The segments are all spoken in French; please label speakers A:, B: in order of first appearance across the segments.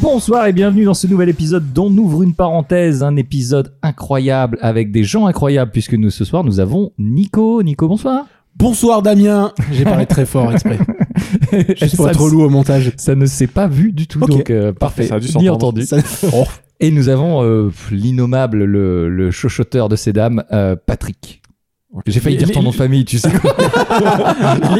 A: Bonsoir et bienvenue dans ce nouvel épisode dont on ouvre une parenthèse, un épisode incroyable avec des gens incroyables puisque nous ce soir nous avons Nico. Nico, bonsoir.
B: Bonsoir Damien J'ai parlé très fort exprès. Je suis
A: Ça
B: pas
A: ne-
B: trop lourd au montage.
A: Ça ne s'est pas vu du tout,
B: Ok.
A: donc euh, parfait,
C: Ça a dû
A: ni
C: s'entendre.
A: entendu.
B: Ça- Oh,
A: Et nous avons euh, pff, l'innommable, le, le chochoteur de ces dames, euh, Patrick. J'ai failli dire ton nom de famille, tu sais. quoi.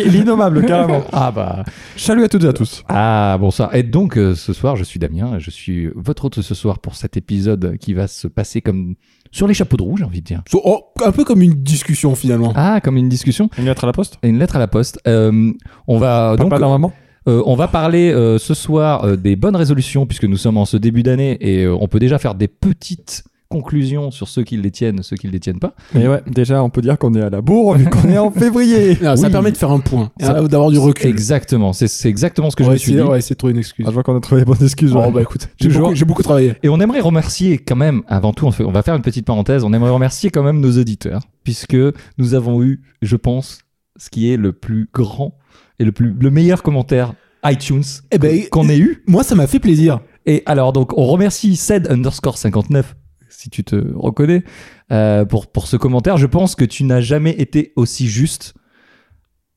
C: L'innommable, carrément.
A: ah bah.
C: Salut à toutes et à tous.
A: Ah, bonsoir. Et donc, euh, ce soir, je suis Damien, et je suis votre hôte ce soir pour cet épisode qui va se passer comme sur les chapeaux de roue, j'ai envie de dire.
B: so- oh, un peu comme une discussion finalement.
A: Ah, comme une discussion
C: Une lettre à la poste
A: et une lettre à la poste. Euh, on va donc
C: Papa d'un maman
A: Euh, on va parler euh, ce soir euh, des bonnes résolutions puisque nous sommes en ce début d'année et euh, on peut déjà faire des petites conclusions sur ceux qui les tiennent, ceux qui ne les tiennent pas.
C: Mais ouais, déjà, on peut dire qu'on est à la bourre vu qu'on est en février.
B: Ah, Ça
A: Oui.
B: permet de faire un point, et
A: Ça-
B: d'avoir du recul.
A: Exactement, c'est c'est exactement ce que
B: on
A: je
B: va
A: me suis
B: essayer
A: dit.
B: on va essayer de trouver une excuse.
C: Ah, je vois qu'on a trouvé les bonnes excuses.
B: Oh
C: ouais.
B: bah écoute, j'ai
A: Toujours.
B: beaucoup, j'ai beaucoup travaillé.
A: Et on aimerait remercier quand même, avant tout, on, fait- on va faire une petite parenthèse, on aimerait remercier quand même nos auditeurs puisque nous avons eu, je pense, ce qui est le plus grand et le, plus, le meilleur commentaire iTunes
B: Eh ben,
A: qu'on ait eu.
B: Moi ça m'a fait plaisir.
A: Et alors, donc, on remercie Ced underscore 59, si tu te reconnais, euh, pour, pour ce commentaire. Je pense que tu n'as jamais été aussi juste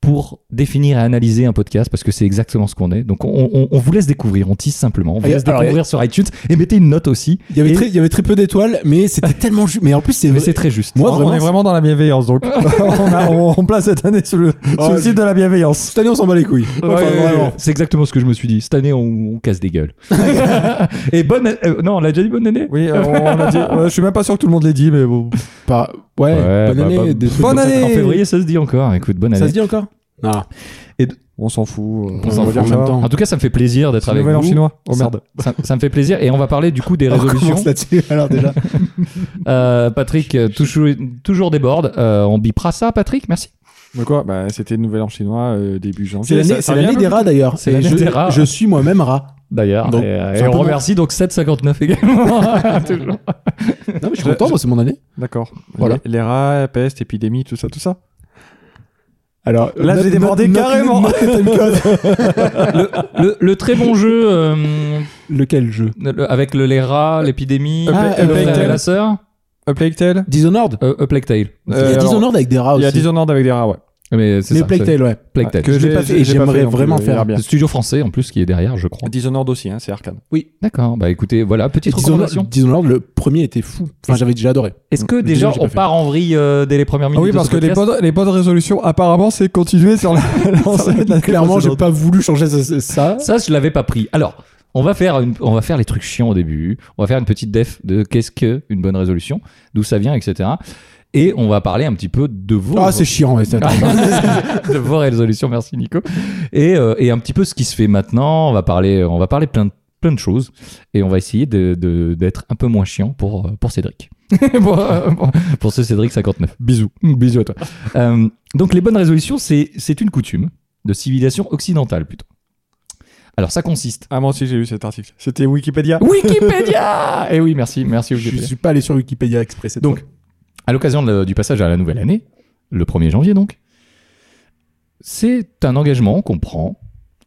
A: pour définir et analyser un podcast, parce que c'est exactement ce qu'on est. Donc, on, on- on vous laisse découvrir, on tease simplement. On vous
B: Et
A: laisse
B: alors,
A: découvrir sur iTunes et mettez une note aussi.
B: Il y avait,
A: Et-
B: très, il y avait très peu d'étoiles, mais c'était tellement juste. Mais en plus c'est
A: Mais
B: vrai-
A: c'est très juste.
B: Moi,
C: On- on
B: vraiment,
C: est vraiment dans la bienveillance donc. on, a- on- on place cette année sous le, sous
B: Oh,
C: le signe de la bienveillance.
B: Cette année on s'en bat les couilles.
A: Ouais,
B: Enfin,
A: ouais,
B: vraiment.
A: ouais. c'est exactement ce que je me suis dit. Cette année, on, on casse des gueules. et bonne. euh, non, on l'a déjà dit bonne année
C: Oui, euh, on l'a dit. Ouais, je suis même pas sûr que tout le monde l'ait dit, mais bon.
B: Pas- ouais,
A: Ouais,
B: bonne
A: bah,
B: année.
A: bah,
B: des trucs
C: bonne
B: comme ça.
C: année.
A: En février, ça se dit encore. Écoute, bonne
B: Ça
A: année.
B: se dit encore Ah,
C: On s'en fout. euh,
A: On s'en
C: va
A: fout
C: dire
B: en
C: ça.
B: même temps.
A: En tout cas, ça me fait plaisir d'être
C: C'est
A: avec
C: nouvel
A: vous.
C: an chinois. Oh
A: Ça-
C: merde.
A: Ça, ça me fait plaisir et on va parler du coup des
B: on
A: résolutions.
B: commence là-dessus alors déjà.
A: Euh, Patrick, euh, toujours, toujours déborde. Euh, on bipera ça, Patrick, merci.
C: Mais quoi Bah, c'était Nouvel An chinois euh, début
B: C'est
C: janvier.
B: l'année
C: Ça-
B: c'est
C: ça revient
B: l'année
C: un
B: des
C: peu
B: rats d'ailleurs.
A: C'est
B: Et
A: l'année
B: je-
A: des rats.
B: Je suis moi-même rat.
A: D'ailleurs,
B: Donc,
A: et, euh, et on
B: simplement.
A: remercie donc 759 également. Toujours.
B: Non, mais je suis content, moi, c'est mon année.
C: D'accord.
B: Voilà.
C: Les, les rats, peste, épidémie, tout ça, tout ça.
B: Alors
C: Là, j'ai débordé carrément.
A: le, le très bon jeu euh,
B: Lequel jeu
A: le- avec le, les rats, l'épidémie,
C: Ah,
A: le
C: euh,
A: frère
C: Plague
A: et la
C: Tale.
A: sœur,
C: A Plague Tale
B: Dishonored
A: euh, A Plague Tale.
B: Il y a
C: alors,
B: Dishonored avec des rats
C: Il
B: Ah, aussi.
C: y a Dishonored avec des rats, ouais.
A: Mais c'est
B: Mais
A: ça,
B: Plague
A: c'est-
B: Tale, Ah, ouais.
A: Plague Tale.
C: Que
B: Je l'ai
C: j'ai-
B: pas fait et
C: j'ai pas
B: j'aimerais
C: fait, donc,
B: vraiment
C: euh, il y aura
B: faire.
C: bien.
A: Le studio français en plus qui est derrière, je crois.
C: Dishonored aussi, hein, c'est Arkane.
A: D'accord, bah écoutez, voilà,
B: Et
A: petite recommandation.
B: Dishonored, Dishonored, le premier était fou. Enfin, j'avais déjà adoré.
A: Est-ce que
B: Le
A: déjà
B: deuxième, j'ai
A: on
B: pas fait. Ah
A: part en vrille euh, dès les premières minutes
C: Ah oui,
A: de
C: parce
A: ce
C: que les
A: podcast
C: bonnes, les bonnes résolutions, apparemment, c'est continuer sur la lancée de la
B: Clairement, j'ai
C: précédente.
B: pas voulu changer ça- ça. ça.
A: Ça, je l'avais pas pris. Alors, on va faire une- on va faire les trucs chiants au début. On va faire une petite def de qu'est-ce que une bonne résolution, d'où ça vient, etc. Et on va parler un petit peu de vos,
B: Ah, c'est chiant, ouais, ça.
A: de vos résolutions. Merci Nico. Et, euh, et un petit peu ce qui se fait maintenant. On va parler, on va parler plein de plein de choses et on va essayer de- de- d'être un peu moins chiant pour euh, pour Cédric pour, euh, pour- pour ce Cédric 59
C: Bisous.
A: bisous à toi Euh, donc les bonnes résolutions c'est c'est une coutume de civilisation occidentale plutôt alors ça consiste
C: Ah, moi aussi, j'ai lu cet article. C'était Wikipédia.
A: Wikipédia Eh oui, merci, merci
B: Je
A: Wikipédia.
B: suis pas allé sur Wikipédia Express. cette
A: Donc,
B: fois.
A: à l'occasion de- du passage à la nouvelle année, le 1er janvier donc, c'est un engagement qu'on prend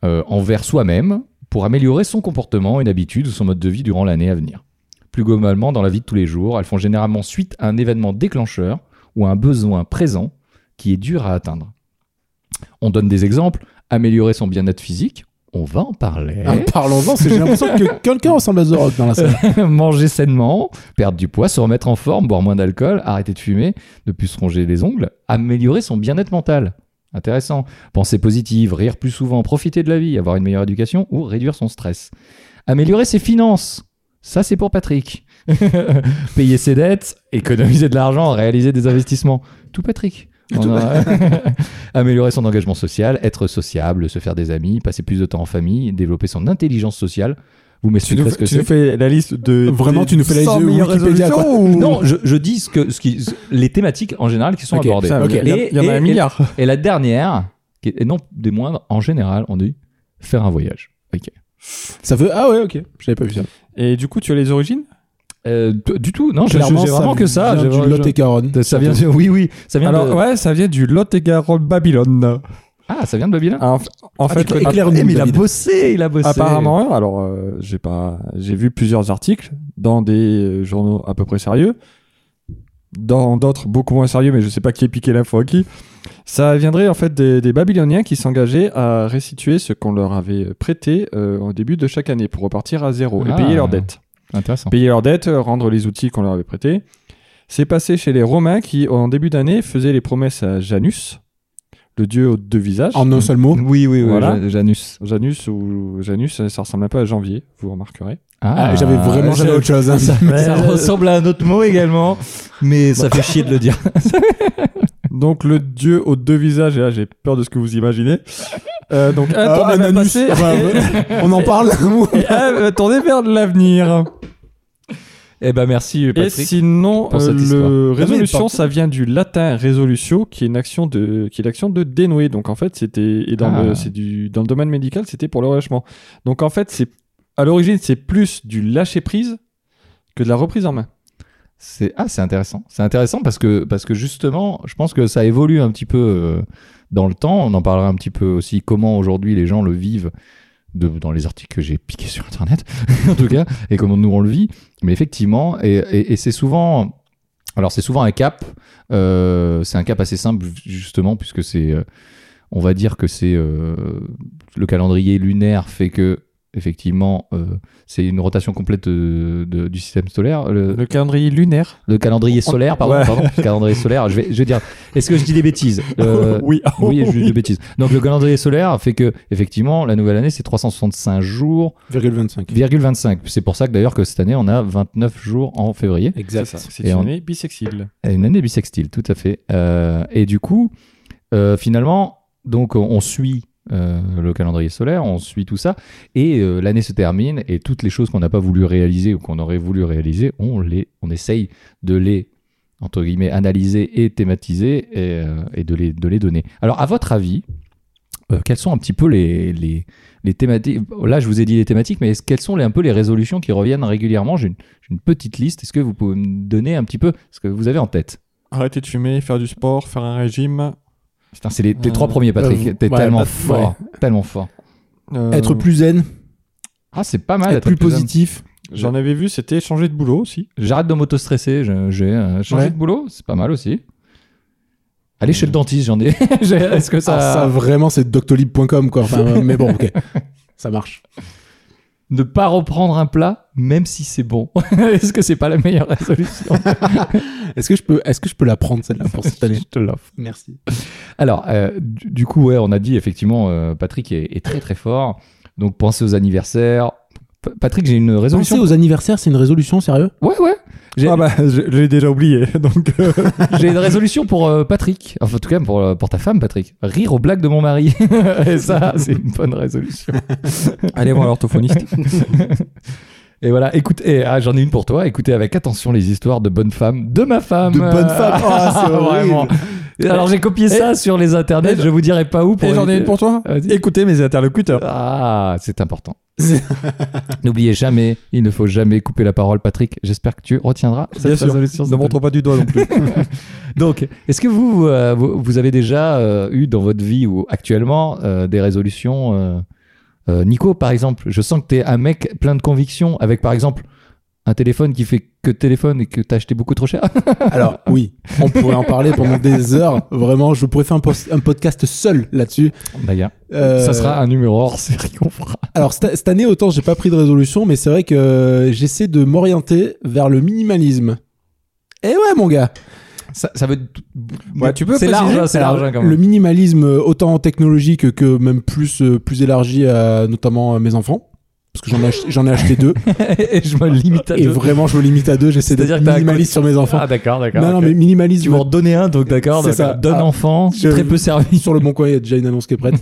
A: euh, envers soi-même pour améliorer son comportement, une habitude ou son mode de vie durant l'année à venir. Plus globalement, dans la vie de tous les jours, elles font généralement suite à un événement déclencheur ou à un besoin présent qui est dur à atteindre. On donne des exemples, améliorer son bien-être physique, on va en parler.
B: Ah, Parlons-en, parce que j'ai l'impression que quelqu'un ressemble à The Rock dans la salle.
A: manger sainement, perdre du poids, se remettre en forme, boire moins d'alcool, arrêter de fumer, ne plus se ronger les ongles, améliorer son bien-être mental. Intéressant. Penser positive, rire plus souvent, profiter de la vie, avoir une meilleure éducation ou réduire son stress. Améliorer ses finances. Ça, c'est pour Patrick. Payer ses dettes, économiser de l'argent, réaliser des investissements. Tout Patrick. On a- Améliorer son engagement social, être sociable, se faire des amis, passer plus de temps en famille, développer son intelligence sociale. Vous
C: Tu
A: m'expliquez
C: nous,
A: ce que
C: tu
A: c'est
C: nous fais la liste de.
B: Vraiment,
C: des
B: tu nous fais la liste
C: 100
B: de
C: meilleures
B: Wikipédia,
C: résolutions ou...
A: Non, je, je dis ce que, ce qui, ce- les thématiques en général qui sont
B: Ok,
A: abordées.
C: Putain,
B: Ok.
C: Il y, a- il y en
A: Et-
C: a
A: et-
C: un milliard.
A: Et la dernière, qui est- et non des moindres, en général, on dit faire un voyage. Ok.
B: Ça veut. Ah ouais, ok. J'avais pas vu ça.
C: Et du coup, tu as les origines
A: Euh, d- du tout, non, je- je- j'ai vraiment que ça.
B: vient
A: j'ai
B: Du
A: vraiment-
B: Lot et Caron.
A: Ça vient, oui, oui, ça vient
C: Alors,
A: de-
C: ouais, ça vient du Lot-et-Garonne Babylone.
A: Ah, ça vient de Babylone
C: En, f- en
B: Ah, tu
C: fait,
B: peux éclairer
C: app-
B: nous,
C: mais il a
B: David.
A: bossé, il a bossé.
C: Apparemment, alors euh, j'ai pas, j'ai vu plusieurs articles dans des euh, journaux à peu près sérieux, dans d'autres beaucoup moins sérieux, mais je sais pas qui est piqué la fois à qui. Ça viendrait en fait des, des Babyloniens qui s'engageaient à restituer ce qu'on leur avait prêté euh, au début de chaque année pour repartir à zéro
A: Ah.
C: et payer leurs dettes.
A: Intéressant.
C: Payer leurs dettes, euh, rendre les outils qu'on leur avait prêtés. C'est passé chez les Romains qui, en début d'année, faisaient les promesses à Janus, le dieu aux deux visages.
B: En un seul mot.
A: Oui, oui,
C: Voilà.
A: Ja- Janus.
C: Janus ou Janus, ça- ça ressemble un peu à janvier, vous remarquerez.
B: Ah, J'avais vraiment jamais autre chose. hein.
A: ça ressemble à un autre mot également, mais
C: Bah.
A: ça fait chier de le dire.
C: Donc le dieu aux deux visages, et là j'ai peur de ce que vous imaginez. Euh, donc
B: Ah,
C: attendez,
B: un
C: vers le
B: anus.
C: passé,
B: Enfin, on en parle
C: et ah, attendez vers l'avenir.
A: Eh ben merci
C: Et
A: Patrick.
C: sinon,
A: pour
C: euh,
A: cette histoire.
C: le résolution,
B: par-
C: ça vient du latin resolutio, qui est une action de, qui est l'action de dénouer. Donc en fait, c'était et dans
A: Ah.
C: le, c'est du dans le domaine médical, c'était pour le relâchement. Donc en fait, c'est à l'origine, c'est plus du lâcher prise que de la reprise en main.
A: C'est ah c'est intéressant. C'est intéressant parce que parce que justement, je pense que ça évolue un petit peu euh, dans le temps. On en parlera un petit peu aussi comment aujourd'hui les gens le vivent de, dans les articles que j'ai piqués sur internet en tout cas et comment nous on le vit. Mais effectivement et, et- et c'est souvent alors c'est souvent un cap. euh, c'est un cap assez simple justement puisque c'est euh, on va dire que c'est euh, le calendrier lunaire fait que effectivement euh, c'est une rotation complète euh, de- du système solaire. Le-
C: Le calendrier lunaire.
A: le calendrier solaire, pardon,
C: Ouais.
A: pardon, le calendrier solaire. Je vais, je vais dire. Est-ce que je dis des bêtises Euh,
C: oui,
A: Oui, je dis des bêtises. Donc le calendrier solaire fait que effectivement la nouvelle année c'est 365 jours,
B: 0,25.
A: 25. C'est pour ça que d'ailleurs que cette année on a 29 jours en février.
C: C'est
B: Exact.
C: ça. C'est
A: Et
C: une
A: on-
C: année bisextile.
A: Et Une année bisextile, tout à fait. Euh, et du coup, euh, finalement, donc on- on suit euh, le calendrier solaire, on suit tout ça, et euh, l'année se termine, et toutes les choses qu'on n'a pas voulu réaliser ou qu'on aurait voulu réaliser, on les, on essaye de les entre guillemets analyser et thématiser et, euh, et de les, de les donner. Alors, à votre avis, euh, quelles sont un petit peu les, les, les thématiques Là, je vous ai dit les thématiques, mais est-ce- quelles sont les, un peu les résolutions qui reviennent régulièrement J'ai une, j'ai une petite liste. Est-ce que vous pouvez me donner un petit peu ce que vous avez en tête
C: Arrêter de fumer, faire du sport, faire un régime.
A: Putain, c'est les, les
C: Euh,
A: trois premiers, Patrick.
B: euh,
A: T'es
B: ouais,
A: tellement
B: bah,
A: fort, tellement fort.
C: euh,
B: Être plus zen,
A: Ah, c'est pas mal.
B: être plus
A: positif.
B: positif.
C: J'en avais vu, c'était changer de boulot aussi.
A: J'arrête de m'auto-stresser, je- j'ai euh, changé
B: Ouais. Euh.
A: de boulot, c'est pas mal aussi. Aller chez le dentiste, j'en ai. J'ai- Est-ce que ça...
B: Ah, ça vraiment, c'est doctolib.com quoi. Enfin, euh, mais bon, ok. Ça marche.
A: Ne pas reprendre un plat, même si c'est bon. Est-ce que c'est pas la meilleure résolution
B: Est-ce que je peux, est-ce que je peux la prendre celle-là pour cette année
A: Je te l'offre.
B: Merci.
A: Alors, euh, du, du coup, ouais, on a dit effectivement, euh, Patrick est, est très très fort. Donc, pensez aux anniversaires. P- Patrick, j'ai une résolution.
B: Penser aux anniversaires, c'est une résolution sérieux
A: Ouais, ouais. J'ai
C: Ah bah, je, je l'ai déjà oublié. Donc, euh,
A: j'ai une résolution pour euh, Patrick. Enfin, en tout cas, pour, euh, pour ta femme, Patrick. Rire aux blagues de mon mari. Et ça, c'est une bonne résolution.
C: allez voir l'orthophoniste.
A: Et voilà, écoute, et, ah, j'en ai une pour toi. Écoutez avec attention les histoires de bonnes femmes, de ma femme.
B: De bonnes femmes. Oh, c'est
A: Vraiment. Et Alors j'ai copié ça sur les internets,
C: Ah, et-
A: je vous dirai pas où. Pour
C: Et j'en ai
A: éviter-
C: une pour toi.
A: Vas-y.
C: Écoutez mes interlocuteurs.
A: Ah, c'est important. N'oubliez jamais, il ne faut jamais couper la parole, Patrick. J'espère que tu retiendras cette
C: Bien sûr.
A: résolution.
C: Ne montre pas du doigt non plus.
A: Donc, est-ce que vous, euh, vous, vous avez déjà euh, eu dans votre vie ou actuellement euh, des résolutions euh, euh, Nico, par exemple, je sens que t'es un mec plein de convictions avec, par exemple, un téléphone qui fait que téléphone et que t'as acheté beaucoup trop cher.
B: Alors oui, on pourrait en parler pendant des heures. Vraiment, je pourrais faire un, post- un podcast seul là-dessus.
A: D'ailleurs,
B: Euh,
A: ça sera un numéro hors série qu'on fera.
B: Alors cette cette année, autant j'ai pas pris de résolution, mais c'est vrai que euh, j'essaie de m'orienter vers le minimalisme. Eh ouais, mon gars.
A: Ça, ça veut.
C: Ouais, tu peux
A: C'est
C: préciser
A: large, hein, c'est
B: Alors,
A: large hein, quand même.
B: Le minimalisme, euh, autant technologique que même plus, euh, plus élargi à notamment à mes enfants. Parce que j'en ai acheté, j'en ai acheté deux.
A: et je me limite à
B: et
A: deux.
B: vraiment, je me limite à deux. J'essaie
A: C'est-à-dire que
B: d'être
A: t'as un
B: minimaliste sur mes enfants.
A: Ah, d'accord, d'accord.
B: non, non,
A: ok.
B: mais minimalisme.
A: Tu vas en donner un, donc d'accord.
B: C'est
A: d'accord.
B: ça.
A: Donne
B: Ah,
A: enfant,
B: je-
A: très peu servi.
B: sur le bon coin, il y a déjà une annonce qui est prête.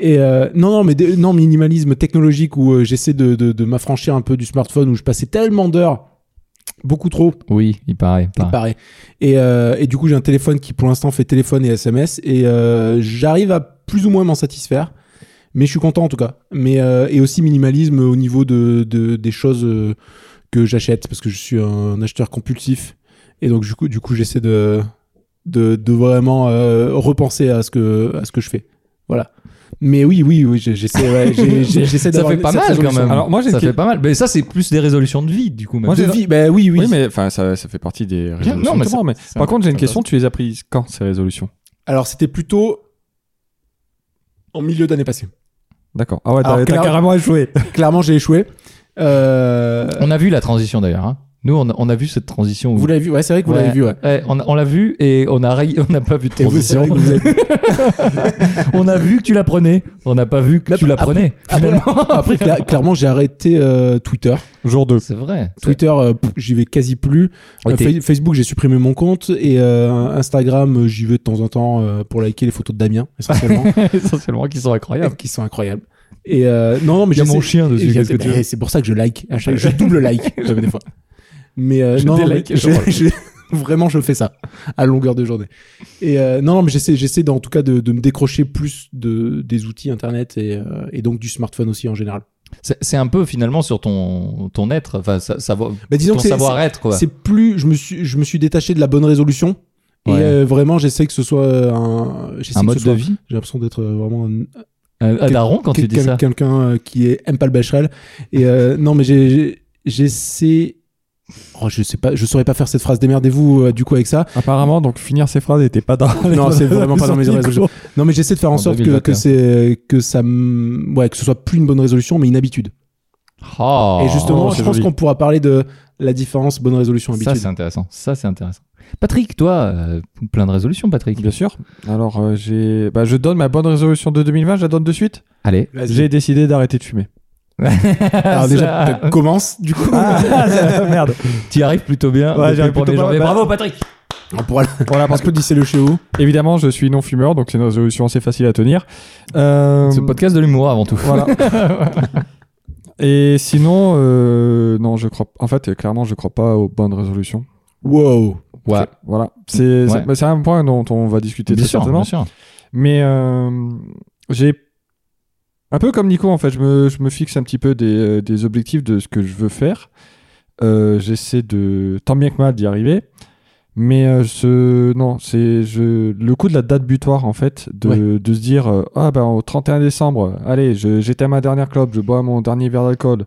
B: Et euh, non, non, mais des- non, minimalisme technologique où euh, j'essaie de, de, de m'affranchir un peu du smartphone où je passais tellement d'heures, beaucoup trop,
A: Oui, il paraît.
B: il paraît. Et, euh, et du coup, j'ai un téléphone qui pour l'instant fait téléphone et SMS et euh, j'arrive à plus ou moins m'en satisfaire. Mais je suis content en tout cas. Mais euh, et aussi minimalisme au niveau de, de des choses euh, que j'achète parce que je suis un acheteur compulsif et donc du coup, du coup, j'essaie de de, de vraiment euh, repenser à ce que à ce que je fais. Voilà. Mais oui, oui, oui, j'ai- j'essaie, ouais, j'ai- j'ai- j'essaie
A: Ça
B: d'avoir
A: fait
B: une-
A: pas
B: cette
A: mal quand
B: résolution.
A: même.
C: Alors, moi, j'ai
A: ça
C: une que-
A: fait pas mal. Mais ça, c'est plus des résolutions de vie, du coup. Même.
C: Moi, j'ai-
B: De vie, bah oui, oui.
C: Oui, mais enfin, ça, ça fait partie des résolutions.
A: non, mais
C: de mort, mais
A: c'est
C: Par contre, j'ai une
A: intéressant.
C: question. Tu les as prises quand ces résolutions
B: Alors c'était plutôt en milieu d'année passée.
C: D'accord. Ah ouais,
B: Alors,
C: t'as t'as
B: clair-
C: carrément échoué.
B: Clairement, j'ai échoué. Euh,
A: On a vu la transition d'ailleurs. hein. Nous, on a, on a vu cette transition. où-
B: Vous l'avez vu, ouais, c'est vrai que vous
A: Ouais.
B: l'avez vu, ouais.
A: Ouais, on a- on l'a vu et on a ri- on n'a pas vu de
B: Et vous, c'est
A: transition.
B: vrai que vous avez-
A: on a vu que tu la prenais. On n'a pas vu que
B: Là,
A: tu la prenais.
B: Après, après, cla- clairement, j'ai arrêté euh, Twitter.
C: Jour 2.
A: C'est vrai.
B: Twitter, euh, pff, j'y vais quasi plus.
A: Ouais,
B: Euh,
A: t'es-
B: Fa- Facebook, j'ai supprimé mon compte. Et euh, Instagram, euh, j'y vais de temps en temps euh, pour liker les photos de Damien, essentiellement,
A: essentiellement qui sont incroyables.
B: qui sont incroyables. Et euh, non, non, mais
A: Il y a
B: j'essaie-
A: mon chien
B: Et
A: dessus.
B: j'ai-
A: Qu'est-ce que tu veux
B: eh, C'est pour ça que je like. À chaque- je double like même des fois. Mais euh,
A: Je
B: non, non,
A: délike,
B: mais
A: je
B: je-
A: relève.
B: je- vraiment, je fais ça à longueur de journée. Et euh, non, non, mais j'essaie, j'essaie d'en- en tout cas de, de me décrocher plus de des outils internet et, euh, et donc du smartphone aussi en général.
A: C'est c'est un peu finalement sur ton ton être. Enfin, ça, ça, va-
B: Bah, disons
A: ton
B: que c'est-
A: savoir-être quoi.
B: c'est plus, je me suis, je me suis détaché de la bonne résolution. Et
A: Ouais.
B: euh, vraiment, j'essaie que ce soit un, j'essaie que
A: Un
B: ce
A: mode de
B: soit-
A: vie.
B: J'ai l'impression d'être euh, vraiment un,
A: Un un
B: Quel-
A: daron Euh, quand
B: Quel-
A: tu dis
B: quel-
A: ça.
B: Quelqu'un euh, qui est, aime pas le Becherel. Et euh, non, mais j'ai- j'ai- j'essaie. Oh, je sais pas, je saurais pas faire cette phrase. Démerdez-vous euh, du coup avec ça.
C: Apparemment, donc finir ces phrases n'était pas dans.
B: Non, c'est vraiment pas dans mes résolutions. Non, mais j'essaie de faire en,
A: En
B: sorte que,
A: 2021.
B: que c'est que ça, m- ouais, que ce soit plus une bonne résolution, mais une habitude.
A: Oh.
B: Et justement,
C: oh,
B: je
C: c'est
B: pense
C: joli.
B: qu'on pourra parler de la différence bonne résolution
A: ça
B: habitude.
A: c'est intéressant. Ça c'est intéressant. Patrick, toi, euh, plein de résolutions, Patrick.
C: Bien sûr. Alors, euh, j'ai. Bah, je donne ma bonne résolution de 2020. Je la donne de suite.
A: Allez.
B: Vas-y.
C: J'ai décidé d'arrêter de fumer.
B: Alors déjà,
A: Ça- Ah,
B: t'as- commence du coup.
C: merde.
A: T'y arrives plutôt bien. depuis
C: Ouais, j'y
A: le
C: arrive
A: premier
C: plutôt
A: jour.
C: pas
A: Mais
C: mal.
A: Bravo Patrick.
B: On pourra
C: Voilà,
B: on
C: parce que
B: peut le chez vous.
C: évidemment, je suis non fumeur, donc c'est une résolution assez facile à tenir. Euh,
A: Ce podcast de l'humour avant tout.
C: Voilà. Et sinon, euh, non, je crois. En fait, euh, clairement, je crois pas aux bonnes résolutions.
B: Wow.
A: Ouais.
C: C'est- Voilà. C'est
A: Ouais.
C: c'est- bah, c'est un point dont on va discuter
A: Bien
C: très
A: sûr,
C: certainement.
A: bien sûr.
C: Mais euh, j'ai un peu comme Nico en fait, je me, je me fixe un petit peu des, euh, des objectifs de ce que je veux faire. Euh, J'essaie de tant bien que mal d'y arriver. Mais euh, ce non, c'est je le coup de la date butoir en fait, de, de se dire euh, ah ben au 31 décembre, allez, je- j'étais à ma dernière clope, je bois mon dernier verre d'alcool.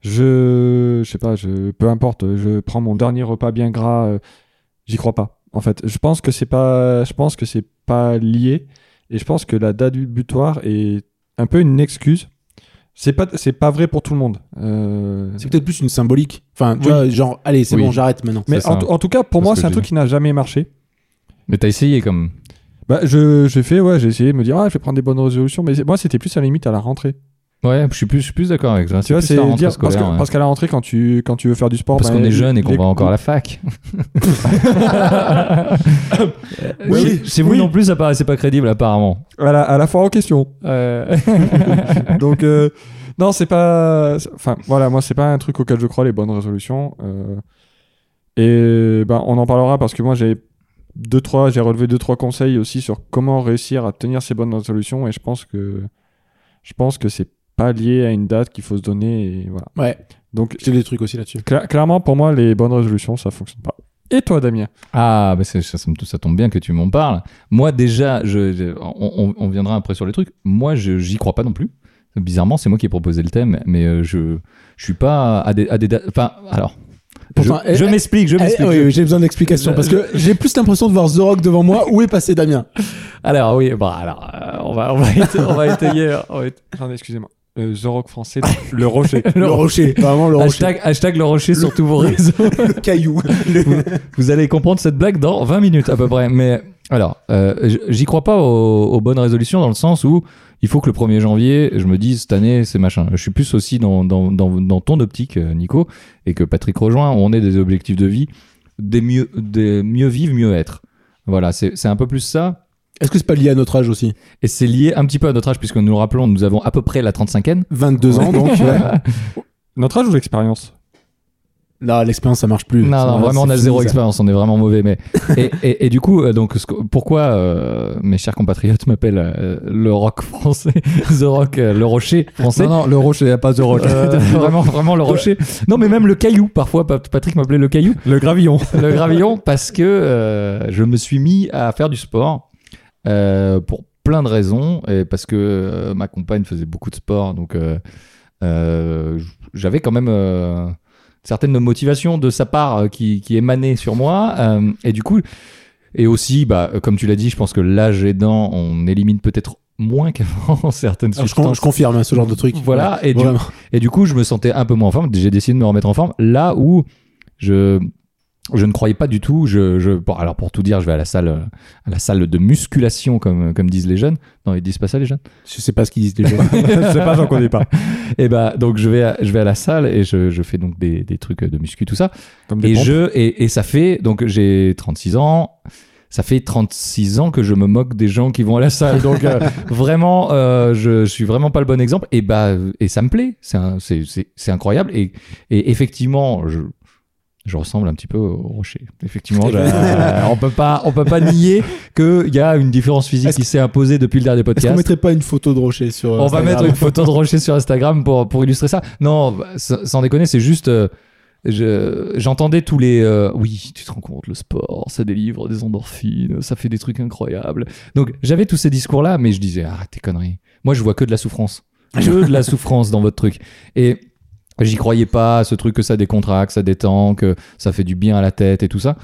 C: Je je sais pas, je peu importe, je prends mon dernier repas bien gras, euh, j'y crois pas. En fait, je pense que c'est pas je pense que c'est pas lié et je pense que la date butoir est un peu une excuse. C'est pas c'est pas vrai pour tout le monde. Euh,
B: C'est peut-être plus une symbolique. Enfin, tu
C: Oui.
B: vois, genre, allez, c'est
A: Oui.
B: bon, j'arrête maintenant.
C: mais
A: C'est ça.
C: en, tout- en tout cas, pour
A: C'est
C: moi,
A: ce que
C: c'est un
A: j'ai
C: truc
A: dit.
C: qui n'a jamais marché.
A: Mais t'as essayé comme.
C: Bah, je, j'ai fait, ouais, j'ai essayé de me dire, ah, je vais prendre des bonnes résolutions, mais c'est- moi, c'était plus à la limite à la rentrée.
A: Ouais, je suis plus, je suis plus d'accord avec toi.
C: Tu vois,
A: plus
C: c'est
A: la rentrée
C: dire, parce,
A: scolaire,
C: que-
A: ouais.
C: parce qu'à la rentrée, quand tu, quand tu veux faire du sport,
A: Parce
C: bah,
A: qu'on est
C: les-
A: jeune et qu'on
C: les-
A: va encore à la fac.
C: Oui,
A: Chez- Chez vous
C: oui.
A: non plus, ça paraissait pas crédible apparemment.
C: à la, à la foire en question.
A: Euh,
C: Donc, euh, non, c'est pas, c'est- enfin, voilà, moi, c'est pas un truc auquel je crois, les bonnes résolutions. euh, et, ben, on en parlera parce que moi, j'ai deux, trois, j'ai relevé deux, trois conseils aussi sur comment réussir à tenir ces bonnes résolutions et je pense que, je pense que c'est pas lié à une date qu'il faut se donner et voilà.
B: Ouais,
C: Donc,
B: j'ai des trucs aussi là-dessus.
C: Cla- clairement, pour moi, les bonnes résolutions, ça fonctionne pas. Et toi, Damien
A: Ah, bah c'est- ça, ça me- ça tombe bien que tu m'en parles. Moi, déjà, je, je- on, on- on viendra après sur les trucs. Moi, je j'y crois pas non plus. Bizarrement, c'est moi qui ai proposé le thème, mais euh, je, je suis pas à des, à des dates. Enfin, alors.
B: Pourtant,
A: je
B: eh,
A: je
B: eh,
A: m'explique, je
B: Eh,
A: m'explique.
B: oui, oui, j'ai besoin d'explications
A: Je-
B: parce que j'ai plus l'impression de voir The Rock devant moi. Où est passé Damien
A: Alors, oui, bah, alors, euh, on va, on va, éta- on va étayer. on va éta-
C: Attendez, excusez-moi. Euh, The Rock français, le rocher.
B: Le rocher, vraiment le rocher,
A: hashtag, hashtag le rocher sur tous vos réseaux.
B: le caillou. Le-
A: Vous allez comprendre cette blague dans 20 minutes à peu près. Mais alors, euh, j- j'y crois pas aux, aux bonnes résolutions dans le sens où il faut que le 1er janvier, je me dise cette année, c'est machin. Je suis plus aussi dans, dans, dans, dans ton optique, euh, Nico, et que Patrick rejoint, où on est des objectifs de vie, des mieux, des mieux vivre, mieux être. Voilà, c'est c'est un peu plus ça.
B: Est-ce que c'est pas lié à notre âge aussi
A: Et c'est lié un petit peu à notre âge, puisque nous le rappelons, nous avons à peu près la 35e.
B: 22 ans donc. ouais.
C: Notre âge ou l'expérience
B: Là, l'expérience ça marche plus.
A: Non,
B: Ça,
A: non,
B: c'est
A: vraiment, on a
B: fini,
A: zéro
B: ça.
A: expérience, on est vraiment mauvais. Mais et, et- et du coup, euh, donc, ce que- pourquoi euh, mes chers compatriotes m'appellent euh, le rock français, the rock, euh, le rocher français
C: non, le rocher, y a pas The Rock.
A: Euh, vraiment, vraiment le rocher. Non, mais même le caillou. Parfois, Pat- Patrick m'appelait le caillou,
C: le gravillon.
A: le gravillon, parce que euh, je me suis mis à faire du sport euh, pour plein de raisons, et parce que euh, ma compagne faisait beaucoup de sport, donc euh, euh, j- j'avais quand même euh, certaines motivations de sa part euh, qui, qui émanaient sur moi, euh, et du coup, et aussi, bah, euh, comme tu l'as dit, je pense que l'âge aidant, on élimine peut-être moins qu'avant certaines
B: Alors, je, con-
A: substances.
B: je confirme hein, ce genre de truc.
A: Voilà, et du,
B: Vraiment.
A: et du coup, je me sentais un peu moins en forme. J'ai décidé de me remettre en forme là où je je ne croyais pas du tout. Je, je bon, alors pour tout dire, je vais à la salle euh, à la salle de musculation comme comme disent les jeunes. Non, ils disent pas ça les jeunes.
B: Je sais pas ce qu'ils disent les gens.
C: je sais pas, j'en connais pas.
A: Et bah donc je vais à, je vais à la salle et je, je fais donc des, des trucs de muscu tout ça.
C: Comme des
A: Et
C: pompes.
A: je et, et ça fait donc j'ai 36 ans. Ça fait 36 ans que je me moque des gens qui vont à la salle, donc euh, vraiment, euh, je, je suis vraiment pas le bon exemple. Et bah, et ça me plaît, c'est un- c'est- c'est c'est incroyable. Et, et effectivement, je, je ressemble un petit peu au rocher. Effectivement, je- euh, on peut pas, on peut pas nier qu'il y a une différence physique
B: Est-ce
A: qui s'est imposée depuis le dernier
B: Est-ce qu'on
A: podcast.
B: mettrait pas une photo de Rocher sur euh,
A: On va
B: Instagram
A: mettre une photo de Rocher sur Instagram pour, pour illustrer ça. Non, bah, sans sans déconner, c'est juste. euh, je- J'entendais tous les euh, oui, tu te rends compte, le sport, ça délivre des endorphines, ça fait des trucs incroyables. Donc j'avais tous ces discours-là, mais je disais arrête tes conneries. Moi, je vois que de la souffrance, que de la souffrance dans votre truc. Et j'y croyais pas, à ce truc que ça décontracte, ça détend, que ça fait du bien à la tête et tout ça.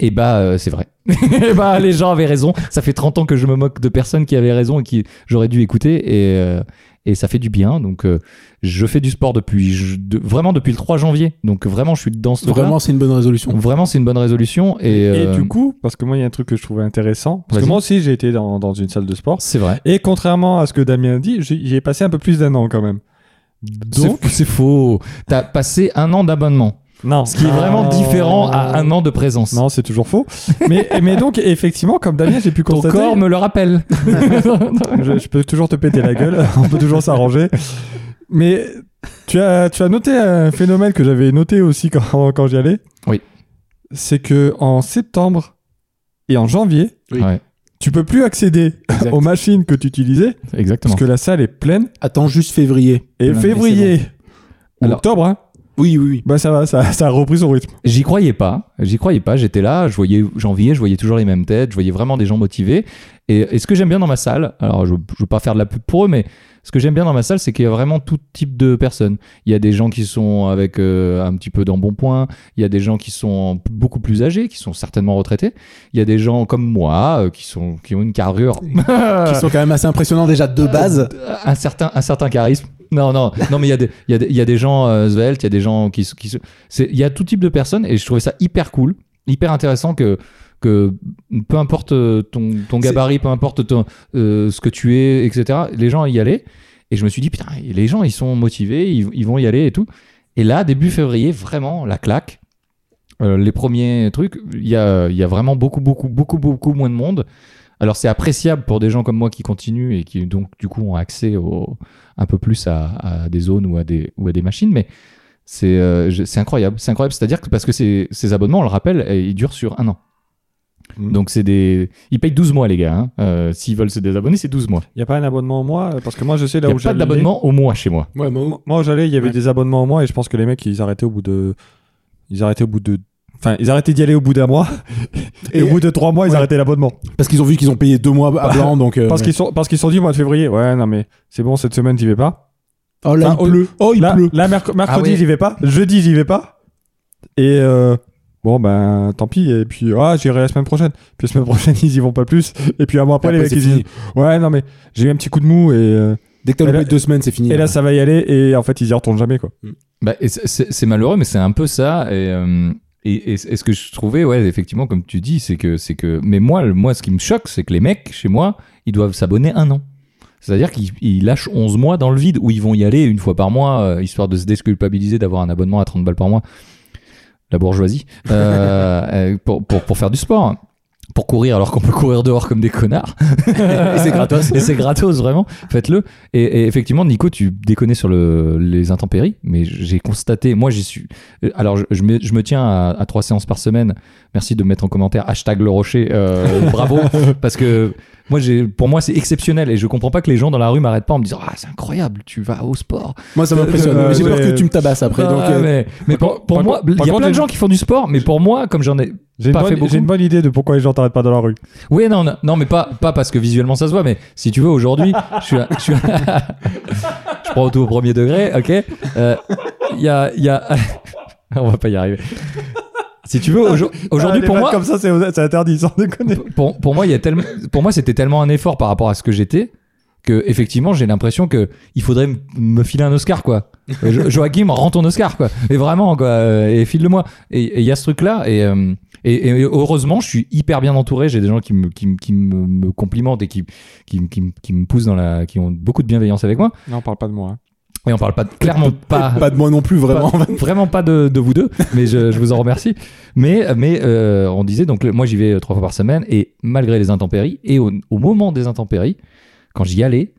A: Et bah, euh, c'est vrai. et bah, les gens avaient raison. Ça fait 30 ans que je me moque de personnes qui avaient raison et qui j'aurais dû écouter. Et, euh, et ça fait du bien. Donc, euh, je fais du sport depuis je- de- vraiment depuis le 3 janvier. Donc, vraiment, je suis dans ce
B: Vraiment, c'est une bonne résolution.
A: Vraiment, c'est une bonne résolution. Et,
C: Et
A: euh,
C: du coup, parce que moi, il y a un truc que je trouvais intéressant. Parce que
A: Vas-y.
C: moi aussi, j'ai été dans, dans une salle de sport.
A: c'est vrai.
C: Et contrairement à ce que Damien a dit, j'y j'y ai passé un peu plus d'un an quand même.
A: Donc, c'est faux. T'as passé un an d'abonnement,
C: Non.
A: ce qui est vraiment différent à un an de présence.
C: Ah. Non, c'est toujours faux. mais, mais donc, effectivement, comme Damien, j'ai pu
A: Ton
C: constater.
A: corps me le rappelle.
C: je, je peux toujours te péter la gueule, on peut toujours s'arranger. Mais tu as, tu as noté un phénomène que j'avais noté aussi quand, quand j'y allais.
A: Oui.
C: C'est que en septembre et en janvier,
B: Oui.
A: Ouais,
C: tu peux plus accéder
B: Exact.
C: aux machines que tu utilisais
A: exactement.
C: parce que la salle est pleine.
B: Attends juste février.
C: Et
A: Plein, mais
C: février ou
A: Alors-
C: octobre, hein,
B: Oui, oui, oui.
C: bah ça va, ça, ça a repris son rythme.
A: J'y croyais pas, j'y croyais pas, j'étais là, je voyais janvier, je voyais toujours les mêmes têtes, je voyais vraiment des gens motivés. Et, et ce que j'aime bien dans ma salle, alors je, je veux pas faire de la pub pour eux, mais ce que j'aime bien dans ma salle, c'est qu'il y a vraiment tout type de personnes. Il y a des gens qui sont avec euh, un petit peu d'embonpoint, il y a des gens qui sont beaucoup plus âgés, qui sont certainement retraités, il y a des gens comme moi euh, qui, sont, qui ont une carrure
B: Qui sont quand même assez impressionnants déjà
A: Euh,
B: de base.
A: un certain, un certain charisme. Non, non, non, mais il y, a des- il y, a des- il y a des gens euh, sveltes, il y a des gens qui. se- qui se- c'est- Il y a tout type de personnes et je trouvais ça hyper cool, hyper intéressant que, que peu importe euh, ton, ton
B: C'est-
A: gabarit, peu importe ton, euh, ce que tu es, etc., les gens y allaient. Et je me suis dit, putain, les gens, ils sont motivés, ils, ils vont y aller et tout. Et là, début février, vraiment, la claque. Euh, les premiers trucs, il y a, il y a vraiment beaucoup, beaucoup, beaucoup, beaucoup moins de monde. Alors c'est appréciable pour des gens comme moi qui continuent et qui donc du coup ont accès au, un peu plus à, à des zones ou à des, ou à des machines, mais c'est euh, je- c'est incroyable. C'est incroyable, c'est-à-dire que parce que ces, ces abonnements, on le rappelle, eh, ils durent sur un an.
C: Mhm.
A: Donc c'est des... Ils payent 12 mois les gars. hein. Euh, S'ils veulent se désabonner, c'est 12 mois.
C: Il n'y a pas un abonnement au mois euh, Parce que moi, je sais
A: Il
C: là
A: n'y
C: où
A: a pas
C: j'allais.
A: d'abonnement au mois chez moi.
B: Ouais, mais
C: Moi, où j'allais, il y avait
B: Ouais.
C: des abonnements au mois et je pense que les mecs, ils arrêtaient au bout de. Ils arrêtaient au bout de. Enfin, ils arrêtaient d'y aller au bout d'un mois. Et, Euh,
B: Et-
C: au bout de trois mois, ils
B: Ouais.
C: arrêtaient l'abonnement.
B: Parce qu'ils ont vu qu'ils ont payé deux mois à blanc, donc. euh,
C: Bah, Parce
B: ouais.
C: qu'ils sont, parce qu'ils sont dit, mois de février, ouais, non, mais c'est bon, cette semaine, j'y vais pas.
B: Oh là,
C: Enfin,
B: il pleut. Oh, il
C: là,
B: pleut.
C: là, merc- mercredi,
A: Ah ouais.
C: j'y vais pas. Jeudi, j'y vais pas. Et euh, bon, ben, tant pis. Et puis, ah, j'irai la semaine prochaine. Puis la semaine prochaine, ils y vont pas plus. Et puis, un mois après, les mecs,
B: c'est
C: ils
B: fini.
C: disent, ouais, non, mais j'ai eu un petit coup de mou. Et, euh,
B: Dès que t'as
C: Et
B: loupé
C: là-
B: deux semaines, c'est fini.
C: et là, ça va y aller. Et en fait, ils y retournent jamais, quoi.
A: Bah, et c'est- c'est c'est malheureux, mais c'est un peu ça. Et, euh, et, et- et ce que je trouvais, ouais, effectivement, comme tu dis, c'est que, c'est que. Mais moi, le- moi, ce qui me choque, c'est que les mecs, chez moi, ils doivent s'abonner un an. C'est-à-dire qu'ils ils lâchent 11 mois dans le vide, où ils vont y aller une fois par mois, euh, histoire de se désculpabiliser d'avoir un abonnement à 30 balles par mois. La bourgeoisie. Euh, euh, pour, pour, pour faire du sport. Pour courir alors qu'on peut courir dehors comme des connards.
B: Et c'est gratos.
A: Et c'est gratos, vraiment. Faites-le. Et, et effectivement, Nico, tu déconnais sur le- les intempéries, mais j'ai constaté, moi j'y suis. euh, Alors je, je me, je me tiens à, à trois séances par semaine. Merci de mettre en commentaire hashtag le rocher. euh, bravo. Parce que moi, j'ai- pour moi, c'est exceptionnel et je comprends pas que les gens dans la rue m'arrêtent pas en me disant Ah, c'est incroyable, tu vas au sport.
B: Moi, ça m'impressionne.
C: Euh,
B: Mais J'ai
C: ouais.
B: peur que tu me tabasses après.
A: Ah,
B: donc, euh,
A: mais mais
C: par
A: pour, pour
C: contre-
A: moi,
C: par
A: il y a
C: contre,
A: plein de
C: j'ai-
A: gens qui font du sport, mais pour moi, comme j'en ai
C: J'ai une,
A: Pas fait
C: bonne-
A: beaucoup.
C: j'ai une bonne idée de pourquoi les gens t'arrêtent pas dans la rue.
A: Oui, non, non, non, mais pas, pas parce que visuellement ça se voit, mais si tu veux, aujourd'hui, je suis. un- Je, suis un- je prends tout au premier degré, ok Euh, Il y a. il y a- On va pas y arriver. Si tu veux, aujo- aujourd'hui,
C: Ah,
A: pour
C: des vannes
A: moi,
C: Comme ça, c'est c'est interdit, sans déconner.
A: pour, pour moi, il y a tellement, pour moi, c'était tellement un effort par rapport à ce que j'étais que effectivement, j'ai l'impression que il faudrait m- me filer un Oscar, quoi. Euh, Jo- Joachim, rends ton Oscar, quoi. Et vraiment, quoi. euh, Et file-le-moi. Et et il y a ce truc-là. Et, euh, et, et heureusement, je suis hyper bien entouré. J'ai des gens qui me, qui, me- qui me, me complimentent et qui, qui, me- qui, me- qui me poussent dans la, qui ont beaucoup de bienveillance avec moi.
C: Non, parle pas de moi. hein.
A: Et on parle pas de- clairement pas,
B: Pas de moi non plus, vraiment.
A: euh, pas- vraiment pas de, de vous deux, mais je, je vous en remercie. Mais, mais euh, on disait, donc le- moi j'y vais euh, trois fois par semaine, et malgré les intempéries, et au, au moment des intempéries, quand j'y allais,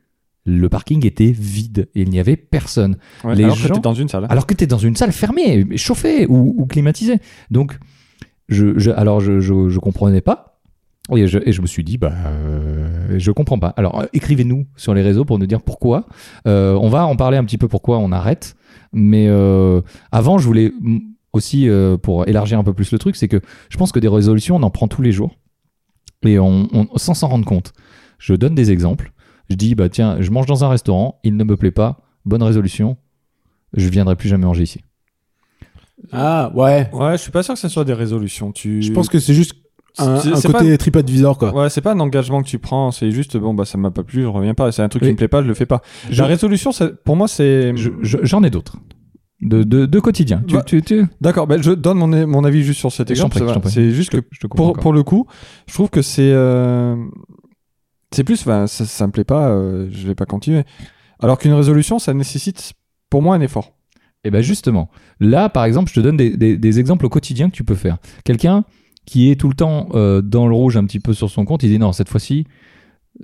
A: le parking était vide, et il n'y avait personne. Les
C: alors que
A: gens-
C: t'es dans une salle. hein.
A: Alors que tu es dans une salle fermée, chauffée ou, ou climatisée. Donc, je, je- alors je, je, je comprenais pas. Et je, et je me suis dit, bah, euh, je comprends pas. Alors, euh, écrivez-nous sur les réseaux pour nous dire pourquoi. Euh, on va en parler un petit peu pourquoi on arrête. Mais euh, avant, je voulais mm, aussi, euh, pour élargir un peu plus le truc, c'est que je pense que des résolutions, on en prend tous les jours. Et on, on- sans s'en rendre compte. Je donne des exemples. Je dis, bah tiens, je mange dans un restaurant, il ne me plaît pas, bonne résolution, je viendrai plus jamais manger ici.
B: Ah, ouais.
C: Ouais, je suis pas sûr que ce soit des résolutions. Tu...
B: Je pense que c'est juste un,
C: C'est-
B: un
C: c'est
B: côté TripAdvisor, quoi.
C: pas- Ouais, c'est pas un engagement que tu prends, c'est juste bon bah ça m'a pas plu, je reviens pas. C'est un truc
B: Oui.
C: qui me plaît pas, je le fais pas.
B: Je-
C: La résolution, ça- pour moi, c'est.
A: Je- je- J'en ai d'autres. De, de, de quotidien. Tu-
C: Bah,
A: tu- tu-
C: D'accord, bah, je donne mon, mon avis juste sur cet
A: Je t'en
C: exemple.
A: prie,
C: ça
A: je
C: va.
A: t'en prie.
C: C'est juste que
A: je te comprends
C: pour,
A: encore.
C: pour le coup, je trouve que c'est euh, c'est plus, enfin, ça, ça me plaît pas, euh, je vais pas continuer. Alors qu'une résolution, ça nécessite pour moi un effort.
A: Et bien Eh ben, justement, là par exemple, je te donne des, des- des exemples au quotidien que tu peux faire. Quelqu'un qui est tout le temps euh, dans le rouge un petit peu sur son compte, il dit non, cette fois-ci,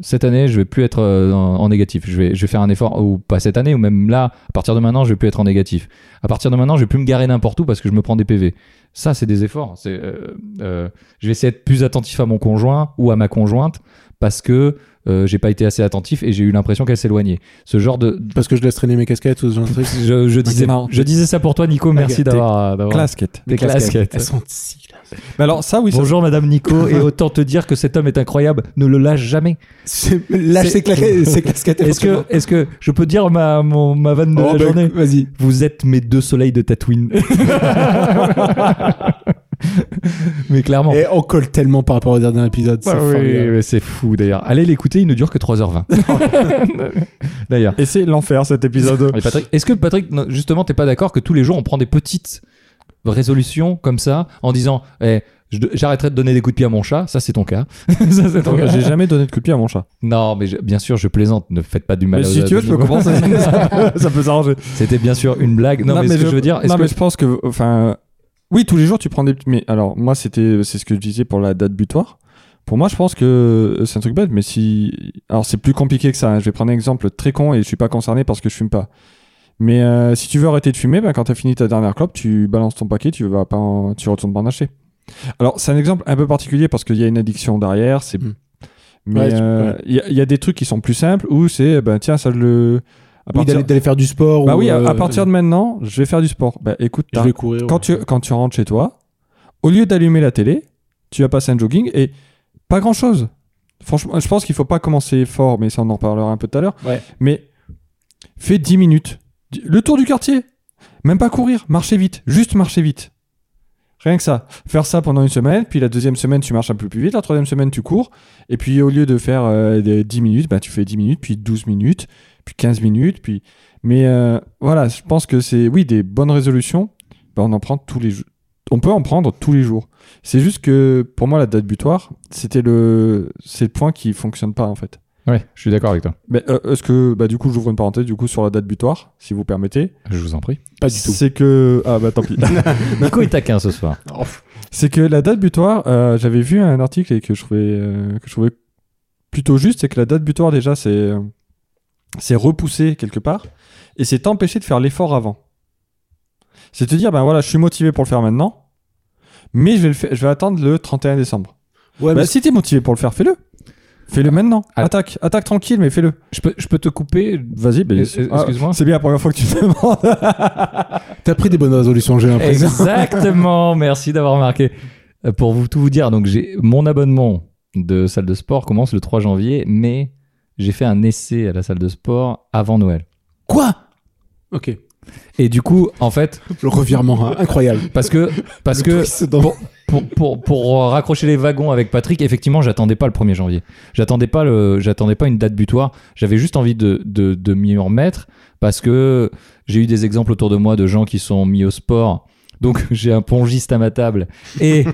A: cette année, je vais plus être euh, en, en négatif. Je vais, je vais faire un effort, ou pas cette année, ou même là, à partir de maintenant, je vais plus être en négatif. À partir de maintenant, je vais plus me garer n'importe où parce que je me prends des PV. Ça, c'est des efforts. C'est, euh, euh, je vais essayer d'être plus attentif à mon conjoint ou à ma conjointe parce que euh, j'ai pas été assez attentif et j'ai eu l'impression qu'elle s'éloignait. Ce genre de,
B: Parce que je laisse traîner mes casquettes ou ce genre de truc.
A: je, je disais,
C: c'est marrant.
A: je disais ça pour toi, Nico. Merci
C: t'es
A: d'avoir d'avoir-
C: Clasquette.
A: tes casquettes.
B: Elles sont si classe.
C: Mais alors ça, oui, ça-
A: Bonjour, Madame Nico. et autant te dire que cet homme est incroyable. Ne le lâche jamais.
B: C'est- Lâche
A: C'est-
B: ces claquettes- ces casquettes.
A: Est-ce que, est-ce que je peux dire ma, mon- ma vanne de
B: Oh,
A: la
B: bah,
A: journée
B: Vas-y.
A: Vous êtes mes deux soleils de Tatooine. Mais clairement.
B: Et on colle tellement par rapport au dernier épisode.
A: Bah
B: c'est
A: oui,
B: formidable.
A: mais c'est fou d'ailleurs. Allez l'écouter, il ne dure que 3h20. d'ailleurs.
C: et c'est l'enfer cet épisode.
A: Mais Patrick, est-ce que Patrick, non, justement, t'es pas d'accord que tous les jours on prend des petites résolutions comme ça en disant eh, je- j'arrêterai de donner des coups de pied à mon chat Ça, c'est ton cas. Ça, c'est ton
C: Donc,
A: cas.
C: J'ai jamais donné de coup de pied à mon chat.
A: Non, mais je- bien sûr, je plaisante. Ne faites pas du mal.
C: Mais
A: aux-
C: si tu veux, je peux commencer. ça peut s'arranger.
A: C'était bien sûr une blague. Non, mais, ce que je veux dire, est-ce
C: non,
A: que
C: mais je pense que, enfin, euh, oui, tous les jours tu prends des petits. Mais alors, moi, c'était, c'est ce que je disais pour la date butoir. Pour moi, je pense que euh, c'est un truc bête, mais si, alors c'est plus compliqué que ça. hein. Je vais prendre un exemple très con et je suis pas concerné parce que je fume pas. Mais euh, si tu veux arrêter de fumer, ben, quand t'as fini ta dernière clope, tu balances ton paquet, tu vas pas, en- tu retournes pas en acheter. Alors c'est un exemple un peu particulier parce qu'il y a une addiction derrière. C'est,
B: Mm. Ouais,
C: mais
B: tu-
C: euh, il y a- il y, a des trucs qui sont plus simples où c'est, ben tiens, ça le. à
B: Oui,
C: partir-
B: d'aller- d'aller faire du sport.
C: bah
B: ou,
C: oui, à, à
B: euh,
C: partir de maintenant, je vais faire du sport. Bah écoute,
B: Je
C: t'as-
B: vais courir.
C: quand,
B: ouais.
C: tu, quand tu rentres chez toi, au lieu d'allumer la télé, tu vas passer un jogging et pas grand chose. Franchement, je pense qu'il faut pas commencer fort, mais ça on en reparlera un peu tout à l'heure.
B: Ouais.
C: Mais fais 10 minutes. Le tour du quartier. Même pas courir, marcher vite. Juste marcher vite. Rien que ça. Faire ça pendant une semaine, puis la deuxième semaine tu marches un peu plus vite, la troisième semaine tu cours, et puis au lieu de faire euh, des 10 minutes, bah, tu fais 10 minutes, puis 12 minutes, puis 15 minutes, puis... Mais euh, voilà, je pense que c'est, oui, des bonnes résolutions, bah, on en prend tous les jours. On peut en prendre tous les jours. C'est juste que pour moi, la date butoir, c'était le, c'est le point qui fonctionne pas en fait.
A: Ouais, je suis d'accord avec toi.
C: Mais euh, est-ce que, bah, du coup, j'ouvre une parenthèse, du coup, sur la date butoir, si vous permettez.
A: Je vous en prie.
B: Pas du tout.
C: C'est que, ah bah tant pis.
A: Nico est taquin ce soir.
C: Oh. c'est que la date butoir, euh, j'avais vu un article et que je trouvais, euh, que je trouvais plutôt juste, c'est que la date butoir déjà, c'est, euh, c'est repousser quelque part et c'est t'empêcher de faire l'effort avant. C'est te dire, ben voilà, je suis motivé pour le faire maintenant, mais je vais, le faire- je vais attendre le 31 décembre.
B: Ouais,
C: Bah,
B: mais
C: si t'es motivé pour le faire, fais-le. Fais-le maintenant.
A: Ah.
C: Attaque, attaque tranquille, mais fais-le.
A: Je peux, je peux te couper
C: Vas-y, ben,
A: Euh,
C: ah,
A: excuse-moi.
C: c'est bien la première fois que tu me demandes. Bah,
B: t'as pris des bonnes résolutions, j'ai l'impression.
A: Exactement, merci d'avoir remarqué. Euh, Pour vous tout vous dire, donc j'ai mon abonnement de salle de sport commence le 3 janvier, mais j'ai fait un essai à la salle de sport avant Noël.
B: Quoi Ok.
A: Et du coup, en fait,
B: Le revirement hein, incroyable.
A: parce que parce
B: Le
A: que
B: twist dans-
A: bon, pour, pour, pour euh, raccrocher les wagons avec Patrick, effectivement, j'attendais pas le 1er janvier. J'attendais pas, le, j'attendais pas une date butoir. J'avais juste envie de, de, de m'y remettre parce que j'ai eu des exemples autour de moi de gens qui sont mis au sport. Donc, j'ai un pongiste à ma table et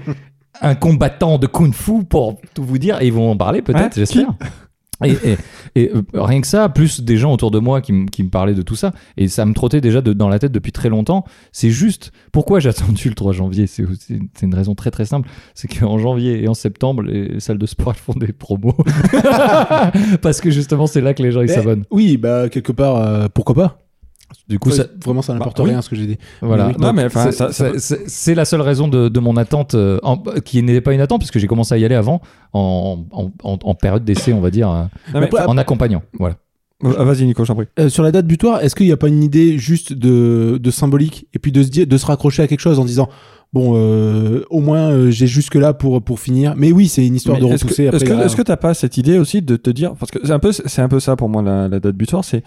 A: un combattant de kung-fu pour tout vous dire. Et ils vont en parler peut-être,
C: Ouais, qui
A: j'espère. Et, et- et, euh, rien que ça, plus des gens autour de moi qui, m- qui me parlaient de tout ça, et ça me trottait déjà de- dans la tête depuis très longtemps. C'est juste pourquoi j'ai attendu le 3 janvier. C'est c'est une c'est une raison très très simple c'est qu'en janvier et en septembre, les salles de sport elles font des promos. Parce que justement, c'est là que les gens ils
B: Mais-
A: s'abonnent.
B: Oui, bah quelque part, euh, pourquoi pas
A: Du coup,
B: Ouais,
A: ça-
B: Vraiment, ça n'importe
C: Bah, oui.
B: rien ce que j'ai dit.
A: voilà.
B: oui.
C: Non, mais enfin,
A: C'est-
C: ça- ça
A: c'est- c'est- C'est la seule raison de, de mon attente, euh, en- qui n'était pas une attente, puisque j'ai commencé à y aller avant, en, en- en- en période d'essai, on va dire, euh,
C: Non, mais-
B: Après,
A: en accompagnant. Voilà.
C: Ah, Vas-y, Nico, j'en prie.
B: Euh, sur la date butoir, est-ce qu'il n'y a pas une idée juste de, de symbolique et puis de se, dire, de se raccrocher à quelque chose en disant bon, euh, au moins euh, j'ai jusque là pour, pour finir. Mais oui, c'est une histoire
C: Mais
B: de
C: est-ce que-
B: repousser. après,
C: Est-ce que
B: derrière.
C: est-ce que t'as pas cette idée aussi de te dire parce que c'est un peu c'est un peu ça pour moi la, la date butoir c'est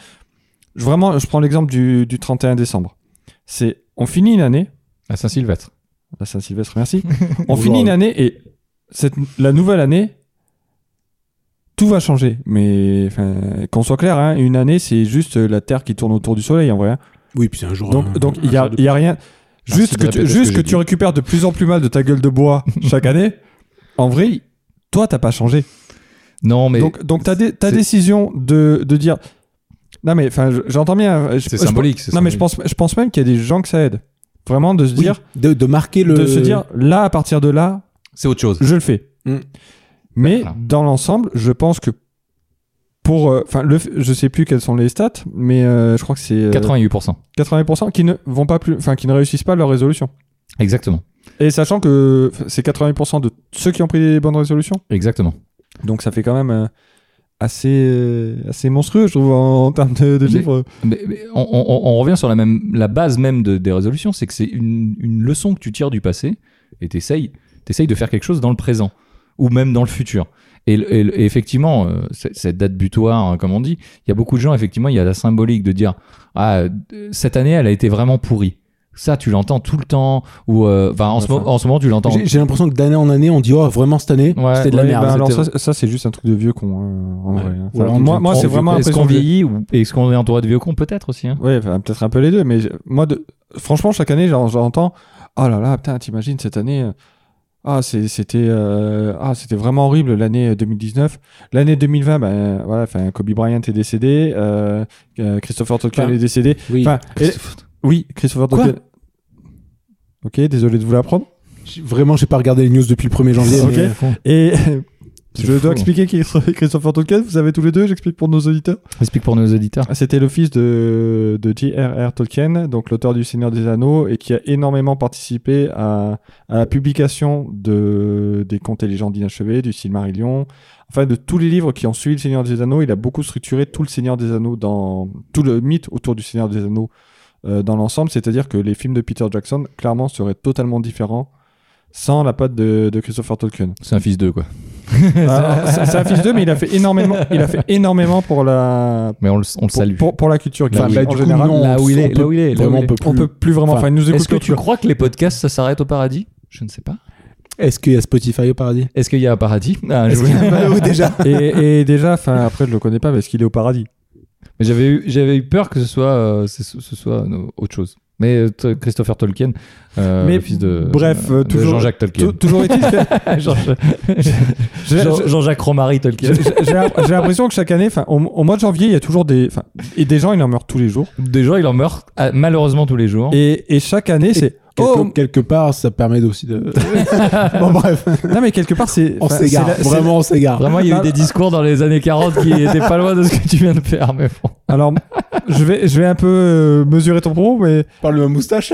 C: je- vraiment je prends l'exemple du, du 31 décembre c'est on finit une année
A: À Saint-Sylvestre.
C: la Saint-Sylvestre merci on
B: Bonjour à
C: finit une
B: vous.
C: année et cette la nouvelle année tout va changer mais enfin, qu'on soit clair hein, une année c'est juste la Terre qui tourne autour du Soleil en vrai hein.
B: Oui, puis c'est un jour. hein. un-
C: donc donc il
B: un
C: y
A: Ah,
C: a
B: jour de-
C: il y a rien
A: Merci
C: juste
A: de
C: que tu,
A: répéter ce
C: juste
A: que
C: que
A: j'ai
C: tu
A: dit.
C: récupères de plus en plus mal de ta gueule de bois chaque année en vrai toi t'as pas changé
A: Non, mais
C: donc, donc ta, dé- ta
A: c'est-
C: décision de, de dire. Non, mais enfin, je- j'entends bien. je-
A: c'est
C: je-
A: symbolique. c'est
C: Non, mais je
A: symbolique.
C: pense, je pense même qu'il y a des gens que ça aide. Vraiment, de se
B: Oui,
C: dire.
B: de, de marquer le.
C: De se dire, là, à partir de là,
A: C'est autre chose.
C: je le fais.
B: Mm.
C: Mais
A: Voilà.
C: dans l'ensemble, je pense que pour. euh, Enfin, le f- je sais plus quelles sont les stats, mais euh, je crois que c'est euh,
A: 88%.
C: 80% qui ne vont pas plus. Enfin, qui ne réussissent pas leur résolution.
A: Exactement.
C: Et sachant que enfin, c'est 80% de ceux qui ont pris les bonnes résolutions.
A: Exactement.
C: Donc ça fait quand même euh, assez, euh, assez monstrueux, je trouve, en, en termes de, de
A: Mais-
C: chiffres.
A: Mais, mais on, on- on revient sur la, même, la base même de- des résolutions, c'est que c'est une, une leçon que tu tires du passé et t'essayes, t'essayes de faire quelque chose dans le présent ou même dans le futur. Et, le- et le- et effectivement, euh, c- cette date butoir, hein, comme on dit, il y a beaucoup de gens, effectivement, il y a la symbolique de dire Ah, euh, cette année, elle a été vraiment pourrie. Ça, tu l'entends tout le temps, ou euh, enfin, en, ce
C: Enfin,
A: mo- en ce moment, tu l'entends.
B: J'ai j'ai l'impression que d'année en année, on dit oh vraiment cette année,
A: Ouais,
B: c'était de la
A: ouais,
B: merde.
A: bah,
C: alors ça,
A: c'était-
C: ça, c'est juste un truc de vieux con. hein, en
B: Ouais.
C: vrai, hein.
B: Ou alors,
C: Enfin, moi,
B: on-
C: moi
B: on-
C: c'est vraiment
A: Est-ce
C: l'impression
A: qu'on
C: que j'ai-
A: vieillit ou est-ce qu'on est entouré de vieux cons Peut-être aussi. hein.
C: Ouais, enfin, peut-être un peu les deux, mais je- moi, de, franchement, chaque année, j'en- j'entends Oh là là, putain, t'imagines cette année euh, ah, c'est- c'était euh, ah, c'était vraiment horrible l'année 2019. L'année 2020, ben, voilà, enfin, Kobe Bryant est décédé, euh, euh, Christopher Tolkien
B: Enfin,
C: est décédé.
B: Oui.
C: Enfin, et- oui, Christopher
B: Quoi
C: Tolkien. Ok, désolé de vous l'apprendre.
B: J'ai- Vraiment, j'ai pas regardé les news depuis le 1er janvier.
C: Ok.
B: mais-
C: Et
A: C'est
C: je
A: fou.
C: dois expliquer qui est Christopher Tolkien, vous savez tous les deux, j'explique pour nos auditeurs.
A: Explique pour nos auditeurs.
C: Ah, C'était le fils de, de J.R.R. Tolkien, donc l'auteur du Seigneur des Anneaux, et qui a énormément participé à, à la publication de, des Contes et légendes inachevées, du Silmarillion, enfin de tous les livres qui ont suivi le Seigneur des Anneaux. Il a beaucoup structuré tout le Seigneur des Anneaux, dans tout le mythe autour du Seigneur des Anneaux euh, dans l'ensemble. C'est-à-dire que les films de Peter Jackson, clairement, seraient totalement différents sans la patte de, de Christopher Tolkien.
A: C'est un fils d'eux, quoi.
C: Alors, c'est c'est un fils d'eux, mais il a fait énormément, il a fait énormément pour la,
A: Mais on le, on le
C: pour,
A: salue.
C: pour- pour la culture.
A: Là
C: geek.
A: où il-
C: en
A: bah, du coup,
C: général,
B: non,
A: là où il est,
B: on peut-
A: là où il est, là où
B: vraiment,
A: il est.
B: on peut plus.
C: on peut plus vraiment.
B: Enfin,
C: Enfin, il nous
A: Est-ce
C: écoute
A: que tu
C: plus.
A: crois que les podcasts, ça s'arrête au paradis Je ne sais pas.
B: Est-ce qu'il y a Spotify au paradis
A: Est-ce qu'il y a un paradis Ah, je
B: Est-ce
A: voulais-
B: qu'il y a- Oui, déjà
C: Et, et déjà, enfin, après, je le connais pas parce qu'il est au paradis.
A: Mais j'avais eu, j'avais eu peur que ce soit, euh, ce, ce soit euh, autre chose. Mais euh, t- Christopher Tolkien, euh,
C: Mais
A: le fils de,
C: bref,
A: euh,
C: euh,
A: de
C: toujours-
A: Jean-Jacques Tolkien.
C: Tou- Toujours est-il que
B: Ah,
A: Jean-
C: j'ai-
A: Jean- Jean-Jacques Romary Tolkien.
C: j'ai- j'ai- j'ai j'ai l'impression que chaque année, enfin, au, au mois de janvier, il y a toujours des, enfin, et des gens, il en meurt tous les jours.
A: Des gens, il en meurt ah, malheureusement tous les jours.
C: Et, et chaque année, c'est
B: quelque,
C: oh,
B: quelque part, ça permet aussi de. bon, bref,
C: non mais quelque part, c'est
B: on
C: enfin,
B: s'égare.
C: c'est la- c'est-
B: Vraiment, on s'égare.
A: Vraiment, il y a eu des discours dans les années 40 qui étaient pas loin de ce que tu viens de faire, mais bon.
C: Alors, je vais, je vais un peu euh, mesurer ton propos, mais
B: Parle de ma moustache.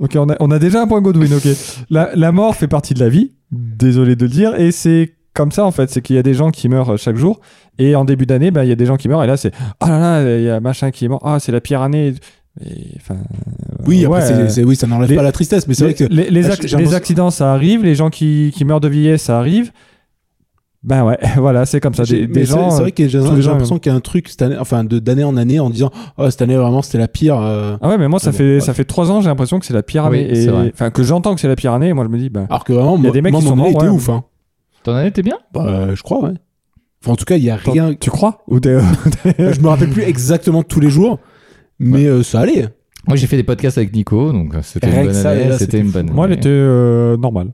C: Ok, on a, on a déjà un point Godwin, ok. La, la mort fait partie de la vie, désolé de le dire, et c'est comme ça en fait, c'est qu'il y a des gens qui meurent euh, chaque jour, et en début d'année, bah, ben, il y a des gens qui meurent, et là c'est « Ah là là, il y a machin qui est mort, ah c'est la pire année !» Et, Enfin,
B: Oui, après,
C: ouais,
B: c'est- c'est- oui, ça n'enlève
C: les-
B: pas la tristesse, mais c'est
C: les,
B: vrai que
C: les- les
B: Ah,
C: ac-
B: j'ai
C: les
B: l'impression-
C: accidents, ça arrive. Les gens qui, qui meurent de vieillesse, ça arrive. Ben ouais, voilà, c'est comme ça.
B: J'ai-
C: Des, des
B: mais c'est-
C: gens.
B: c'est vrai que j'ai
C: tous les
B: j'ai
C: gens,
B: l'impression qu'il y a un truc cette année, enfin de d'année en année en disant oh cette année vraiment c'était la pire. euh.
C: Ah ouais, mais moi, ça
B: Bon,
C: fait
B: ouais.
C: ça fait trois ans, j'ai l'impression que c'est la pire
A: Oui,
C: année. et-
A: c'est vrai.
C: Enfin, que j'entends que c'est la pire année. Et moi, je me dis, ben.
B: Alors que vraiment,
C: Il y a
B: moi,
C: des mecs
B: moi,
C: qui
B: mon
C: sont
B: année
C: morts,
B: était
C: ouais.
B: ouf. Hein.
A: T'en année, t'es bien
B: Bah, euh, je crois ouais. Enfin en tout cas il y a
C: Attends,
B: rien.
C: Tu crois Ou t'es- euh,
B: je me rappelle plus exactement tous les jours, mais euh, ça allait.
A: Moi, j'ai fait des podcasts avec Nico, donc euh, c'était
B: Rien
A: une
B: que
A: bonne
B: ça,
A: année.
B: là,
A: C'était
B: c'était
A: une
B: fou.
A: bonne année.
C: Moi, elle était euh, normale.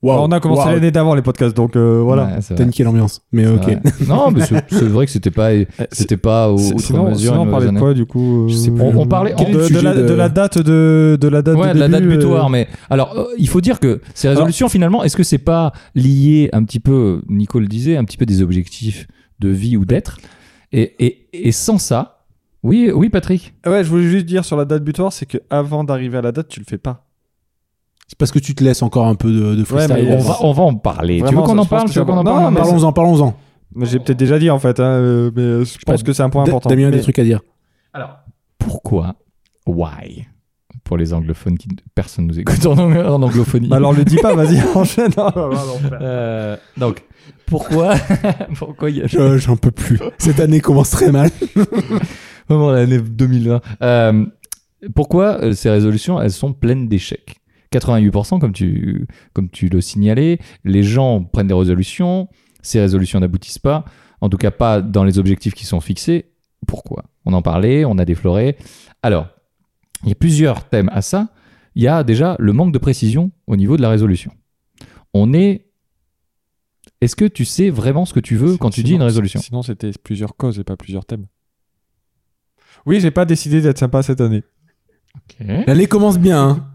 B: Waouh,
C: on a commencé
B: waouh,
C: l'année d'avant les podcasts, donc euh, voilà.
A: Ouais, c'est
B: T'as
A: vrai,
B: niqué l'ambiance. Mais
A: c'est
B: ok.
A: vrai. Non, mais c'est c'est vrai que c'était pas, c'était pas au,
C: Euh, C'est-
A: outre
C: sinon,
A: mesure.
C: sinon,
A: une
C: on parlait
A: mauvaise
C: de
A: année.
C: quoi du coup euh,
B: Je sais plus.
A: On- on parlait-
C: Quel
A: on-
C: est le
B: de-
C: sujet de, la,
B: de-
C: de la date de de la date
A: Ouais,
C: de
A: de la date
C: début, euh,
A: butoir, mais alors euh, il faut dire que ces résolutions finalement, est-ce que c'est pas lié un petit peu, Nico le disait, un petit peu des objectifs de vie ou d'être, et, et, et sans ça, oui, oui Patrick,
C: Ouais, je voulais juste dire sur la date butoir, c'est que avant d'arriver à la date, tu le fais pas.
B: C'est parce que tu te laisses encore un peu de, de freestyle.
C: mais
A: on
C: Ah, yes.
A: va, on va en parler.
C: Vraiment,
A: tu veux qu'on en
C: je pense
A: parle
C: que
A: Tu veux
C: c'est
A: qu'on en
C: important.
A: parle
C: Non, mais c'est-
B: Parlons-en, parlons-en.
C: Mais j'ai peut-être déjà dit en fait, hein, euh, mais euh, je pense
B: pas,
C: que c'est un point
B: Da-
C: important.
B: Damien a
C: Mais-
B: des trucs à dire.
A: Alors, pourquoi Why Pour les anglophones, qui... personne nous écoute en, ang- en anglophonie.
C: Bah alors le dis pas, vas-y, enchaîne. Non, non, non, non.
A: Euh, donc, pourquoi Pourquoi il y a
B: Je- J'en peux plus. Cette année commence très mal.
A: Vraiment, l'année 2020. Euh, pourquoi euh, ces résolutions, elles sont pleines d'échecs 88%, comme tu, comme tu le signalais, les gens prennent des résolutions, ces résolutions n'aboutissent pas, en tout cas pas dans les objectifs qui sont fixés. Pourquoi On en parlait, on a défloré. Alors, il y a plusieurs thèmes à ça. Il y a déjà le manque de précision au niveau de la résolution. On est... Est-ce que tu sais vraiment ce que tu veux quand tu dis
C: Sinon-
A: une résolution
C: Sinon, c'était plusieurs causes et pas plusieurs thèmes. Oui, j'ai pas décidé d'être sympa cette année.
B: L'année commence bien. hein.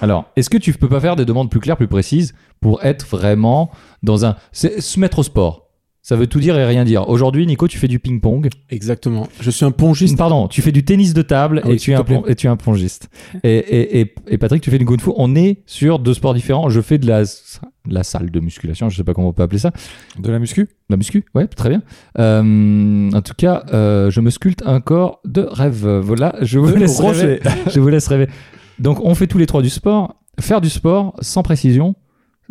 A: Alors, est-ce que tu peux pas faire des demandes plus claires, plus précises pour être vraiment dans un. c'est- Se mettre au sport. Ça veut tout dire et rien dire. Aujourd'hui, Nico, tu fais du ping-pong.
B: Exactement. Je suis un pongiste.
A: Pardon, tu fais du tennis de table
B: Ah
A: et,
B: oui,
A: tu es
B: s'il
A: un
B: te plaît.
A: pon- et tu es un pongiste. Et, et- et- et Patrick, tu fais du kung fu. On est sur deux sports différents. Je fais de la, de la salle de musculation, je sais pas comment on peut appeler ça.
C: De la muscu
A: La muscu, ouais, très bien. Euh, en tout cas, euh, je me sculpte un corps de rêve. Voilà, je vous laisse rêver.
C: Rocher.
A: Je vous laisse rêver. Donc, on fait tous les trois du sport. Faire du sport sans précision,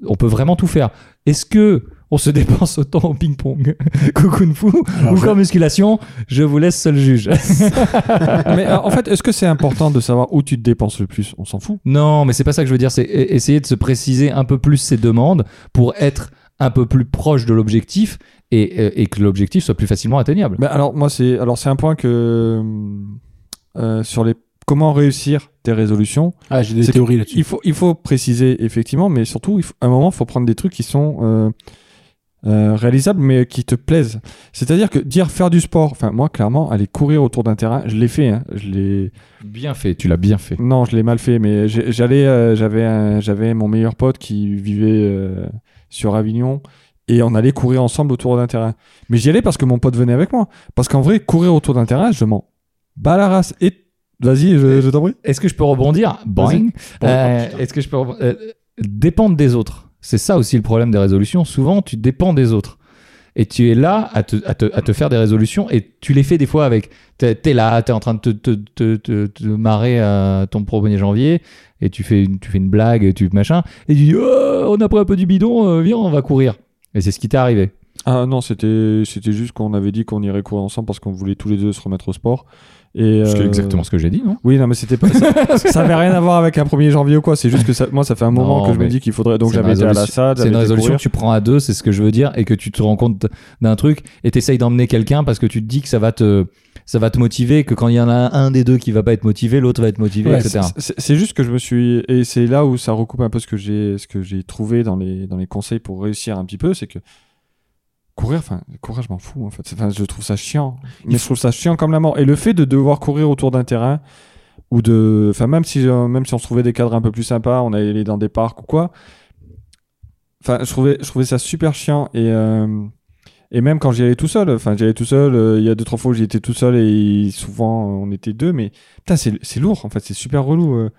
A: on peut vraiment tout faire. Est-ce que on se dépense autant au ping-pong qu'au kung-fu
B: Alors,
A: ou
B: je-
A: qu'en musculation Je vous laisse seul juge.
C: Mais euh, en fait, est-ce que c'est important de savoir où tu te dépenses le plus On s'en fout.
A: non, mais c'est pas ça que je veux dire. C'est e- essayer de se préciser un peu plus ses demandes pour être un peu plus proche de l'objectif et, euh, et que l'objectif soit plus facilement atteignable.
C: Mais Bah, alors moi c'est alors c'est un point que euh, sur les comment réussir tes résolutions.
B: Ah, j'ai des
C: C'est-
B: théories là-dessus.
C: Il faut il faut préciser effectivement, mais surtout il faut- à un moment il faut prendre des trucs qui sont euh, euh, réalisables mais qui te plaisent. C'est-à-dire que dire faire du sport, enfin moi clairement aller courir autour d'un terrain, je l'ai fait, hein, je l'ai
A: Bien fait, tu l'as bien fait.
C: non je l'ai mal fait, mais j'ai- j'allais euh, j'avais un- j'avais mon meilleur pote qui vivait euh, sur Avignon et on allait courir ensemble autour d'un terrain. Mais j'y allais parce que mon pote venait avec moi. Parce qu'en vrai, courir autour d'un terrain, je m'en bats la race. Et vas-y, je, je t'en prie.
A: Est-ce que je peux rebondir Boing. Euh, Est-ce que je peux rebondir Euh, dépendre des autres C'est ça aussi le problème des résolutions. Souvent, tu dépends des autres. Et tu es là à te, à te- à te faire des résolutions et tu les fais des fois avec. T'es t'es là, t'es en train de te, te- te- te- te marrer à ton 1er janvier et tu fais une, tu fais une blague, tu machin, et tu dis Oh, on a pris un peu du bidon, euh, viens, on va courir. Et c'est ce qui t'est arrivé.
C: Ah non, c'était c'était juste qu'on avait dit qu'on irait courir ensemble parce qu'on voulait tous les deux se remettre au sport. Et
A: C'est
C: euh,
A: exactement ce que j'ai dit, non
C: Oui, non, mais c'était pas ça. ça avait rien à voir avec un 1er janvier ou quoi. C'est juste que ça, moi, ça fait un moment
A: Non,
C: que je me
A: mais
C: dis qu'il faudrait. Donc
A: c'est une
C: j'avais été à la
A: résolution-
C: salle.
A: C'est
C: j'avais
A: une
C: été
A: résolution
C: courir.
A: que tu prends à deux, c'est ce que je veux dire, et que tu te rends compte d'un truc et t'essayes d'emmener quelqu'un parce que tu te dis que ça va te, ça va te motiver, que quand il y en a un des deux qui va pas être motivé, l'autre va être motivé,
C: Ouais,
A: etc.
C: c'est- C'est c'est juste que je me suis et c'est là où ça recoupe un peu ce que j'ai ce que j'ai trouvé dans les dans les conseils pour réussir un petit peu, c'est que courir, enfin courir, je m'en fous en fait. Enfin, je trouve ça chiant. Mais je trouve ça chiant comme la mort. Et le fait de devoir courir autour d'un terrain ou de, enfin même si euh, même si on se trouvait des cadres un peu plus sympas, on allait dans des parcs ou quoi. Enfin, je trouvais je trouvais ça super chiant et euh, et même quand j'y allais tout seul, enfin j'y allais tout seul, euh, il y a deux trois fois où j'y étais tout seul et souvent euh, on était deux, mais putain c'est c'est lourd en fait, c'est super relou. euh.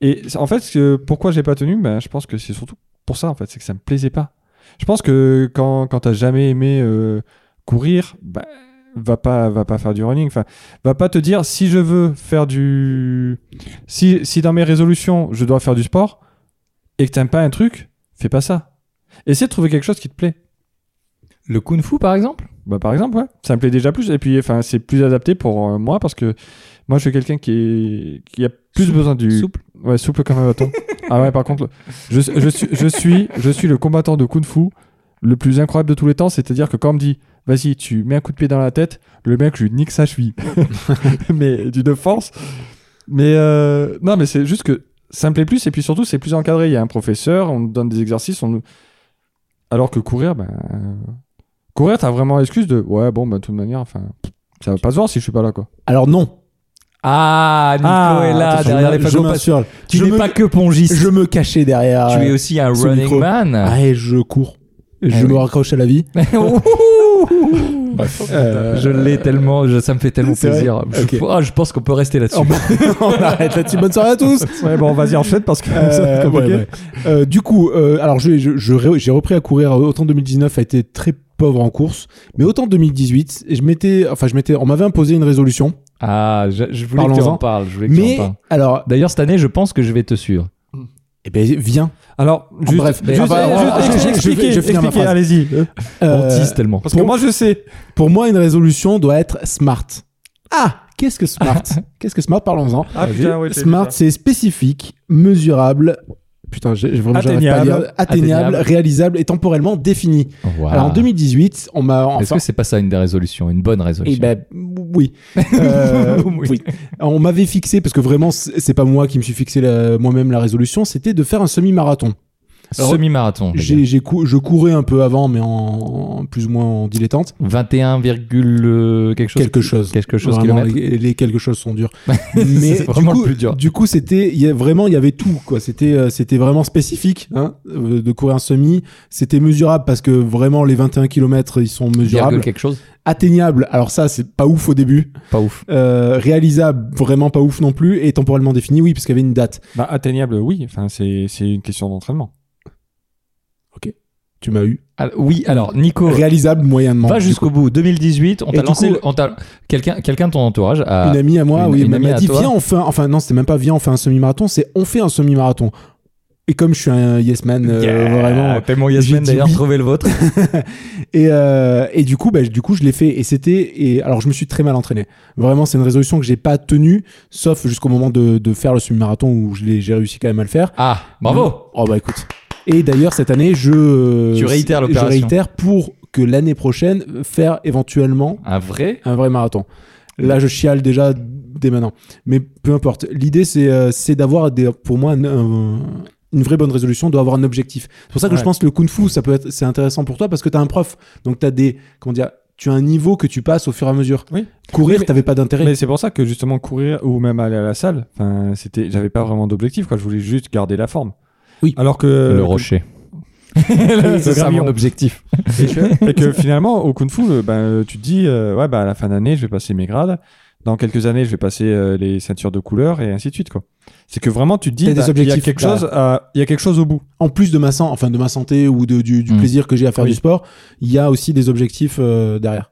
C: Et c'est- en fait, ce que- pourquoi j'ai pas tenu, ben, je pense que c'est surtout pour ça en fait, c'est que ça me plaisait pas. Je pense que quand quand t'as jamais aimé euh, courir, ben va pas va pas faire du running enfin va pas te dire si je veux faire du si, si dans mes résolutions je dois faire du sport et que t'aimes pas un truc fais pas ça essaie de trouver quelque chose qui te plaît
A: Le kung fu, par exemple
C: bah par exemple ouais ça me plaît déjà plus et puis enfin c'est plus adapté pour euh, moi parce que moi je suis quelqu'un qui est- qui a plus
A: Souple.
C: besoin du
A: Souple.
C: ouais souple comme un bâton ah ouais par contre je, je suis je suis je suis le combattant de kung fu le plus incroyable de tous les temps c'est-à-dire que quand on me dit vas-y tu mets un coup de pied dans la tête le mec je lui nique sa cheville mais d'une force mais euh, non mais c'est juste que ça me plaît plus et puis surtout c'est plus encadré il y a un professeur on nous donne des exercices on nous- alors que courir ben euh, courir t'as vraiment l'excuse de ouais bon ben de toute manière enfin ça va pas se voir si je suis pas là quoi
B: Alors non.
A: Ah, Nico
C: Ah,
A: est là,
C: attention,
A: derrière les
B: je
A: fagots. parce-
B: m'insurge.
A: Tu
B: Je
A: n'es
B: me-
A: pas que pongiste.
B: Je me cachais derrière.
A: Tu es
B: euh,
A: aussi un
B: ce
A: running
B: micro. Ah.
A: man.
B: Ouais, je cours. Je
A: Eh
B: me
A: oui.
B: raccroche à la vie.
A: Ouh.
B: Euh,
A: je l'ai tellement, je- ça me fait tellement
B: c'est vrai
A: plaisir. Je,
B: Ok.
A: ah, je pense qu'on peut rester là-dessus.
B: Oh, On arrête là-dessus. Bonne soirée à tous.
C: ouais bon vas-y enchaîne parce que
B: Euh, ouais, ouais. Euh, du coup, euh, alors je- je- je ré- j'ai repris à courir. euh, Autant 2019 a été très pauvre en course, mais autant 2018, je m'étais, enfin je m'étais, on m'avait imposé une résolution.
A: Ah, je, je voulais que tu
B: Parlons-en.
A: en parles. je voulais que tu en
B: Mais
A: parles.
B: alors,
A: D'ailleurs, cette année, je pense que je vais te suivre.
B: eh ben viens.
C: alors juste,
B: bref,
C: juste-
A: Ah bah,
C: juste
A: voilà.
C: expliquez,
B: Je- je- je vais- je vais finir ma
C: expliquez,
B: phrase.
C: allez-y
A: On
B: Euh,
A: tease tellement.
C: parce que
B: Pour-
C: moi je sais
B: pour moi, une résolution doit être smart. Ah, qu'est-ce que smart Qu'est-ce que smart Parlons-en.
C: Ah,
B: Vas-y.
C: putain, ouais, j'ai
B: smart,
C: vu ça.
B: c'est spécifique, mesurable. Putain, j'ai j'ai vraiment j'arrive pas à
C: Atteignable.
B: dire. Atteignable,
A: Atteignable.
B: réalisable et temporellement défini.
A: Wow.
B: Alors en 2018, on m'a enfin,
A: Est-ce que c'est pas ça une des résolutions, une bonne résolution
B: Eh ben oui. Euh,
A: Oui.
B: oui. On m'avait fixé parce que vraiment c'est c'est pas moi qui me suis fixé la- moi-même la résolution, c'était de faire un semi-marathon.
A: Oh,
B: alors,
A: Semi-marathon. les gars.
B: J'ai, j'ai cou- je courais un peu avant mais en plus ou moins en dilettante.
A: 21, virgule, euh, quelque chose.
B: Quelque chose.
A: Quelque chose
B: Vraiment,
A: kilomètres.
B: les, les quelque chose sont durs.
A: C'est
B: mais du
A: vraiment
B: coup,
A: le plus dur.
B: du coup, c'était il y a- vraiment il y avait tout quoi. C'était euh, c'était vraiment spécifique hein, euh, de courir un semi. C'était mesurable parce que vraiment les 21 km ils sont mesurables.
A: Virgule quelque chose.
B: Atteignable. Alors ça c'est pas ouf au début.
A: Pas ouf.
B: Euh, réalisable, vraiment pas ouf non plus, et temporellement défini, oui, parce qu'il y avait une date.
C: Bah, atteignable, oui. Enfin, c'est c'est une question d'entraînement.
B: Tu m'as eu.
A: Ah, oui, alors, Nico.
B: Réalisable moyennement.
A: Va jusqu'au bout. 2018, on
B: Et
A: t'a
B: du
A: lancé.
B: coup-
A: le- on t'a- Quelqu'un, quelqu'un de ton entourage a.
B: Une amie à moi,
A: Une-
B: oui,
A: une
B: elle
A: amie
B: m'a
A: à
B: dit
A: toi.
B: viens, on fait. un- Enfin, non, c'était même pas viens, on fait un semi-marathon, c'est on fait un semi-marathon. Et comme je suis un yes man, euh, vraiment.
A: Paiement
B: Yasmin, d'ailleurs,
A: trouvez le vôtre.
B: Et, euh, et du coup, bah, du coup, je l'ai fait. Et c'était. Et alors, je me suis très mal entraîné. Vraiment, c'est une résolution que j'ai pas tenue, sauf jusqu'au moment de, de faire le semi-marathon où je l'ai- j'ai réussi quand même à le faire.
A: Ah, bravo
B: Oh bah écoute. Et d'ailleurs cette année, je euh,
A: Tu réitères
B: je
A: l'opération.
B: réitère pour que l'année prochaine euh, faire éventuellement
A: Un vrai
B: un vrai marathon. Là, je chiale déjà dès maintenant, mais peu importe. L'idée c'est euh, c'est d'avoir des- pour moi un- un- une vraie bonne résolution doit avoir un objectif. C'est pour ça que je
C: Ouais.
B: pense que le kung fu ça peut être c'est intéressant pour toi parce que tu as un prof. Donc tu as des comment dire tu as un niveau que tu passes au fur et à mesure.
C: Oui.
B: Courir,
C: Oui, mais-
B: t'avais pas d'intérêt.
C: Mais c'est pour ça que justement courir ou même aller à la salle, enfin, c'était, j'avais pas vraiment d'objectif. Quoi, je voulais juste garder la forme.
B: Oui.
C: Alors
B: Euh,
C: que
A: Le rocher.
C: Le
A: C'est ça
C: gravillon.
A: mon objectif.
C: Et que, et que finalement, au kung fu, euh, ben, tu te dis, euh, ouais, bah, à la fin d'année, je vais passer mes grades. Dans quelques années, je vais passer euh, les ceintures de couleur et ainsi de suite. Quoi. C'est que vraiment, tu te dis,
B: T'as des
C: bah, il y a
B: objectifs,
C: quelque
B: bah.
C: chose, à- il y a quelque chose au bout.
B: en plus de ma, san- enfin de ma santé ou de- du, du
A: Mm.
B: plaisir que j'ai à faire
C: Oui.
B: du sport, il y a aussi des objectifs euh, derrière.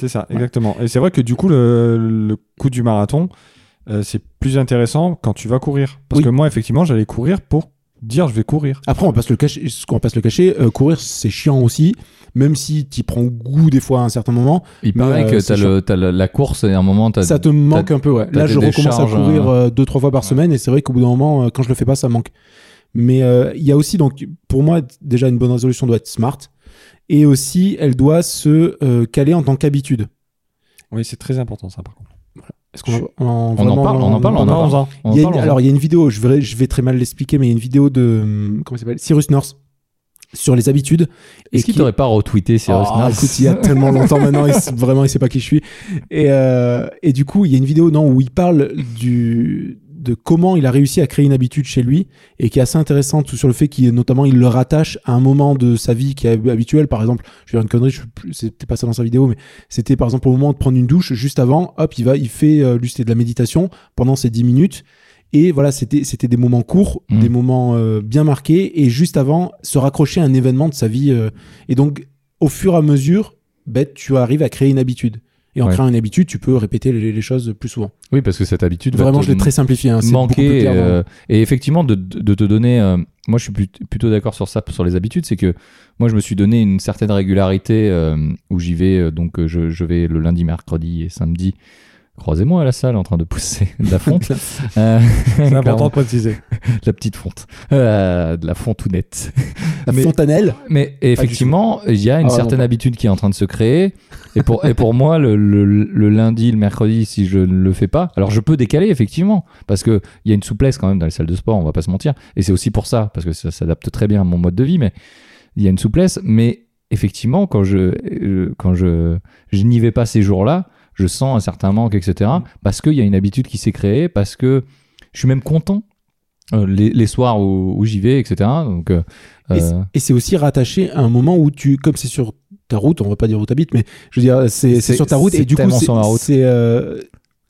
C: C'est ça, exactement. Et c'est vrai que du coup, le, le coup du marathon, euh, c'est plus intéressant quand tu vas courir. Parce
B: Oui.
C: que moi, effectivement, j'allais courir pour dire je vais courir.
B: Après, on va pas se le cacher, ce qu'on va pas se le cacher, euh, courir c'est chiant aussi, même si tu prends goût des fois à un certain moment,
A: Il
B: Mais,
A: paraît
B: euh,
A: que
B: c'est
A: t'as le- t'as le- la course et à un moment, t'as
B: ça te manque un peu. Ouais.
A: t'as
B: Là,
A: des hein.
B: je recommence à
A: décharges,
B: courir euh, deux trois fois par semaine et c'est vrai qu'au bout d'un moment, euh, quand je le fais pas, ça manque. Mais euh, il y a aussi donc pour moi déjà une bonne résolution doit être smart et aussi elle doit se euh, caler en tant qu'habitude.
C: Oui, c'est très important ça, par contre.
B: Est-ce qu'on va- en,
A: On en
B: vraiment-
A: parle, on en parle, on en parle.
C: en
A: On en
B: Il y a une-
A: parle, on en
B: alors, il y a une vidéo, je vais, je vais très mal l'expliquer, mais il y a une vidéo de hum, comment il s'appelle Cyrus North sur les habitudes.
A: Est-ce qu'il t'aurait pas retweeté Cyrus
B: Oh,
A: North
B: écoute, il y a tellement longtemps maintenant, il s- vraiment, il sait pas qui je suis. Et, euh, et du coup, il y a une vidéo non, où il parle du, de comment il a réussi à créer une habitude chez lui et qui est assez intéressante sur le fait qu'il, notamment, il le rattache à un moment de sa vie qui est hab- habituel. Par exemple, je vais dire une connerie, je sais plus- c'était pas ça dans sa vidéo, mais c'était par exemple au moment de prendre une douche, juste avant, hop, il va, il fait, euh, lui, c'était de la méditation pendant ces 10 minutes. Et voilà, c'était c'était des moments courts,
A: Mm.
B: des moments euh, bien marqués, et juste avant, se raccrocher à un événement de sa vie. euh, et donc, au fur et à mesure, ben, tu arrives à créer une habitude. Et et en
A: Ouais.
B: créant une habitude, tu peux répéter les, les choses plus souvent.
A: Oui, parce que cette habitude va
B: Vraiment,
A: te
B: je l'ai très simplifié. Hein, c'est beaucoup plus
A: manquer
B: clair,
A: Bah, euh,
B: vraiment.
A: et effectivement de, de- de te donner euh, moi je suis plut- plutôt d'accord sur ça sur les habitudes c'est que moi je me suis donné une certaine régularité euh, où j'y vais euh, donc euh, je, je vais le lundi mercredi et samedi croisez-moi à la salle en train de pousser de la fonte Euh,
C: C'est important
A: clairement,
C: de préciser.
A: de la petite fonte Euh, de la fontounette
B: La
A: mais-
B: fontanelle.
A: mais effectivement, il y a une
B: Ah,
A: certaine
B: non, pas.
A: habitude qui est en train de se créer. Et pour, et pour moi, le, le- le lundi, le mercredi, si je ne le fais pas, alors je peux décaler, effectivement, parce qu'il y a une souplesse quand même dans les salles de sport, on va pas se mentir. Et c'est aussi pour ça, parce que ça s'adapte très bien à mon mode de vie, mais il y a une souplesse. Mais effectivement, quand je, je- quand je, je n'y vais pas ces jours-là, je sens un certain manque, etc. Parce qu'il y a une habitude qui s'est créée, parce que je suis même content. euh, les, les soirs où, où j'y vais, etc. Donc, euh,
B: Et
A: euh,
B: Et c'est aussi rattaché à un moment où tu, comme c'est sur ta route, on va pas dire où t'habites, mais je veux dire, c'est
A: C'est-
B: c'est sur ta route
A: c'est
B: et du coup,
A: tellement
B: c'est-
A: sur ma route.
B: c'est euh,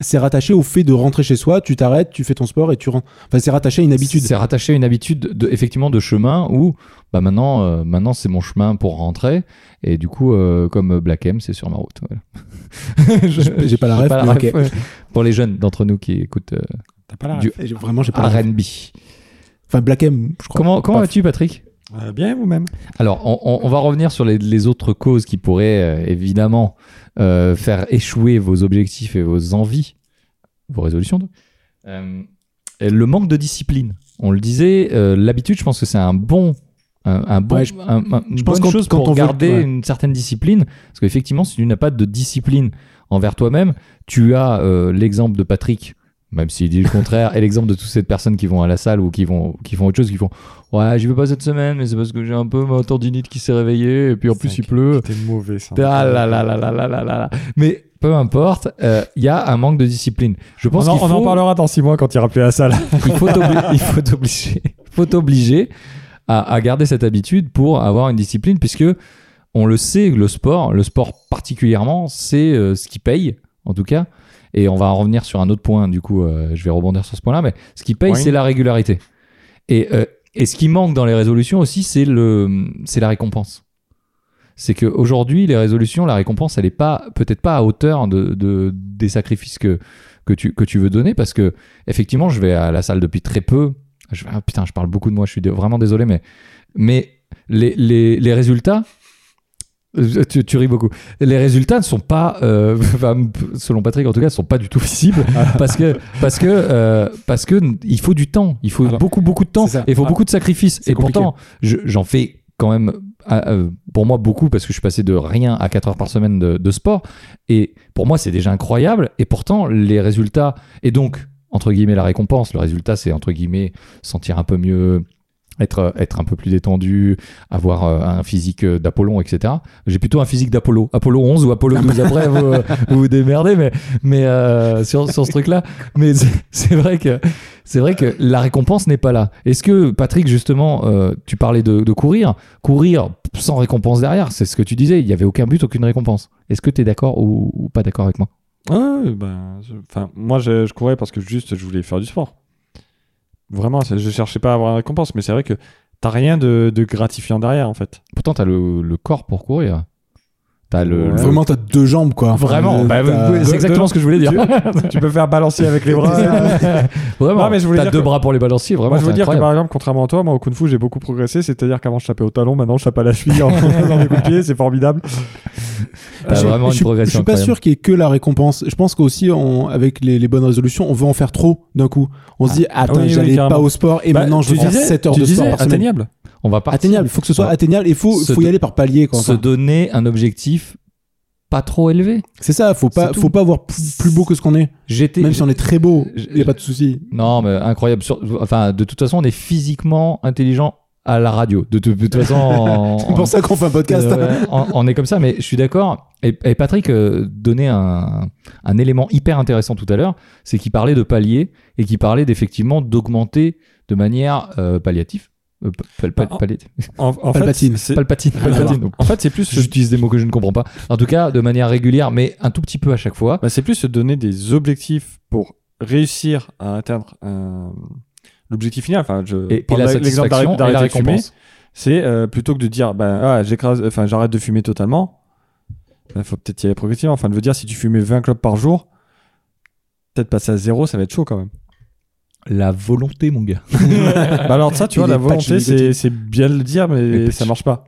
B: c'est rattaché au fait de rentrer chez soi, tu t'arrêtes, tu fais ton sport et tu rentres. Enfin, c'est rattaché à une habitude.
A: C'est rattaché à une habitude, de, effectivement, de chemin où bah maintenant, euh, maintenant c'est mon chemin pour rentrer. Et du coup, euh, comme Black M, c'est sur ma route. voilà. Je-
B: J'ai pas la
A: j'ai
B: ref, mais
A: ref,
B: ok.
A: ouais. Pour les jeunes d'entre nous qui écoutent euh,
C: T'as pas la
A: Du-
B: Et j'ai- Vraiment, j'ai pas. la-
A: RB.
B: Enfin, Black M, je crois.
A: Comment, comment
B: Paf.
A: vas-tu, Patrick
C: Euh, bien vous-même.
A: Alors, on, on- on va revenir sur les, les autres causes qui pourraient euh, évidemment euh, faire échouer vos objectifs et vos envies, vos résolutions. donc. Euh, et le manque de discipline. On le disait, euh, l'habitude, je pense que c'est un bon. Un, un bon,
B: Ouais, je-
A: un- un- une
B: je pense
A: bonne
B: qu'en-
A: chose
B: quand
A: pour
B: on veut-
A: garder
B: ouais.
A: une certaine discipline. Parce qu'effectivement, si tu n'as pas de discipline envers toi-même, tu as euh, l'exemple de Patrick, même s'il dit le contraire, et l'exemple de toutes ces personnes qui vont à la salle ou qui, vont, qui font autre chose, qui font Ouais, j'y vais pas cette semaine, mais c'est parce que j'ai un peu ma tendinite qui s'est réveillée, et puis en plus il pleut.
C: C'était mauvais ça.
A: Ah là là là là là là là là. Mais peu importe, euh, il y a un manque de discipline. Je
C: On,
A: pense
C: en,
A: qu'il faut,
C: on en parlera dans 6 mois quand il ira plus à la salle.
A: il faut t'obli- il faut t'obliger, il faut t'obliger à, à garder cette habitude pour avoir une discipline, puisque on le sait, le sport, le sport particulièrement, c'est euh, ce qui paye, en tout cas. Et on va en revenir sur un autre point, du coup, euh, je vais rebondir sur ce point-là, mais ce qui paye,
C: Oui.
A: c'est la régularité. Et, euh, et ce qui manque dans les résolutions aussi, c'est le, c'est la récompense. C'est qu'aujourd'hui, les résolutions, la récompense, elle n'est pas, peut-être pas à hauteur de, de- des sacrifices que, que, tu, que tu veux donner, parce que, effectivement, je vais à la salle depuis très peu. Je, ah, putain, je parle beaucoup de moi, je suis dé- vraiment désolé, mais, mais les, les, les résultats, euh, tu, tu ris beaucoup. Les résultats ne sont pas, euh, enfin, selon Patrick en tout cas, ne sont pas du tout visibles parce que parce que euh, parce que n- il faut du temps, il faut
C: Alors,
A: beaucoup beaucoup de temps,
B: c'est ça.
A: et il faut
B: Ah,
A: beaucoup de sacrifices.
B: c'est
A: Et pourtant, je- j'en fais quand même à- euh, pour moi beaucoup parce que je suis passé de rien à 4 heures par semaine de, de sport et pour moi c'est déjà incroyable et pourtant les résultats et donc entre guillemets la récompense le résultat c'est entre guillemets sentir un peu mieux être être un peu plus détendu avoir euh, un physique euh, d'Apollon etc j'ai plutôt un physique d'Apollo Apollo 11 ou Apollo 12 après vous euh, vous, vous démerdez mais mais euh, sur, sur ce truc là mais c'est- c'est vrai que c'est vrai que la récompense n'est pas là est-ce que Patrick justement euh, tu parlais de, de courir courir sans récompense derrière c'est ce que tu disais il n'y avait aucun but aucune récompense est-ce que tu es d'accord ou, ou pas d'accord avec moi
C: Ouais, ben, je- enfin, moi, je, je courais parce que juste, je voulais faire du sport. Vraiment, c'est- je cherchais pas à avoir une récompense, mais c'est vrai que t'as rien de, de gratifiant derrière, en fait.
A: pourtant t'as le, le corps pour courir t'as le,
C: Ouais.
A: le-
B: Vraiment, t'as deux jambes, quoi. Enfin,
A: Vraiment,
B: euh,
A: bah,
B: t'as-
A: vous- c'est exactement ce que je voulais dire.
C: tu peux faire balancier avec les bras.
A: Vraiment,
C: Non, mais je voulais
A: t'as
C: dire
A: deux
C: que-
A: bras pour les balanciers, vraiment.
C: moi, je veux
A: c'est
C: dire que,
A: incroyable.
C: par exemple, contrairement à toi, moi, au kung fu, j'ai beaucoup progressé. C'est-à-dire qu'avant, je tapais au talon, maintenant, je tape à la cheville en faisant des coups de pied. C'est formidable.
A: T'as
B: Je-
A: vraiment
B: je,
A: une
B: suis-
A: progression
B: Je suis pas
A: incroyable.
B: sûr qu'il y ait que la récompense. Je pense qu'aussi, on- avec les, les bonnes résolutions, on veut en faire trop d'un coup. On se dit, ah, putain,
C: oui, oui,
B: j'allais
C: carrément.
B: pas au sport et
C: Bah,
B: maintenant je
C: tu
B: vais faire
C: disais-
B: 7 heures
C: tu
B: de sport
C: disais
B: par semaine.
C: atteignable.
A: On va partir.
B: Atteignable, il faut que ce soit
A: Ouais.
B: atteignable et faut,
A: Se
B: faut y aller par palier. quoi.
A: Se
B: Enfin,
A: donner un objectif pas trop élevé.
B: C'est ça, faut pas,
A: c'est tout.
B: faut pas voir plus, plus beau que ce qu'on est.
A: J'étais.
B: Même si on est très beau,
A: je-
B: il y a pas de souci.
A: Non, mais incroyable. Sur- Enfin, de toute façon, on est physiquement intelligent à la radio. De, de- de toute façon, en-
B: C'est pour ça qu'on fait un podcast.
A: Euh, ouais, on, on est comme ça, mais je suis d'accord. Et, et Patrick euh, donnait un, un élément hyper intéressant tout à l'heure, c'est qu'il parlait de palier et qu'il parlait d'effectivement d'augmenter de manière euh, palliative. Euh, pal- pal-
C: Bah, en-
A: palliative.
C: En, en
B: Palpatine.
C: fait, c'est-
A: Palpatine. Palpatine.
C: en fait, c'est plus,
A: J'utilise des mots que je ne comprends pas. En tout cas, de manière régulière, mais un tout petit peu à chaque fois.
C: bah, c'est plus se donner des objectifs pour réussir à atteindre un- l'objectif final. Enfin, je
A: Et, et
C: prends
A: la
C: l'exemple
A: satisfaction
C: d'arrêter-
A: et la
C: d'arrêter de fumer.
A: récompense.
C: bah, c'est euh, plutôt que de dire ben ah, j'écrase enfin j'arrête de fumer totalement Il faut peut-être y aller progressivement. Enfin, je veux dire, si tu fumais 20 clopes par jour, peut-être passer à zéro, ça va être chaud quand même.
A: La volonté, mon gars.
C: Bah alors ça, tu
B: Et
C: vois, la
B: les patchs
C: volonté, c'est
B: nicotine.
C: c'est bien le dire,
A: Les
C: mais
A: patchs.
C: ça marche pas.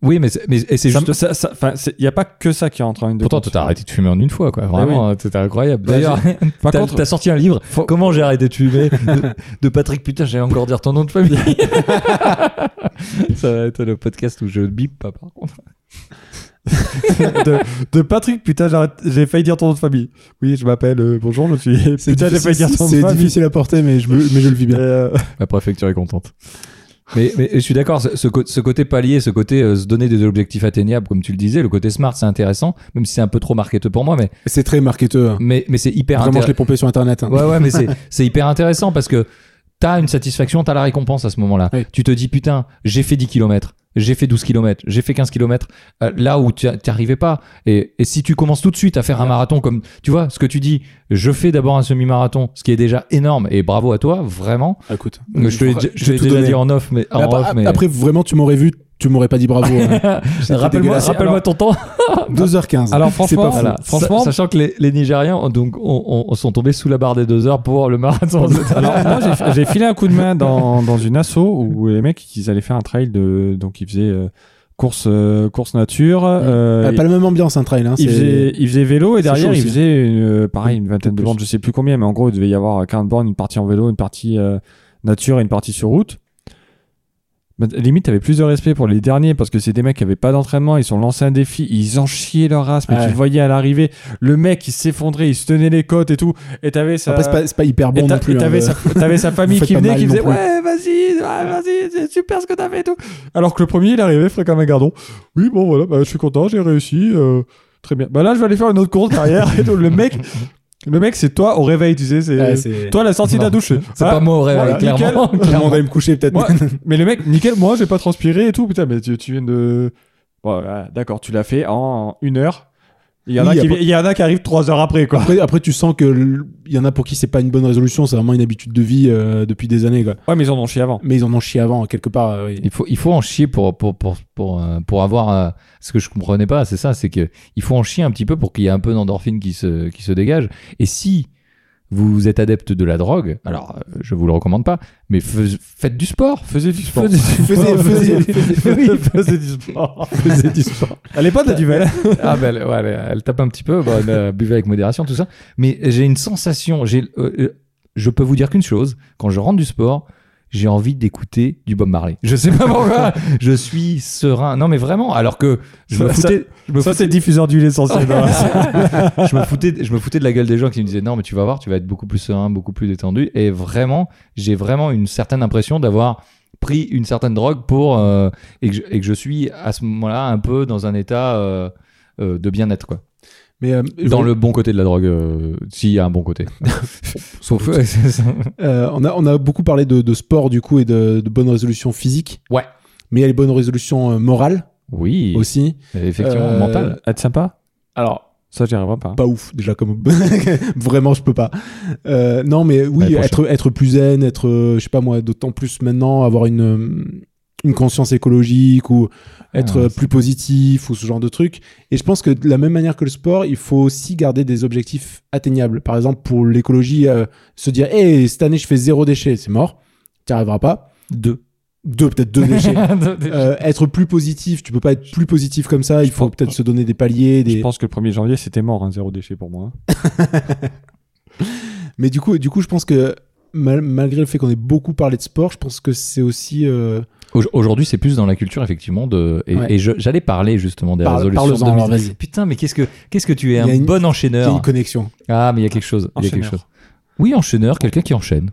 A: Oui, mais c'est mais- et c'est
C: Ça-
A: juste.
C: ça- ça- enfin, c'est- Il n'y a pas que ça qui est en train de...
A: Pourtant, toi, t'as arrêté de fumer en une fois, quoi. Vraiment, hein, c'était incroyable. D'ailleurs,
C: Par
A: t'as
C: contre,
A: t'as sorti un livre. Comment j'ai arrêté de fumer de, de Patrick. Putain, j'allais encore dire ton nom de famille. Ça va être le podcast où je bip pas, par contre.
C: de, de Patrick, putain, j'arrête- j'ai failli dire ton nom de famille. Oui, je m'appelle, euh, bonjour, je suis...
B: C'est
C: Putain, j'ai failli dire
B: difficile-
C: ton nom de
B: c'est
C: famille.
B: difficile à porter, mais je, me- mais je le vis bien.
C: Euh,
A: La préfecture est contente. Mais, mais je suis d'accord, ce, ce cô- ce côté palier, ce côté euh, se donner des objectifs atteignables, comme tu le disais, le côté smart, c'est intéressant, même si c'est un peu trop marketeur pour moi, mais,
B: C'est très marketeur. hein.
A: mais, mais c'est hyper
B: Vraiment, je
A: intéressant.
B: l'ai pompé sur Internet. hein.
A: Ouais, ouais, mais c'est- c'est hyper intéressant parce que t'as une satisfaction, t'as la récompense à ce moment-là.
B: Oui.
A: Tu te dis, putain, j'ai fait 10 km, j'ai fait 12 km, j'ai fait 15 km, là où tu t'y arrivais pas. Et, et si tu commences tout de suite à faire un marathon comme, tu vois, ce que tu dis, je fais d'abord un semi-marathon, ce qui est déjà énorme, et bravo à toi, vraiment.
B: Ah, Écoute,
A: Je te l'ai je te l'ai
B: tout
A: déjà
B: donné.
A: dit en off, mais, en
B: Mais après,
A: off, mais-
B: après, vraiment, tu m'aurais vu, tu m'aurais pas dit bravo. hein. C'était
A: Rappelle-moi
B: dégueulasse.
A: rappelle-moi ton temps.
B: 2h15.
C: Alors
B: c'est
C: franchement,
B: pas fou.
A: Voilà.
C: franchement-
A: Sa- sachant que les, les Nigérians ont donc, on, sont tombés sous la barre des deux heures pour le marathon.
C: Alors moi j'ai- j'ai filé un coup de main dans, dans une asso où les mecs ils allaient faire un trail de donc ils faisaient euh, course euh, course nature euh,
B: Euh, pas la même ambiance, un trail. Hein,
C: ils,
B: c'est-
C: faisaient, ils faisaient vélo et
B: c'est
C: derrière
B: chaud
C: ils
B: aussi. hein.
C: faisaient une, euh, pareil une vingtaine de
B: plus.
C: bornes je sais plus combien mais en gros il devait y avoir 40 bornes une partie en vélo une partie euh, nature et une partie sur route Bah, limite t'avais plus de respect pour les derniers parce que c'est des mecs qui avaient pas d'entraînement ils se sont lancés un défi ils en chiaient leur race mais
B: Ouais.
C: tu le voyais à l'arrivée le mec il s'effondrait il se tenait les côtes et tout et t'avais ça
B: Après, c'est pas, c'est pas hyper
C: et
B: bon
C: t'a-
B: non plus.
C: et
B: hein,
C: t'avais
B: de-
C: sa, t'avais sa famille
B: Vous
C: qui
B: faites
C: venait,
B: mal
C: qui
B: non
C: faisait
B: plus.
C: Ouais, vas-y, ouais, vas-y, c'est super ce que t'as fait et tout. Alors que le premier, il arrivait frais comme un gardon. Oui, bon, voilà, bah, je suis content, j'ai réussi. euh, très bien. Bah là, je vais aller faire une autre course derrière. et donc, le mec, le mec, c'est toi au réveil, tu sais. C'est,
B: Ouais, c'est-
C: toi, la sortie de la
A: Non,
C: douche.
A: C'est
C: Ah,
A: pas moi au réveil,
C: voilà,
A: clairement.
B: Tout le monde allait me coucher peut-être.
C: moi, mais le mec, nickel, moi, j'ai pas transpiré et tout. Putain, mais tu, tu viens de. Bon, voilà, d'accord, tu l'as fait en une heure. Il y en,
B: Oui,
C: a,
B: y a
C: qui,
B: pas-
C: vi- il y en a qui arrivent trois heures après, quoi.
B: Bah, Après, après, tu sens que le- il y en a pour qui c'est pas une bonne résolution, c'est vraiment une habitude de vie euh, depuis des années. Quoi.
C: Ouais, mais ils en ont chié avant.
B: Mais ils en ont chié avant, quelque part. euh, oui.
A: Il faut, il faut en chier pour, pour, pour, pour, euh, pour avoir euh, ce que je comprenais pas, c'est ça, c'est que il faut en chier un petit peu pour qu'il y ait un peu d'endorphine qui se, qui se dégage. Et si vous êtes adepte de la drogue, alors euh, je vous le recommande pas, mais fais- faites du sport.
C: Faisais du sport.
B: Faisais- faisais-
A: Oui,
C: Faisais du sport.
A: faisais du sport.
C: À l'époque, la
B: Euh,
C: duvel.
A: Ah ben elle, ouais, elle, elle tape un petit peu, bon, euh, buvez avec modération, tout ça. Mais j'ai une sensation, j'ai, euh, euh, je peux vous dire qu'une chose, quand je rentre du sport, j'ai envie d'écouter du Bob Marley. Je sais pas pourquoi, je suis serein. Non mais vraiment, alors que je me
C: Ça-
A: foutais, je me
C: Ça,
A: foutais,
C: c'est diffuseur d'huile essentielle.
A: hein.
C: dans la-
A: je me foutais, je me foutais de la gueule des gens qui me disaient non mais tu vas voir, tu vas être beaucoup plus serein, beaucoup plus détendu. Et vraiment, j'ai vraiment une certaine impression d'avoir pris une certaine drogue pour euh, et, que je, et que je suis à ce moment-là un peu dans un état euh, euh, de bien-être quoi.
B: Mais, euh,
A: Dans
B: vous-
A: le bon côté de la drogue, euh, s'il y a un bon côté. Sauf. euh, c'est ça.
B: euh, on, a, on a beaucoup parlé de, de sport du coup et de, de bonnes résolutions physiques.
A: Ouais.
B: Mais il y a les bonnes résolutions euh, morales
A: oui,
B: aussi.
A: effectivement,
B: Euh,
A: mental.
C: Être sympa
B: Alors, Bah,
C: Ça, j'y arriverai pas.
B: pas ouf déjà comme vraiment je peux pas Euh, non mais oui
A: L'année
B: être être plus zen être euh, je sais pas moi d'autant plus maintenant avoir une euh, une conscience écologique ou être
A: Ah,
B: euh,
A: c'est-
B: plus positif ou ce genre de truc et je pense que de la même manière que le sport il faut aussi garder des objectifs atteignables par exemple pour l'écologie euh, se dire hé cette année je fais zéro déchet c'est mort tu arriveras pas
A: Deux.
B: deux peut-être deux déchets Euh, être plus positif tu peux pas être plus positif comme ça il
C: Je
B: faut
C: pense-
B: peut-être se donner des paliers
C: Je
B: des
C: pense que le 1er janvier, c'était mort, hein, zéro déchet pour moi.
B: Mais du coup, du coup, je pense que mal- malgré le fait qu'on ait beaucoup parlé de sport, je pense que c'est aussi euh,
A: Au- Aujourd'hui, c'est plus dans la culture, effectivement. De... Et,
B: Ouais.
A: et je- j'allais parler justement des
B: Parle-
A: résolutions.
B: parle-en,
A: de
B: alors,
A: mise-
B: vas-y.
A: Putain, mais qu'est-ce que qu'est-ce que tu es
B: Il y
A: un
B: a une-
A: bon
B: il y a
A: enchaîneur
B: une connexion.
A: Ah, mais il y a quelque chose. Il y a quelque
C: Enchaîneur.
A: chose. Oui, enchaîneur, quelqu'un qui enchaîne.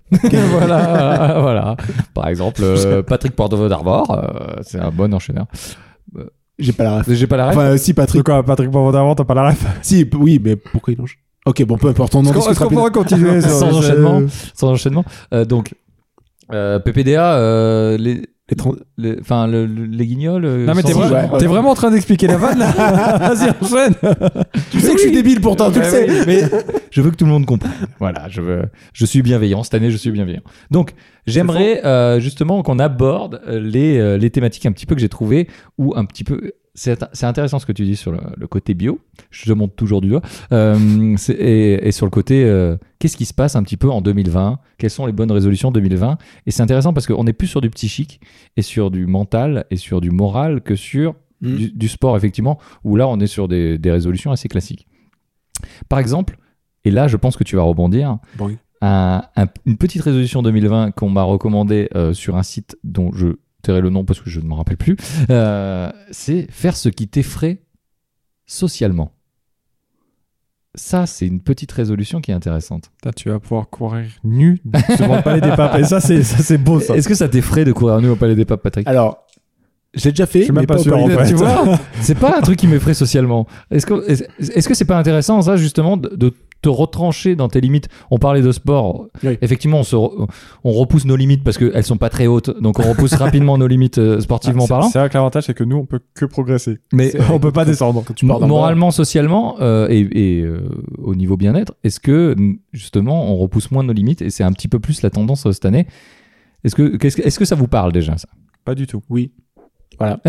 A: voilà, voilà. Par exemple, euh, Patrick Pordovo d'Arvor, euh, c'est un bon enchaîneur.
B: J'ai pas la ref.
A: J'ai pas la ref.
B: Enfin, euh, si
C: De
B: Patrick,
C: quoi, Patrick Pavondavant, t'as pas la ref
B: si, p- oui, mais pourquoi il enchaîne Ok, bon, peu importe, on en discute rapidement.
C: continuer
A: sur- Sans enchaînement. sans enchaînement. Euh, donc, euh, PPDA, euh, les,
B: Les trans-
A: les- enfin, le- le- les guignols. euh,
C: Non, mais
A: sans-
C: t'es
B: vrai-
A: Ouais.
C: vraiment,
B: ouais.
C: t'es vraiment en train d'expliquer la vanne, là Vas-y, enchaîne
B: Tu sais que je suis débile pourtant, tu le
A: Ouais,
B: sais.
A: oui, mais je veux que tout le monde comprenne. Voilà, je veux, je suis bienveillant. Cette année, je suis bienveillant. Donc, j'aimerais euh, justement qu'on aborde euh, les, euh, les thématiques un petit peu que j'ai trouvées ou un petit peu c'est at- c'est intéressant ce que tu dis sur le, le côté bio. Je te montre toujours du doigt. Euh, c'est- et, et sur le côté, euh, qu'est-ce qui se passe un petit peu en 2020 Quelles sont les bonnes résolutions 2020 Et c'est intéressant parce qu'on est plus sur du psychique et sur du mental et sur du moral que sur
B: Mm.
A: du, du sport, effectivement, où là, on est sur des, des résolutions assez classiques. Par exemple, et là, je pense que tu vas rebondir,
B: Oui.
A: un- un- une petite résolution 2020 qu'on m'a recommandée euh, sur un site dont je tairai le nom parce que je ne me rappelle plus, euh, c'est faire ce qui t'effraie socialement. Ça, c'est une petite résolution qui est intéressante.
C: Putain, tu vas pouvoir courir nu devant le palais des papes. Et ça, c'est, ça, c'est beau, ça.
A: Est-ce que ça t'effraie de courir nu au Palais des Papes, Patrick
B: Alors, j'ai déjà fait,
C: Je suis même
B: mais
C: pas
B: pas au
C: sûr,
B: Palais
C: en
B: des
C: fait.
B: Papes.
A: Tu vois, c'est pas un truc qui m'effraie socialement. Est-ce que est-ce est-ce que c'est pas intéressant ça justement de, de te retrancher dans tes limites On parlait de sport.
B: Oui.
A: Effectivement, on, se re- on repousse nos limites parce qu'elles sont pas très hautes, donc on repousse rapidement nos limites euh, sportivement
C: Ah, c'est-
A: parlant.
C: C'est vrai que l'avantage, c'est que nous, on peut que progresser.
A: Mais
C: on peut pas descendre.
B: Quand tu pars
A: Mo-
B: d'en bas,
A: moralement, socialement euh, et, et, euh, au niveau bien-être, est-ce que n- justement on repousse moins nos limites et c'est un petit peu plus la tendance euh, cette année Est-ce que, qu'est-ce que- est-ce que ça vous parle déjà ça
C: Pas du tout.
B: Oui. Voilà.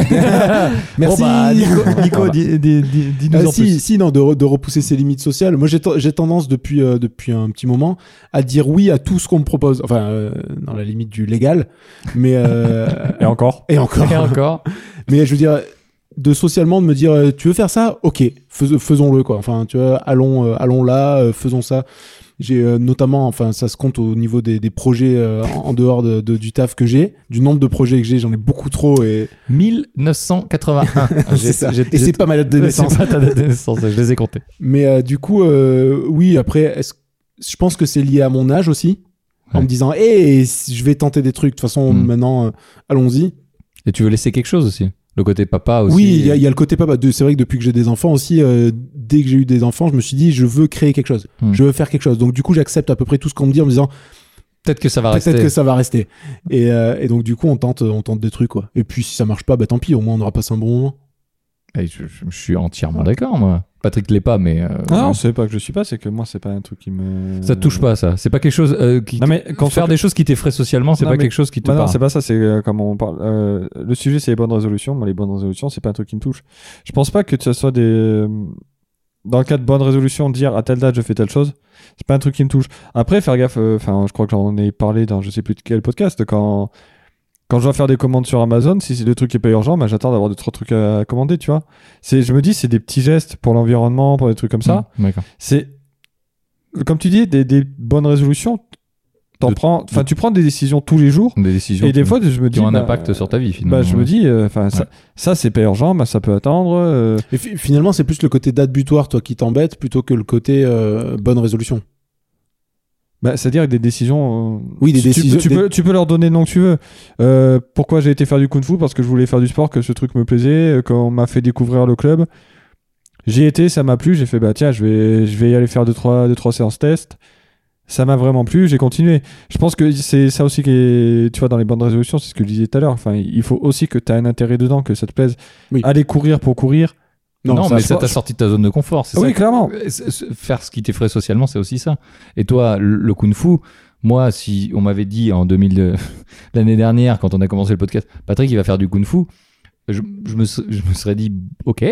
B: Merci.
A: Bon, bah, Nico, Nico,
C: Voilà.
A: dis- dis- dis- dis-nous
B: Euh,
A: en
B: si,
A: plus.
B: si, non, de, re- de repousser ses limites sociales. Moi, j'ai ten- j'ai tendance depuis, euh, depuis un petit moment à dire oui à tout ce qu'on me propose. Enfin, euh, dans la limite du légal. Mais. euh,
C: Et encore.
B: et encore.
A: Et encore.
B: Mais je veux dire, de socialement, de me dire, euh, tu veux faire ça Ok, fais- faisons-le, quoi. Enfin, tu vois, allons, euh, allons là, euh, faisons ça. J'ai euh, notamment, enfin, ça se compte au niveau des, des projets euh, en en dehors de- de- du taf que j'ai, du nombre de projets que j'ai, j'en ai beaucoup trop et
A: 1981.
B: c'est ça. Et c'est pas malade de naissance.
A: C'est pas ta date de naissance, je les ai comptés.
B: Mais euh, du coup, euh, oui, après, est-ce- je pense que c'est lié à mon âge aussi. En
A: Ouais.
B: me disant, hé, je vais tenter des trucs. De toute façon,
A: Mm.
B: maintenant, euh, allons-y.
A: Et tu veux laisser quelque chose aussi Le côté papa aussi. euh,
B: Oui, il y, a- il y a le côté papa. De- C'est vrai que depuis que j'ai des enfants aussi, euh, dès que j'ai eu des enfants, je me suis dit, je veux créer quelque chose.
A: Hmm.
B: Je veux faire quelque chose. Donc, du coup, j'accepte à peu près tout ce qu'on me dit en me disant,
A: Peut-être que ça va rester.
B: peut-être que ça va rester. Et, euh, et donc, du coup, on tente, on tente des trucs, quoi. Et puis, si ça marche pas, bah tant pis, au moins, on aura passé un bon moment.
A: Et Eh, je, je- je suis entièrement d'accord, moi. Patrick l'est pas, mais. euh,
C: Ah Non, c'est pas que je suis pas, c'est que moi, c'est pas un truc qui me.
A: Ça te touche pas, ça. C'est pas quelque chose euh, qui.
C: Non, mais quand
A: faire des choses qui t'effraient socialement, c'est
C: Non,
A: pas
C: mais-
A: quelque chose qui te
C: Bah non,
A: parle.
C: c'est pas ça, c'est euh, comme on parle. euh, le sujet, c'est les bonnes résolutions. Moi, les bonnes résolutions, c'est pas un truc qui me touche. Je pense pas que ce soit des. euh, Dans le cas de bonnes résolutions, dire à telle date je fais telle chose, c'est pas un truc qui me touche. Après, faire gaffe, euh, enfin, je crois que j'en ai parlé dans je sais plus de quel podcast, quand, quand je dois faire des commandes sur Amazon, si c'est le truc qui est pas urgent, bah, j'attends d'avoir deux, trois trucs à commander, tu vois. C'est, je me dis, c'est des petits gestes pour l'environnement, pour des trucs comme ça.
A: Mmh, D'accord.
C: C'est comme tu dis, des, des bonnes résolutions. T'en
A: De-
C: prends, enfin, tu prends des décisions tous les jours.
A: Des décisions
C: Et des
A: qui,
C: fois, je me dis.
A: qui ont un
C: bah,
A: impact sur ta vie, finalement.
C: bah, je me dis, euh, enfin, ça,
A: Ouais.
C: ça, c'est pas urgent, bah, ça peut attendre. euh,
B: Et fi- finalement, c'est plus le côté date butoir, toi, qui t'embête, plutôt que le côté euh, bonne résolution.
C: bah, C'est-à-dire que des décisions. euh,
B: Oui, des
C: tu- tu-
B: décisions-
C: Tu,
B: des-
C: peux, tu peux leur donner le nom que tu veux. Euh, pourquoi j'ai été faire du kung-fu Parce que je voulais faire du sport, que ce truc me plaisait, euh, qu'on m'a fait découvrir le club. J'y étais, ça m'a plu. J'ai fait, bah tiens, je vais, je vais y aller faire 2-3 deux, trois, deux, trois séances test. Ça m'a vraiment plu, j'ai continué. Je pense que c'est ça aussi qui est, tu vois, dans les bandes de résolution, c'est ce que je disais tout à l'heure. Enfin, il faut aussi que tu as un intérêt dedans, que ça te plaise.
B: Oui.
C: Aller courir pour courir.
A: Non, mais ça
C: je-
A: t'a sorti de ta zone de confort. C'est
C: Ah
A: ça
C: oui, clairement.
A: Euh, c- c- faire ce qui t'effraie socialement, c'est aussi ça. Et toi, le- le kung-fu, moi, si on m'avait dit en 2000, euh, l'année dernière, quand on a commencé le podcast, Patrick, il va faire du kung-fu, je, je me, ser- je me serais dit, ok,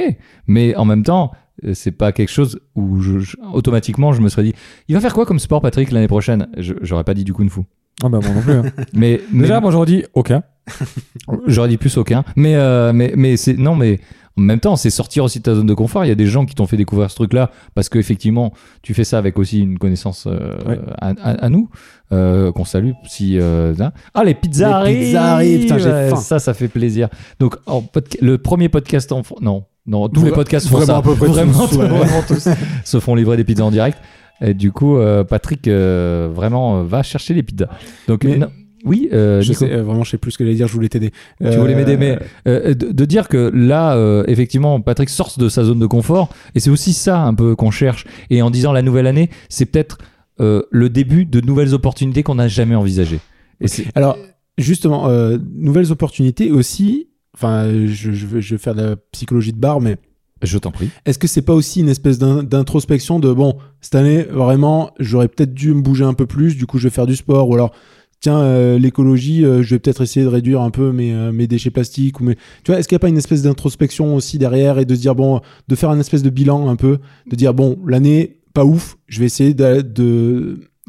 A: mais en même temps, euh, c'est pas quelque chose où je, je- automatiquement je me serais dit, il va faire quoi comme sport, Patrick, l'année prochaine Je- J'aurais pas dit du kung-fu.
C: Ah bah moi non plus. hein.
A: Mais, mais
C: Déjà, moi j'aurais dit aucun.
A: J'aurais dit plus aucun. Mais, euh, mais, mais c'est non, mais en même temps, c'est sortir aussi de ta zone de confort. Il y a des gens qui t'ont fait découvrir ce truc-là parce que effectivement, tu fais ça avec aussi une connaissance euh,
C: Ouais.
A: à, à- à nous euh, qu'on salue. Si euh, hein. ah les pizzas
B: Les
A: arrivent,
B: pizzas arrivent, putain, j'ai
A: Ouais,
B: faim.
A: Ça, ça fait plaisir. Donc en podca- le premier podcast en fr- non non tous
B: Vra-
A: les podcasts font
B: vraiment
A: ça.
B: à peu près
A: vraiment,
B: tous, ouais.
A: vraiment tous se font livrer des pizzas en direct. Et du coup, euh, Patrick euh, vraiment euh, va chercher les pizzas. Donc
B: Mais-
A: non- oui, euh,
B: Je
A: Nico.
B: sais, euh, vraiment, je sais plus ce que j'allais dire, je voulais t'aider.
A: Tu voulais m'aider, mais euh, de, de dire que là, euh, effectivement, Patrick sort de sa zone de confort, et c'est aussi ça un peu qu'on cherche. Et en disant la nouvelle année, c'est peut-être euh, le début de nouvelles opportunités qu'on n'a jamais envisagées. Et c'est
B: Alors, justement, euh, nouvelles opportunités aussi. Enfin, je, je, vais, je vais faire de la psychologie de bar, mais
A: je t'en prie.
B: est-ce que c'est pas aussi une espèce d'in- d'introspection de bon, cette année, vraiment, j'aurais peut-être dû me bouger un peu plus, du coup, je vais faire du sport, ou alors tiens, euh, l'écologie, euh, je vais peut-être essayer de réduire un peu mes, euh, mes déchets plastiques ou mes. Tu vois, est-ce qu'il n'y a pas une espèce d'introspection aussi derrière et de se dire bon, de faire un espèce de bilan un peu, de dire bon, l'année pas ouf, je vais essayer d'a- de,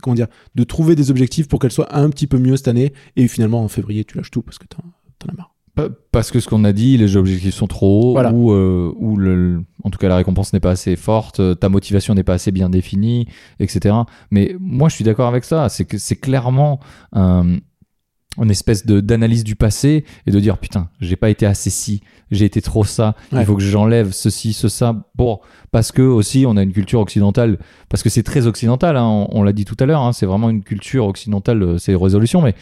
B: comment dire, de trouver des objectifs pour qu'elle soit un petit peu mieux cette année et finalement en février tu lâches tout parce que t'en t'en as marre.
A: Pa- Parce que ce qu'on a dit, les objectifs sont trop hauts,
B: Voilà.
A: ou, euh, ou le- le- en tout cas la récompense n'est pas assez forte, euh, ta motivation n'est pas assez bien définie, etc. Mais moi je suis d'accord avec ça, c'est que c'est clairement un- une espèce de- d'analyse du passé et de dire putain, j'ai pas été assez ci, j'ai été trop ça,
B: Ouais.
A: il faut que j'enlève ceci, ce, ça. Bon, parce que aussi on a une culture occidentale, parce que c'est très occidental, hein, on, on l'a dit tout à l'heure, hein, c'est vraiment une culture occidentale, euh, ces résolutions, mais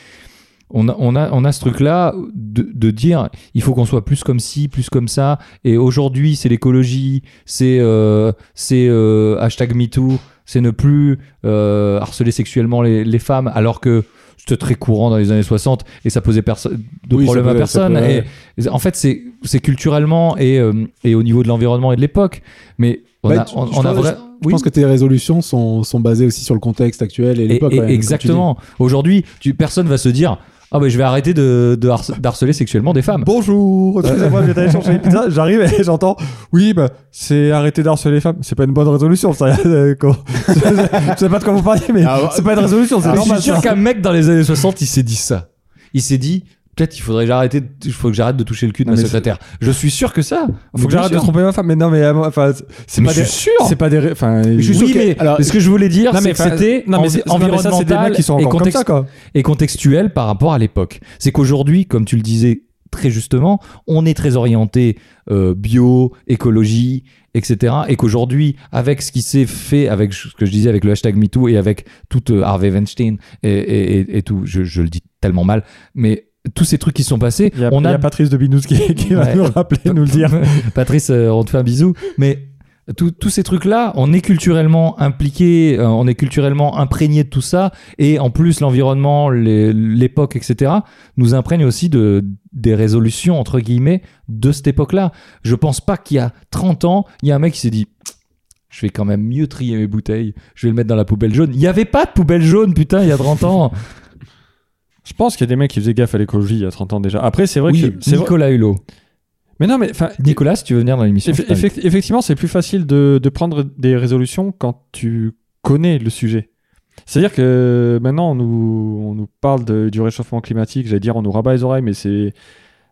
A: on a, on a, on a ce truc-là de, de dire il faut qu'on soit plus comme ci, plus comme ça. Et aujourd'hui, c'est l'écologie, c'est euh, c'est, euh, hashtag MeToo, c'est ne plus euh, harceler sexuellement les, les femmes, alors que c'était très courant dans les années 60 et ça posait perso- de
B: Oui, ça
A: problème à
B: peut- ça
A: personne.
B: peut-
A: Et- et en fait, c'est c'est culturellement et, euh, et au niveau de l'environnement et de l'époque. Mais on
B: Bah,
A: a,
B: tu-
A: on,
B: je
A: on a
B: pense-
A: vrai-
B: Je
A: oui.
B: pense que tes résolutions sont, sont basées aussi sur le contexte actuel et
A: Et-
B: l'époque.
A: et-
B: quand même, comme tu dis.
A: exactement. Aujourd'hui, tu- personne va se dire ah ben je vais arrêter de, de harce- d'harceler sexuellement des femmes.
C: Bonjour, excusez-moi, je vais aller chercher les pizzas. J'arrive et j'entends, oui, bah, c'est arrêter d'harceler les femmes. C'est pas une bonne résolution, ça. euh, quand- je sais pas de quoi vous parlez, mais
B: Ah, ouais.
A: bah,
C: c'est pas une résolution, c'est
A: Mais je
C: normal.
A: suis sûr
C: ça.
A: qu'un mec dans les années 60, il s'est dit ça. Il s'est dit, peut-être il faudrait que j'arrête de- il faut que j'arrête de toucher le cul de
C: Non,
A: ma
C: mais
A: secrétaire. Je suis sûr que ça.
C: Faut que j'arrête de tromper ma femme. Mais non, mais euh, enfin, c'est
A: Mais
C: pas
A: je
C: des.
A: suis sûr.
C: C'est pas des. ré- Enfin,
B: je suis
A: oui,
B: sûr que-
A: mais
B: alors-
A: mais ce que je voulais dire,
C: Non,
A: c'est
C: mais
A: que
C: enfin,
A: c'était
C: non, mais c'est-
A: envi-
C: non, mais ça, c'est des mecs
A: environnemental
C: qui sont
A: et,
C: encore comme
A: contexte-
C: ça, quoi.
A: et contextuel par rapport à l'époque. C'est qu'aujourd'hui, comme tu le disais très justement, on est très orienté euh, bio, écologie, etc. Et qu'aujourd'hui, avec ce qui s'est fait, avec ce que je disais avec le hashtag MeToo et avec tout euh, Harvey Weinstein et, et- et- et tout, je, je le dis tellement mal, mais tous ces trucs qui sont passés,
C: Il y a,
A: on
C: il y
A: a
C: a Patrice de Binous qui, qui va
A: Ouais.
C: nous rappeler, nous le dire.
A: Patrice, euh, on te fait un bisou. Mais tout- tous ces trucs-là, on est culturellement impliqué, euh, on est culturellement imprégné de tout ça. Et en plus, l'environnement, les- l'époque, etc., nous imprègne aussi de, des résolutions, entre guillemets, de cette époque-là. Je pense pas qu'il y a 30 ans, il y a un mec qui s'est dit. Je vais quand même mieux trier mes bouteilles. Je vais le mettre dans la poubelle jaune. Il n'y avait pas de poubelle jaune, putain, il y a 30 ans.
C: Je pense qu'il y a des mecs qui faisaient gaffe à l'écologie il y a 30 ans déjà. Après, c'est vrai
A: Oui,
C: que. c'est vrai-
A: Nicolas Hulot.
C: Mais non, mais enfin,
A: Nicolas, si tu veux venir dans l'émission. je
C: Effe-
A: t'invite.
C: effect- effectivement, c'est plus facile de, de prendre des résolutions quand tu connais le sujet. C'est-à-dire que maintenant, on nous, on nous parle de- du réchauffement climatique, j'allais dire, on nous rabat les oreilles, mais c'est.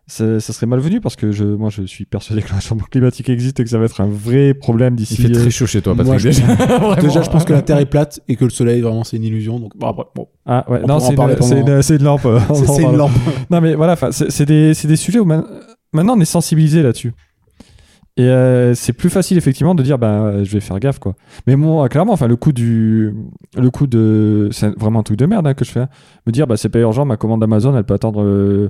C: Ça, ça serait malvenu parce que je, moi je suis persuadé que le réchauffement climatique existe et que ça va être un vrai problème d'ici.
A: Il fait
C: euh,
A: très chaud chez toi,
B: Moi,
A: Patrick.
B: je-
A: Vraiment.
B: Déjà, je pense que la Terre est plate et que le soleil, vraiment, c'est une illusion. Donc, bon, après, bon,
C: Ah ouais,
B: On
C: non,
B: pourra en
C: c'est
B: parler
C: une, c'est
B: pendant-
C: une- c'est une lampe. euh, on
B: c'est-
C: en
B: c'est une
C: parle.
B: lampe.
C: Non, mais voilà, 'fin, c'est c'est des, c'est des sujets où man- maintenant on est sensibilisé là-dessus. Et euh, c'est plus facile effectivement de dire bah euh, je vais faire gaffe quoi. Mais moi clairement enfin le coup du le coup de c'est vraiment un truc de merde hein, que je fais. hein. Me dire bah c'est pas urgent ma commande Amazon elle peut attendre euh,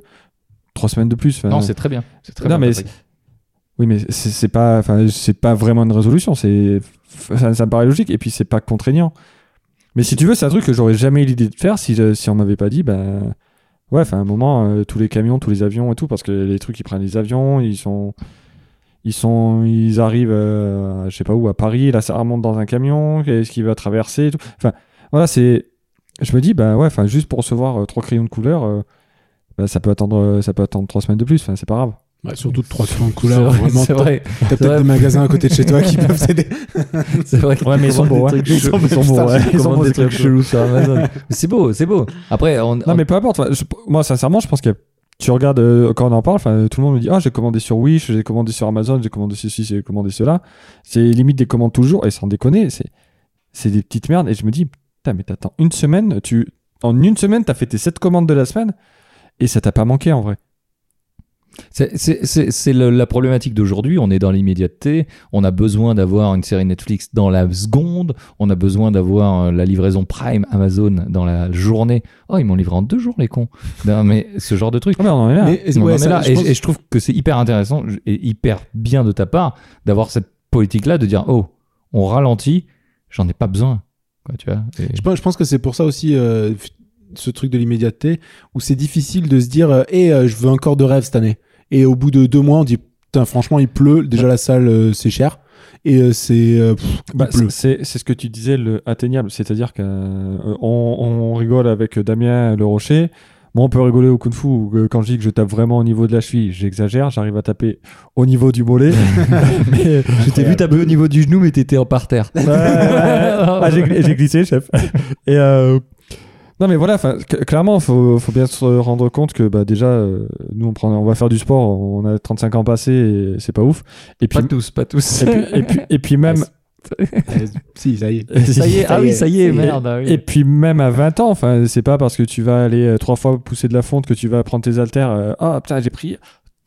C: trois semaines de plus. 'fin.
A: Non, c'est très bien. C'est très
C: Euh, Non,
A: bien,
C: mais
A: Patrick.
C: oui mais c'est c'est pas enfin c'est pas vraiment une résolution c'est ça, ça me paraît logique et puis c'est pas contraignant. Mais si tu veux c'est un truc que j'aurais jamais eu l'idée de faire si je- si on m'avait pas dit bah Ouais, enfin, à un moment, euh, tous les camions, tous les avions et tout, parce que les trucs, ils prennent les avions, ils sont. Ils sont. Ils arrivent, euh, je sais pas où, à Paris, et là, ça remonte dans un camion, qu'est-ce qu'il va traverser et tout. Enfin, voilà, c'est. Je me dis, bah ouais, enfin, juste pour recevoir euh, trois crayons de couleur, euh, bah, ça peut attendre euh, ça peut attendre trois semaines de plus, enfin, c'est pas grave.
B: euh, Ouais, surtout de trois crayons de
A: C'est
B: couleur.
A: vrai,
B: vraiment,
A: c'est
B: t'as-
A: vrai.
B: T'as peut-être
A: vrai.
B: des magasins à côté de chez toi qui peuvent t'aider.
A: C'est vrai. que-
C: Ouais, mais ils sont
A: Des
C: beaux, ouais.
A: trucs
C: Ils
A: chelous.
C: sont- ils sont beaux,
A: Putain, je
C: ouais. Ils sont
A: commande
C: beaux,
A: des
C: ces
A: trucs
C: trucs.
A: chelous sur Amazon. Mais c'est beau, c'est beau. Après, on,
C: Non, mais peu importe, enfin, je- moi, sincèrement, je pense que tu regardes, euh, quand on en parle, enfin, tout le monde me dit, ah, j'ai commandé sur Wish, j'ai commandé sur Amazon, j'ai commandé ceci, j'ai commandé cela. C'est limite des commandes toujours, et sans déconner, c'est c'est des petites merdes. Et je me dis, putain, mais t'attends une semaine, tu, en une semaine, t'as fait tes 7 commandes de la semaine, et ça t'a pas manqué en vrai.
A: C'est- C'est c'est- c'est le- la problématique d'aujourd'hui. On est dans l'immédiateté. On a besoin d'avoir une série Netflix dans la seconde. On a besoin d'avoir euh, la livraison Prime Amazon dans la journée. Oh, ils m'ont livré en deux jours, les cons. Non, mais ce genre de truc.
C: Ah, mais on en est là.
B: Mais-
A: On
B: ouais,
A: en est
B: ça,
A: là.
B: je
A: et,
B: pense-
A: et je trouve que c'est hyper intéressant et hyper bien de ta part d'avoir cette politique-là de dire oh, on ralentit, j'en ai pas besoin. Quoi, tu vois Et-
B: Je pense, je pense que c'est pour ça aussi euh, f- ce truc de l'immédiateté où c'est difficile de se dire euh, Eh, euh, je veux encore de rêve cette année. Et au bout de deux mois, on dit putain, franchement, il pleut. Déjà, la salle, euh, c'est cher. Et euh, c'est. euh, pff, il
C: Bah,
B: pleut.
C: c'est c'est ce que tu disais, le atteignable. C'est-à-dire qu'on euh, on, on rigolait rigole avec Damien Le Rocher. Moi, on peut rigoler au kung fu. euh, Quand je dis que je tape vraiment au niveau de la cheville, j'exagère. J'arrive à taper au niveau du mollet. Mais-
A: Je t'ai vu taper au niveau du genou, mais t'étais en parterre.
C: Ouais, ouais, ouais. Ah, j'ai gl- j'ai glissé, chef. Et euh, non, mais voilà, 'fin, cl- clairement, faut, faut bien se rendre compte que bah, déjà, euh, nous, on, prend, on va faire du sport. On a 35 ans passés et c'est pas ouf. Et puis,
A: Pas tous, pas tous.
C: et puis, et puis- et puis même.
B: Eh, si, ça y est.
A: ça y est, ah oui, ça y est,
C: Et-
A: merde. ah oui.
C: Et puis même à 20 ans, enfin, c'est pas parce que tu vas aller euh, trois fois pousser de la fonte que tu vas prendre tes haltères. euh, Ah putain, j'ai pris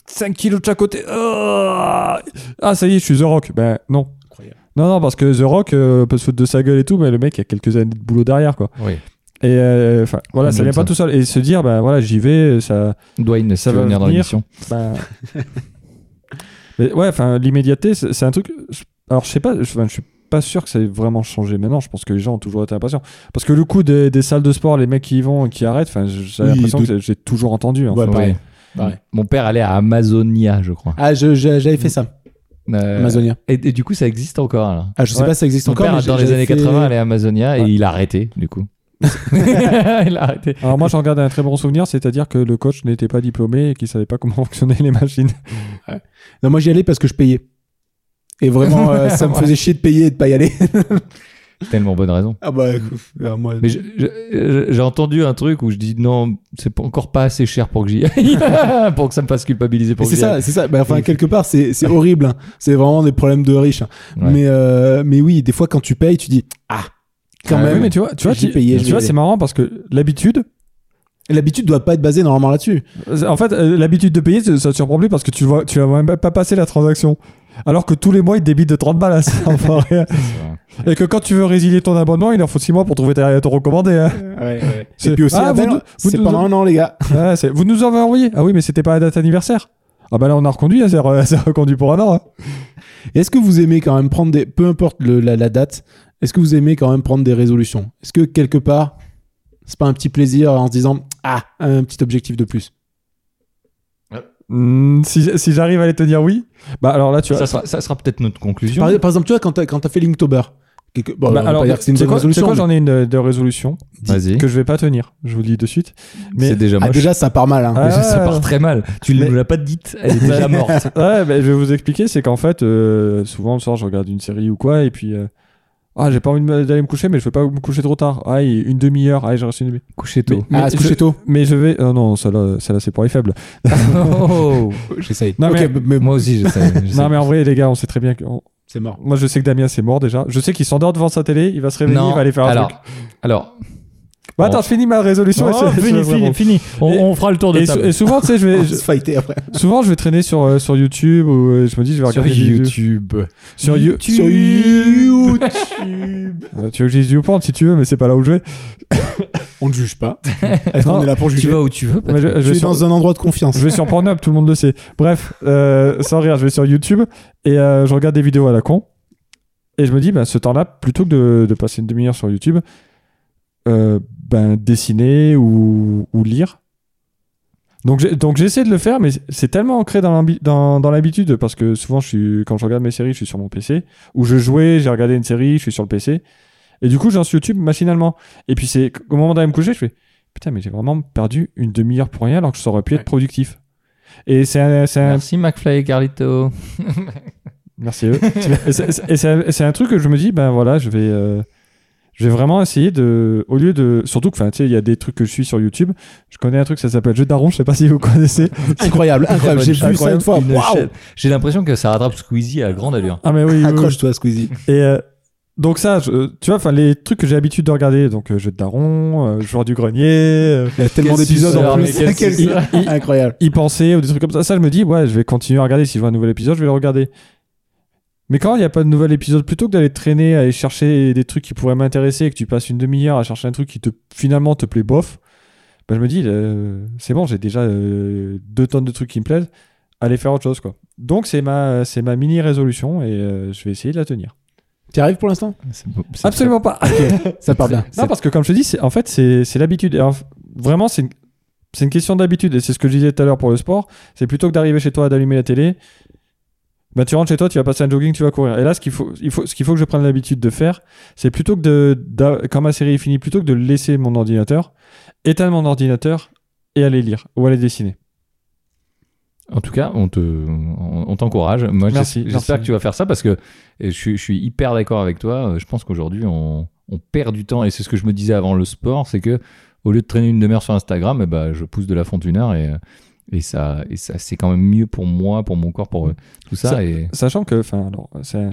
C: 5 kilos de chaque côté. Ah Ah, ça y est, je suis The Rock. Ben non.
B: Incroyable.
C: Non, non, parce que The Rock euh, peut se foutre de sa gueule et tout, mais le mec, il y a quelques années de boulot derrière, quoi.
A: Oui.
C: Et euh, enfin, voilà, ça
A: J'aime
C: vient pas
A: ça.
C: tout seul. Et se dire, ben voilà, j'y vais, ça.
A: Dwayne, ça
C: Ça
A: va
C: va
A: venir dans
C: venir.
A: l'émission.
C: ben- mais ouais, enfin, l'immédiateté, c'est c'est un truc. Alors, je sais pas, je, enfin, je suis pas sûr que ça ait vraiment changé maintenant. Je pense que les gens ont toujours été impatients. Parce que le coup des, des salles de sport, les mecs qui y vont et qui arrêtent, enfin, j'ai
B: Oui,
C: l'impression
B: de-
C: que j'ai toujours entendu. hein.
B: Ouais,
A: Oui.
B: pareil. Pareil.
A: Mon père allait à Amazonia, je crois.
B: Ah, je- je- j'avais fait ça,
A: Euh,
B: Amazonia.
A: et, et du coup, ça existe encore. là.
B: Ah, je sais
C: ouais.
B: pas si ça existe
A: Son
B: encore.
A: père,
B: mais
A: dans les
B: j'avais
A: années
B: fait-
A: 80, allait à Amazonia et il a arrêté, du coup. il a arrêté.
C: Alors, moi, j'en garde un très bon souvenir, c'est-à-dire que le coach n'était pas diplômé et qu'il savait pas comment fonctionnaient les machines.
B: Non, moi j'y allais parce que je payais. Et vraiment, euh, ça me faisait chier de payer et de pas y aller.
A: Tellement bonne raison.
B: ah bah, ouf, euh, moi.
A: Mais je- je- euh, j'ai entendu un truc où je dis non, c'est pas- encore pas assez cher pour que j'y aille, pour que ça me fasse culpabiliser
B: Mais
A: pour que
B: c'est
A: j'y
B: ça,
A: aille.
B: c'est ça. Bah, enfin,
A: Et-
B: quelque part, c'est c'est horrible. hein. C'est vraiment des problèmes de riches. hein.
A: Ouais.
B: Mais, euh, mais oui, des fois, quand tu payes, tu dis Ah, quand
C: Ah oui,
B: même.
C: mais tu vois, tu vois,
B: J'ai
C: tu-
B: payé,
C: tu
B: j'ai
C: vois,
B: payé.
C: c'est marrant parce que l'habitude,
B: L'habitude doit pas être basée normalement là-dessus.
C: euh, en fait, euh, l'habitude de payer, ça ça te surprend plus parce que tu vois, tu vas même pas passer la transaction. Alors que tous les mois, ils te débitent de 30 balles à ça, enfoiré. Et que quand tu veux résilier ton abonnement, il leur faut 6 mois pour trouver ta- ton recommandé. hein.
B: Et
C: C'est-
B: puis aussi,
C: Ah,
B: rappel,
C: vous nous- vous
B: c'est
C: nous
B: pendant
C: en-
B: un an, les gars.
C: Ah, c'est- vous nous avez envoyé Ah oui, mais c'était pas la date anniversaire. Ah bah là, on a reconduit, hein, c'est re- c'est reconduit pour un an. hein.
B: Est-ce que vous aimez quand même prendre des. Peu importe le- la, la date, est-ce que vous aimez quand même prendre des résolutions Est-ce que quelque part, c'est pas un petit plaisir en se disant Ah, un petit objectif de plus
C: Hmm, si si j'arrive à les tenir, oui. Bah alors là, tu vois.
A: Ça sera, ça sera peut-être notre conclusion.
B: par, par exemple, tu vois, quand t'as quand t'as fait Linktober, quelque... bon,
C: Bah,
B: on va
C: alors,
B: pas dire que c'est une
C: tu sais
B: bonne
C: quoi, tu sais
B: résolution.
C: quoi, j'en ai une de, de résolution
A: Vas-y.
C: que je vais pas tenir. Je vous le dis de suite. Mais
A: C'est déjà
B: mais- Ah,
A: moche.
B: déjà, ça part mal. hein.
C: Ah,
A: ça
C: ouais.
A: part très mal. Tu ne
C: Mais-
A: nous l'as pas dite. Elle est déjà morte.
C: Ouais, bah, je vais vous expliquer. C'est qu'en fait, euh, souvent le soir, je regarde une série ou quoi, et puis. euh, ah, j'ai pas envie de me- d'aller me coucher, mais je veux pas me coucher trop tard. Ah, et une demi-heure. Ah, j'ai reçu une demi
A: Couchez
C: Mais,
A: tôt.
C: mais
B: Ah, se
C: je,
B: coucher tôt.
C: mais je vais. Oh non, celle-là, celle-là, c'est pour les faibles.
A: Oh.
B: J'essaye.
C: Non,
B: Ok,
C: mais-
B: b- mais
A: Moi aussi, je sais. je sais.
C: Non, mais en vrai, les gars, on sait très bien que. on-
B: c'est mort.
C: Moi, je sais que Damien, c'est mort déjà. Je sais qu'il s'endort devant sa télé, il va se réveiller,
A: Non.
C: il va aller faire un
A: alors,
C: truc.
A: alors,
C: Bah, attends, je finis ma résolution.
A: Non,
C: et c'est-
A: fini,
C: c'est vraiment-
A: fini, fini. On,
C: Et-
A: on fera le tour de
C: Et, sou-
A: table.
C: et souvent, tu sais, je
B: On
C: vais,
B: va se fighter après.
C: je- souvent, je vais traîner sur, euh, sur YouTube ou euh, je me dis, je vais
A: sur
C: regarder des vidéos.
A: YouTube.
C: Sur You-
B: Sur YouTube.
C: Euh, tu veux que je dise YouPorn si tu veux, mais c'est pas là où je vais.
B: On ne juge pas. Est-ce qu'on
C: Non,
B: est là pour
A: Tu
B: juger
A: vas où Bah, tu veux.
C: Mais je, je
B: Je
C: vais
B: suis
C: sur,
B: dans un endroit de confiance.
C: je vais sur Pornhub, tout le monde le sait. Bref, euh, sans rire, je vais sur YouTube et euh, je regarde des vidéos à la con. Et je me dis, bah, ce temps-là, plutôt que de, de passer une demi-heure sur YouTube, euh, ben, dessiner ou, ou lire. Donc j'ai- donc j'essaie de le faire, mais c'est tellement ancré dans l'ambi- dans dans l'habitude, parce que souvent, je suis, quand je regarde mes séries, je suis sur mon PC. Ou je jouais, j'ai regardé une série, je suis sur le PC. Et du coup, j'ai un YouTube machinalement. Et puis, c'est au moment d'aller me coucher, je fais Putain, mais j'ai vraiment perdu une demi-heure pour rien alors que ça aurait pu être
B: Ouais.
C: productif. Et c'est un, c'est un-
A: Merci McFly et Carlito.
C: Merci à eux. et c'est- et c'est un, c'est un truc que je me dis, ben voilà, je vais, euh, je vais vraiment essayer de. Au lieu de. Surtout que, enfin, tu sais, il y a des trucs que je suis sur YouTube. Je connais un truc, ça s'appelle Jeu Daron, je sais pas si vous connaissez.
B: Incroyable, incroyable. J'ai vu ça une fois.
A: Une
B: Waouh
A: chaîne. J'ai l'impression que ça rattrape Squeezie à grande allure.
C: Ah, mais oui, oui, oui.
B: Accroche-toi, Squeezie.
C: Et euh, donc, ça, je- euh, tu vois, enfin, les trucs que j'ai l'habitude de regarder, donc euh, Jeu Daron, euh, Joueur du Grenier. euh,
B: Il y a tellement
A: Quel
B: d'épisodes
A: suceur,
B: en plus.
A: mais quel
B: Quel-
A: suceur.
B: Incroyable.
C: y penser ou des trucs comme ça. Ça, je me dis, ouais, je vais continuer à regarder. Si je vois un nouvel épisode, je vais le regarder. Mais quand il n'y a pas de nouvel épisode, plutôt que d'aller traîner, aller chercher des trucs qui pourraient m'intéresser et que tu passes une demi-heure à chercher un truc qui te finalement te plaît bof, bah, je me dis, euh, c'est bon, j'ai déjà euh, deux tonnes de trucs qui me plaisent. Allez faire autre chose, quoi. Donc, c'est ma, c'est ma mini résolution et euh, je vais essayer de la tenir.
B: Tu arrives pour l'instant
A: C'est beau- c'est-
C: Absolument pas.
B: Ça part bien.
C: Non, parce que comme je te dis, c'est- en fait, c'est c'est l'habitude. Et en f- Vraiment, c'est une, c'est une question d'habitude. Et c'est ce que je disais tout à l'heure pour le sport. C'est plutôt que d'arriver chez toi, d'allumer la télé, bah, tu rentres chez toi, tu vas passer un jogging, tu vas courir. Et là, ce qu'il faut, il faut, ce qu'il faut que je prenne l'habitude de faire, c'est plutôt que de, d'a- quand ma série est finie, plutôt que de laisser mon ordinateur, éteindre mon ordinateur et aller lire ou aller dessiner.
A: En tout cas, on te, on, on t'encourage. Moi, j'es-
C: Merci,
A: j'espère
C: merci.
A: que tu vas faire ça parce que et je, suis- je suis hyper d'accord avec toi. Euh, Je pense qu'aujourd'hui, on, on perd du temps et c'est ce que je me disais avant le sport, c'est que au lieu de traîner une demi-heure sur Instagram, eh ben, je pousse de la fonte une heure et, euh, et ça, et ça, c'est quand même mieux pour moi, pour mon corps, pour euh, tout ça.
C: Ça-
A: et,
C: Sachant que, enfin, alors, c'est,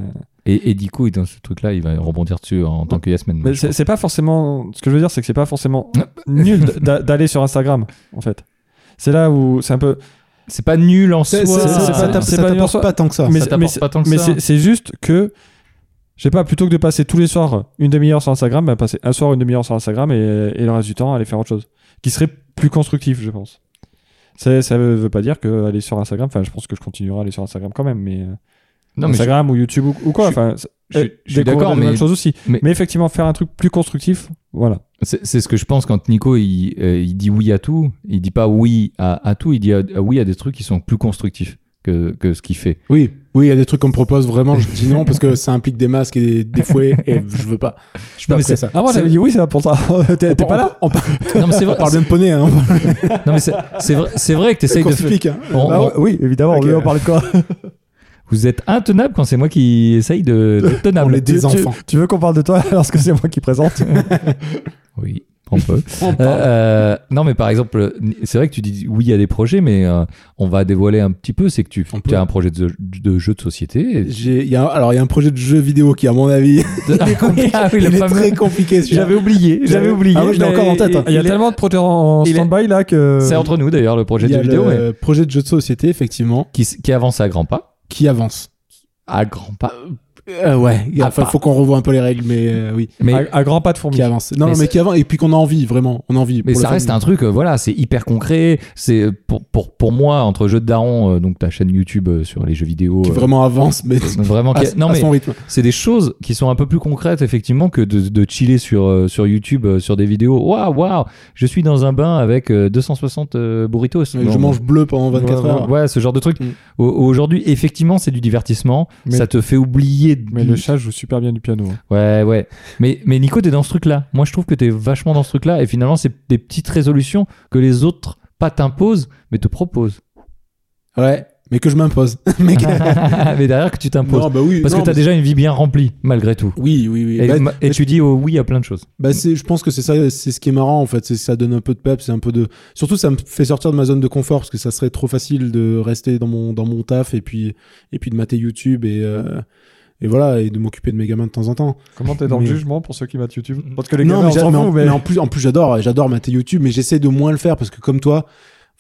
A: et, et Dico, il est dans ce truc-là, il va rebondir dessus en tant que yes man.
C: mais c'est, c'est pas forcément, ce que je veux dire, c'est que c'est pas forcément nul d- d'a- d'aller sur Instagram, en fait. C'est là où c'est un peu.
A: C'est pas nul en
B: C'est-
A: soi.
B: c'est- c'est pas
C: ça-
B: ta-
C: c'est
B: Ça
C: pas
B: t'apporte
C: une-
B: pas tant que ça.
C: mais
A: ça
C: c'est-
A: t'apporte
C: c'est-
A: pas tant que
C: mais
A: ça.
C: c'est- c'est juste que, je sais pas, plutôt que de passer tous les soirs une demi-heure sur Instagram, bah, passer un soir une demi-heure sur Instagram et, et le reste du temps aller faire autre chose, qui serait plus constructif, je pense. Ça, ça veut veut pas dire que aller sur Instagram, enfin, je pense que je continuerai à aller sur Instagram quand même, mais, euh,
A: non, mais je-
C: Instagram ou YouTube ou, ou quoi,
A: je suis-
C: enfin, c'est-
A: je, suis- je suis
C: découvrir
A: d'accord,
C: de
A: mais
C: nouvelles choses aussi.
A: mais-
C: Mais, effectivement, faire un truc plus constructif, voilà.
A: C'est c'est ce que je pense quand Nico il, euh, il dit oui à tout. Il dit pas oui à, à tout, il dit euh, oui à des trucs qui sont plus constructifs que, que ce qu'il fait.
B: Oui, oui, il y a des trucs qu'on me propose vraiment, je dis non parce que ça implique des masques et des, des fouets et je veux pas. Je suis
A: Non,
B: pas
A: mais
B: prêt à
A: c'est-
B: ça.
C: Ah, moi,
B: C'est-
C: j'avais dit oui, c'est pour ça. T'es t'es
B: on-
C: pas là
B: on, on
A: Non, mais c'est vrai,
B: parle bien de poney, hein.
A: non, mais c'est- c'est vrai, c'est vrai que tu essayes
B: qu'on
A: de
B: se
A: faire.
B: pique, hein.
A: on-
C: Bah
A: on-
C: ouais, Oui, évidemment,
B: Ok.
C: on on parle de quoi
A: Vous êtes intenable quand c'est moi qui essaye de, d'être
B: On
A: tenable.
B: est des
C: Tu-
B: enfants.
C: Tu veux qu'on parle de toi alors que c'est moi qui présente
A: Oui, on peut. Euh, euh, non, mais par exemple, c'est vrai que tu dis oui à des projets, mais euh, on va dévoiler un petit peu. C'est que tu
B: On peut.
A: tu as un projet de, de jeu de société. et-
B: J'ai- il y a un- alors, il y a un projet de jeu vidéo qui, à mon avis,
A: Ah oui,
B: il
A: le
B: est
A: fameux-
B: très compliqué. celui-là.
C: oublié,
B: j'avais oublié. Ah ouais, je l'ai
A: Mais-
B: encore en tête, hein.
C: Il y a
A: il est-
C: tellement de projets en
A: il est-
C: stand-by là que.
A: C'est entre nous d'ailleurs le projet
B: Il y
A: de
B: a
A: vidéo mais
B: le projet de jeu de société, effectivement,
A: qui, s- qui avance à grands pas.
B: qui avance.
A: À grands pas.
B: Euh, ouais,
A: Ah,
B: enfin,
A: pas-
B: faut qu'on revoie un peu les règles, mais euh, oui,
A: Mais
C: à, à grands pas de fourmis.
B: qui avance. Non,
A: Mais
B: mais,
A: c'est-
B: qui avance, et puis qu'on a envie, vraiment, on a envie.
A: Mais
B: pour
A: ça
B: la
A: reste
B: famille.
A: un truc, euh, voilà, c'est hyper concret. C'est euh, pour, pour, pour moi, entre Jeux de Daron, euh, donc ta chaîne YouTube euh, sur les jeux vidéo.
B: qui
A: euh,
B: vraiment avance, mais
A: donc vraiment
B: à,
A: qui- non,
B: à
A: mais
B: son rythme.
A: c'est des choses qui sont un peu plus concrètes, effectivement, que de, de chiller sur, euh, sur YouTube, euh, sur des vidéos. Waouh, waouh, je suis dans un bain avec euh, 260 euh, burritos.
B: Je
A: Non,
B: mange bleu pendant 24
A: ouais,
B: heures.
A: Ouais, ce genre de truc.
B: Mm.
A: Au- Aujourd'hui, effectivement, c'est du divertissement.
C: Mais-
A: ça te fait oublier. de-
C: Mais le chat joue super bien du piano. hein.
A: Ouais, ouais. Mais, mais Nico, t'es dans ce truc-là. Moi, je trouve que t'es vachement dans ce truc-là. Et finalement, c'est des petites résolutions que les autres, pas t'imposent, mais te proposent.
B: Ouais, mais que je m'impose. mais que-
C: Ah,
A: mais derrière, que tu t'imposes.
B: Non, bah oui,
A: Parce
B: non,
A: que t'as
B: mais-
A: déjà une vie bien remplie, malgré tout.
B: Oui, oui, oui.
A: Et,
B: Bah,
A: ma- et tu dis oh oui à plein de choses.
B: Bah c'est, je pense que c'est ça, c'est ce qui est marrant en fait, c'est que ça donne un peu de pep, c'est un peu de, surtout ça me fait sortir de ma zone de confort parce que ça serait trop facile de rester dans mon dans mon taf et puis et puis de mater YouTube et euh, et voilà et de m'occuper de mes gamins de temps en temps.
C: Comment t'es dans
B: Mais- Mm.
C: le jugement pour ceux qui matent YouTube Parce que les
B: non
C: gamins,
B: mais,
C: on
B: j'a-
C: s'en
B: mais en,
C: fout, mais.
B: mais en plus en plus j'adore j'adore mater YouTube mais j'essaie de moins le faire parce que comme toi,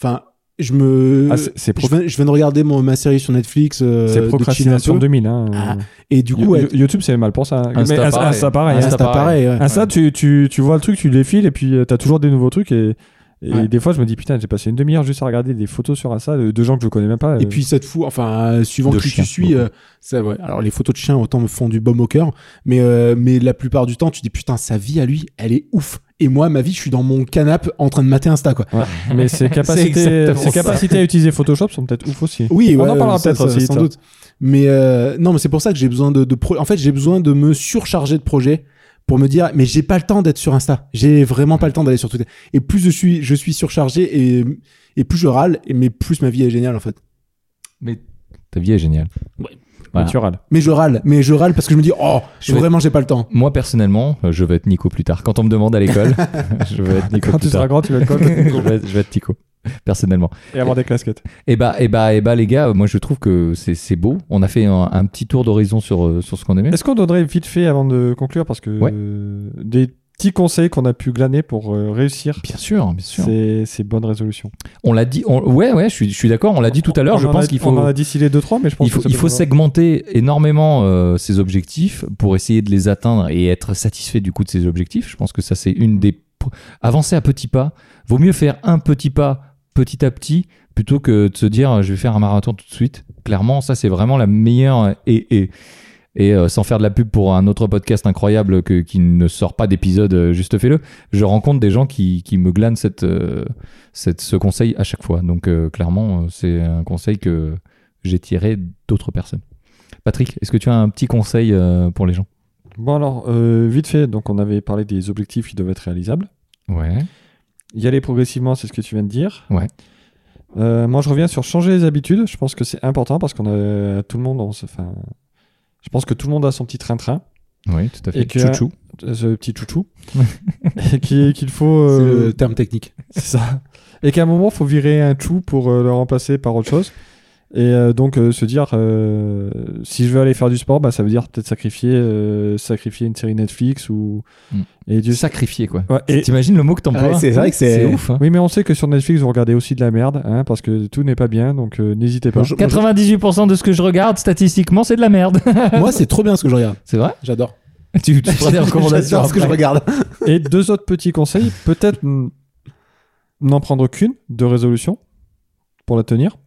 B: enfin je me
C: Ah, c'est- c'est
B: je
C: pro-
B: viens, je viens de regarder mon- ma série sur Netflix euh,
C: c'est
B: de
C: procrastination
B: chiller
C: 2000. Hein.
B: Ah, un peu. et du
C: You-
B: coup ouais, Ah,
C: You- YouTube, c'est mal pour ça. hein.
A: Insta,
C: mais Insta,
A: pareil.
C: Insta, pareil. hein.
A: Insta,
B: Insta, pareil, ouais.
C: Insta, tu, tu, tu vois le truc, tu les files et puis euh, t'as toujours des nouveaux trucs. Et, et
B: Ouais.
C: des fois, je me dis, putain, j'ai passé une demi-heure juste à regarder des photos sur Insta de, de gens que je connais même pas.
B: Et
C: euh.
B: puis ça te fout, enfin, euh, suivant
A: De
B: qui
A: chiens,
B: tu suis, euh, ça, ouais. Alors les photos de chiens autant me font du baume au cœur, mais euh, mais la plupart du temps, tu dis putain, sa vie à lui, elle est ouf. Et moi, ma vie, je suis dans mon canapé en train de mater Insta, quoi.
C: Ouais. Mais ses capacités,
A: exactement ça.
C: ses capacités à utiliser Photoshop sont peut-être ouf aussi.
B: Oui,
C: On en
B: ouais,
C: parlera
B: ça,
C: peut-être
B: ça,
C: aussi,
B: sans
C: ça.
B: doute. Mais euh, non, mais c'est pour ça que j'ai besoin de, de pro- en fait, j'ai besoin de me surcharger de projets pour me dire, mais j'ai pas le temps d'être sur Insta. J'ai vraiment pas le temps d'aller sur Twitter. Et plus je suis, je suis surchargé et et plus je râle, et mais plus ma vie est géniale en fait.
A: Mais ta vie est géniale. Voilà.
C: Naturel.
B: Mais je râle, mais je râle parce que je me dis, oh,
A: Je vais-
B: vraiment, j'ai pas le temps.
A: Moi personnellement, euh, je veux être Nico plus tard. Quand on me demande à l'école, je veux être Nico
C: Quand
A: plus
C: tu seras
A: tard.
C: grand, tu vas être quoi
A: je, veux être, je veux être Nico personnellement.
C: Et avoir des casquettes.
A: Et bah et bah et bah les gars, moi je trouve que c'est c'est beau. On a fait un, un petit tour d'horizon sur euh, sur ce qu'on aimait.
C: Est-ce qu'on donnerait vite fait avant de conclure parce que
A: Ouais.
C: euh, des petits conseils qu'on a pu glaner pour euh, réussir
A: Bien sûr, bien sûr.
C: ces, ces bonnes résolutions.
A: On l'a dit. on- Ouais ouais, je suis je suis d'accord. On l'a dit tout à l'heure.
C: On
A: Je
C: en
A: pense
C: a-
A: qu'il
C: On en
A: faut
C: a distillé deux trois, mais je pense
A: il faut,
C: que ça
A: il
C: peut
A: faut
C: vraiment-
A: segmenter énormément euh, ses objectifs pour essayer de les atteindre et être satisfait du coup de ses objectifs. Je pense que ça, c'est une des. pr- Avancer à petits pas. Vaut mieux faire un petit pas petit à petit plutôt que de se dire euh, je vais faire un marathon tout de suite. Clairement, ça, c'est vraiment la meilleure. euh, Et. et et euh, sans faire de la pub pour un autre podcast incroyable que, qui ne sort pas d'épisode, euh, juste fais-le. Je rencontre des gens qui, qui me glanent cette, euh, cette, ce conseil à chaque fois. Donc euh, clairement, euh, c'est un conseil que j'ai tiré d'autres personnes. Patrick, est-ce que tu as un petit conseil euh, pour les gens
C: Bon alors, euh, vite fait, donc on avait parlé des objectifs qui doivent être réalisables.
A: Ouais.
C: Y aller progressivement, c'est ce que tu viens de dire.
A: Ouais.
C: Euh, moi, je reviens sur changer les habitudes. Je pense que c'est important parce qu'on a tout le monde. On se- enfin, je pense que tout le monde a son petit train-train,
A: Oui, tout à fait.
C: Et que-
A: Chouchou.
C: euh, ce petit chouchou, et qui- qu'il faut.
B: C'est
C: euh,
B: le terme technique.
C: C'est ça. Et qu'à un moment, faut virer un chou pour euh, le remplacer par autre chose. Et euh, donc euh, se dire, euh, si je veux aller faire du sport, bah, ça veut dire peut-être sacrifier, euh, sacrifier une série Netflix ou.
A: Mm.
C: Et Dieu sait-
A: Sacrifié, quoi.
C: Ouais, et-
A: T'imagines le mot que t'emploies
B: Ouais, c'est vrai que c'est-
A: ouf. hein.
C: Oui, mais on sait que sur Netflix, vous regardez aussi de la merde, hein, parce que tout n'est pas bien, donc euh, n'hésitez pas.
B: Moi, je-
A: 98% de ce que je regarde statistiquement, c'est de la merde.
B: Moi, c'est trop bien ce que je regarde.
A: c'est vrai
B: J'adore.
A: Tu, tu feras des recommandations.
B: J'adore ce que je
A: après.
B: regarde.
C: Et deux autres petits conseils, peut-être n- n'en prendre qu'une de résolution pour la tenir.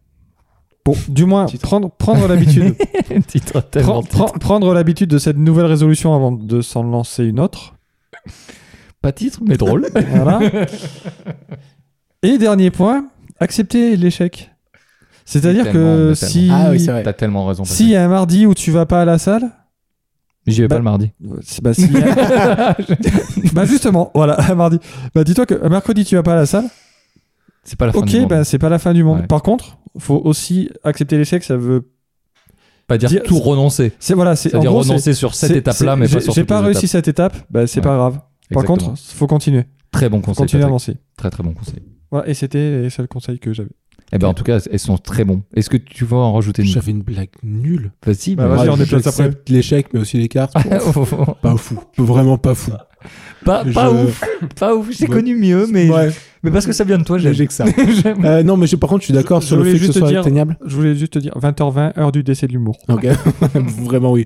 C: Bon, du moins,
B: Titre.
C: prendre, prendre l'habitude.
A: Titre
C: Pren-
A: tellement
C: pren- prendre l'habitude de cette nouvelle résolution avant de s'en lancer une autre.
A: Pas titre, mais drôle.
C: Voilà. Et dernier point, accepter l'échec. C'est-à-dire
A: Mais tellement,
C: que
A: mais
C: si
B: Ah oui, c'est vrai.
A: T'as tellement raison.
C: s'il y a un mardi où tu vas pas à la salle,
A: Patrick. J'y vais
C: Bah-
A: pas le mardi.
C: euh, si- bah, si- bah justement, voilà, un mardi. Bah dis-toi que un mercredi tu vas pas à la salle.
A: C'est pas la fin
C: ok,
A: du monde.
C: bah c'est pas la fin du monde.
A: Ouais.
C: Par contre, faut aussi accepter l'échec. Ça veut,
A: Pas dire
C: dire-
A: tout renoncer.
C: c'est voilà, c'est en
A: C'est-à-dire
C: gros, c'est-
A: renoncer sur cette
C: c'est-
A: étape-là,
C: c'est-
A: mais
C: j'ai-
A: pas sur
C: J'ai
A: toutes
C: pas
A: les
C: réussi
A: étapes.
C: cette étape. Bah c'est
A: Ouais.
C: pas grave. Par
A: Exactement.
C: contre, faut continuer.
A: très bon conseil.
C: Continuer à
A: Patrick.
C: avancer.
A: Très très bon conseil.
C: Voilà, et c'était les seuls conseils que j'avais.
A: Eh ben en tout cas, elles sont très bons. Est-ce que tu vas en rajouter une
B: J'avais une blague nulle.
A: Ah, Vas-y,
C: Bah,
A: mais-
C: vas-y, on est
B: J'accepte
C: place après.
B: L'échec, mais aussi les cartes. Pas fou. Vraiment pas fou.
A: Ah, Oh, pas, pas
B: Je-
A: ouf, pas ouf. J'ai
B: Ouais.
A: connu mieux, mais,
B: Ouais,
A: mais parce que ça vient de toi, j'aime.
B: j'ai que ça.
A: J'aime.
B: Euh, non, mais je- par contre, je suis d'accord
C: Je-
B: sur
C: je
B: le
C: voulais
B: fait que ce
C: juste
B: soit
C: dire-
B: atteignable.
C: Je voulais juste te dire 20h20, heure du décès de l'humour.
B: Ok, vraiment oui.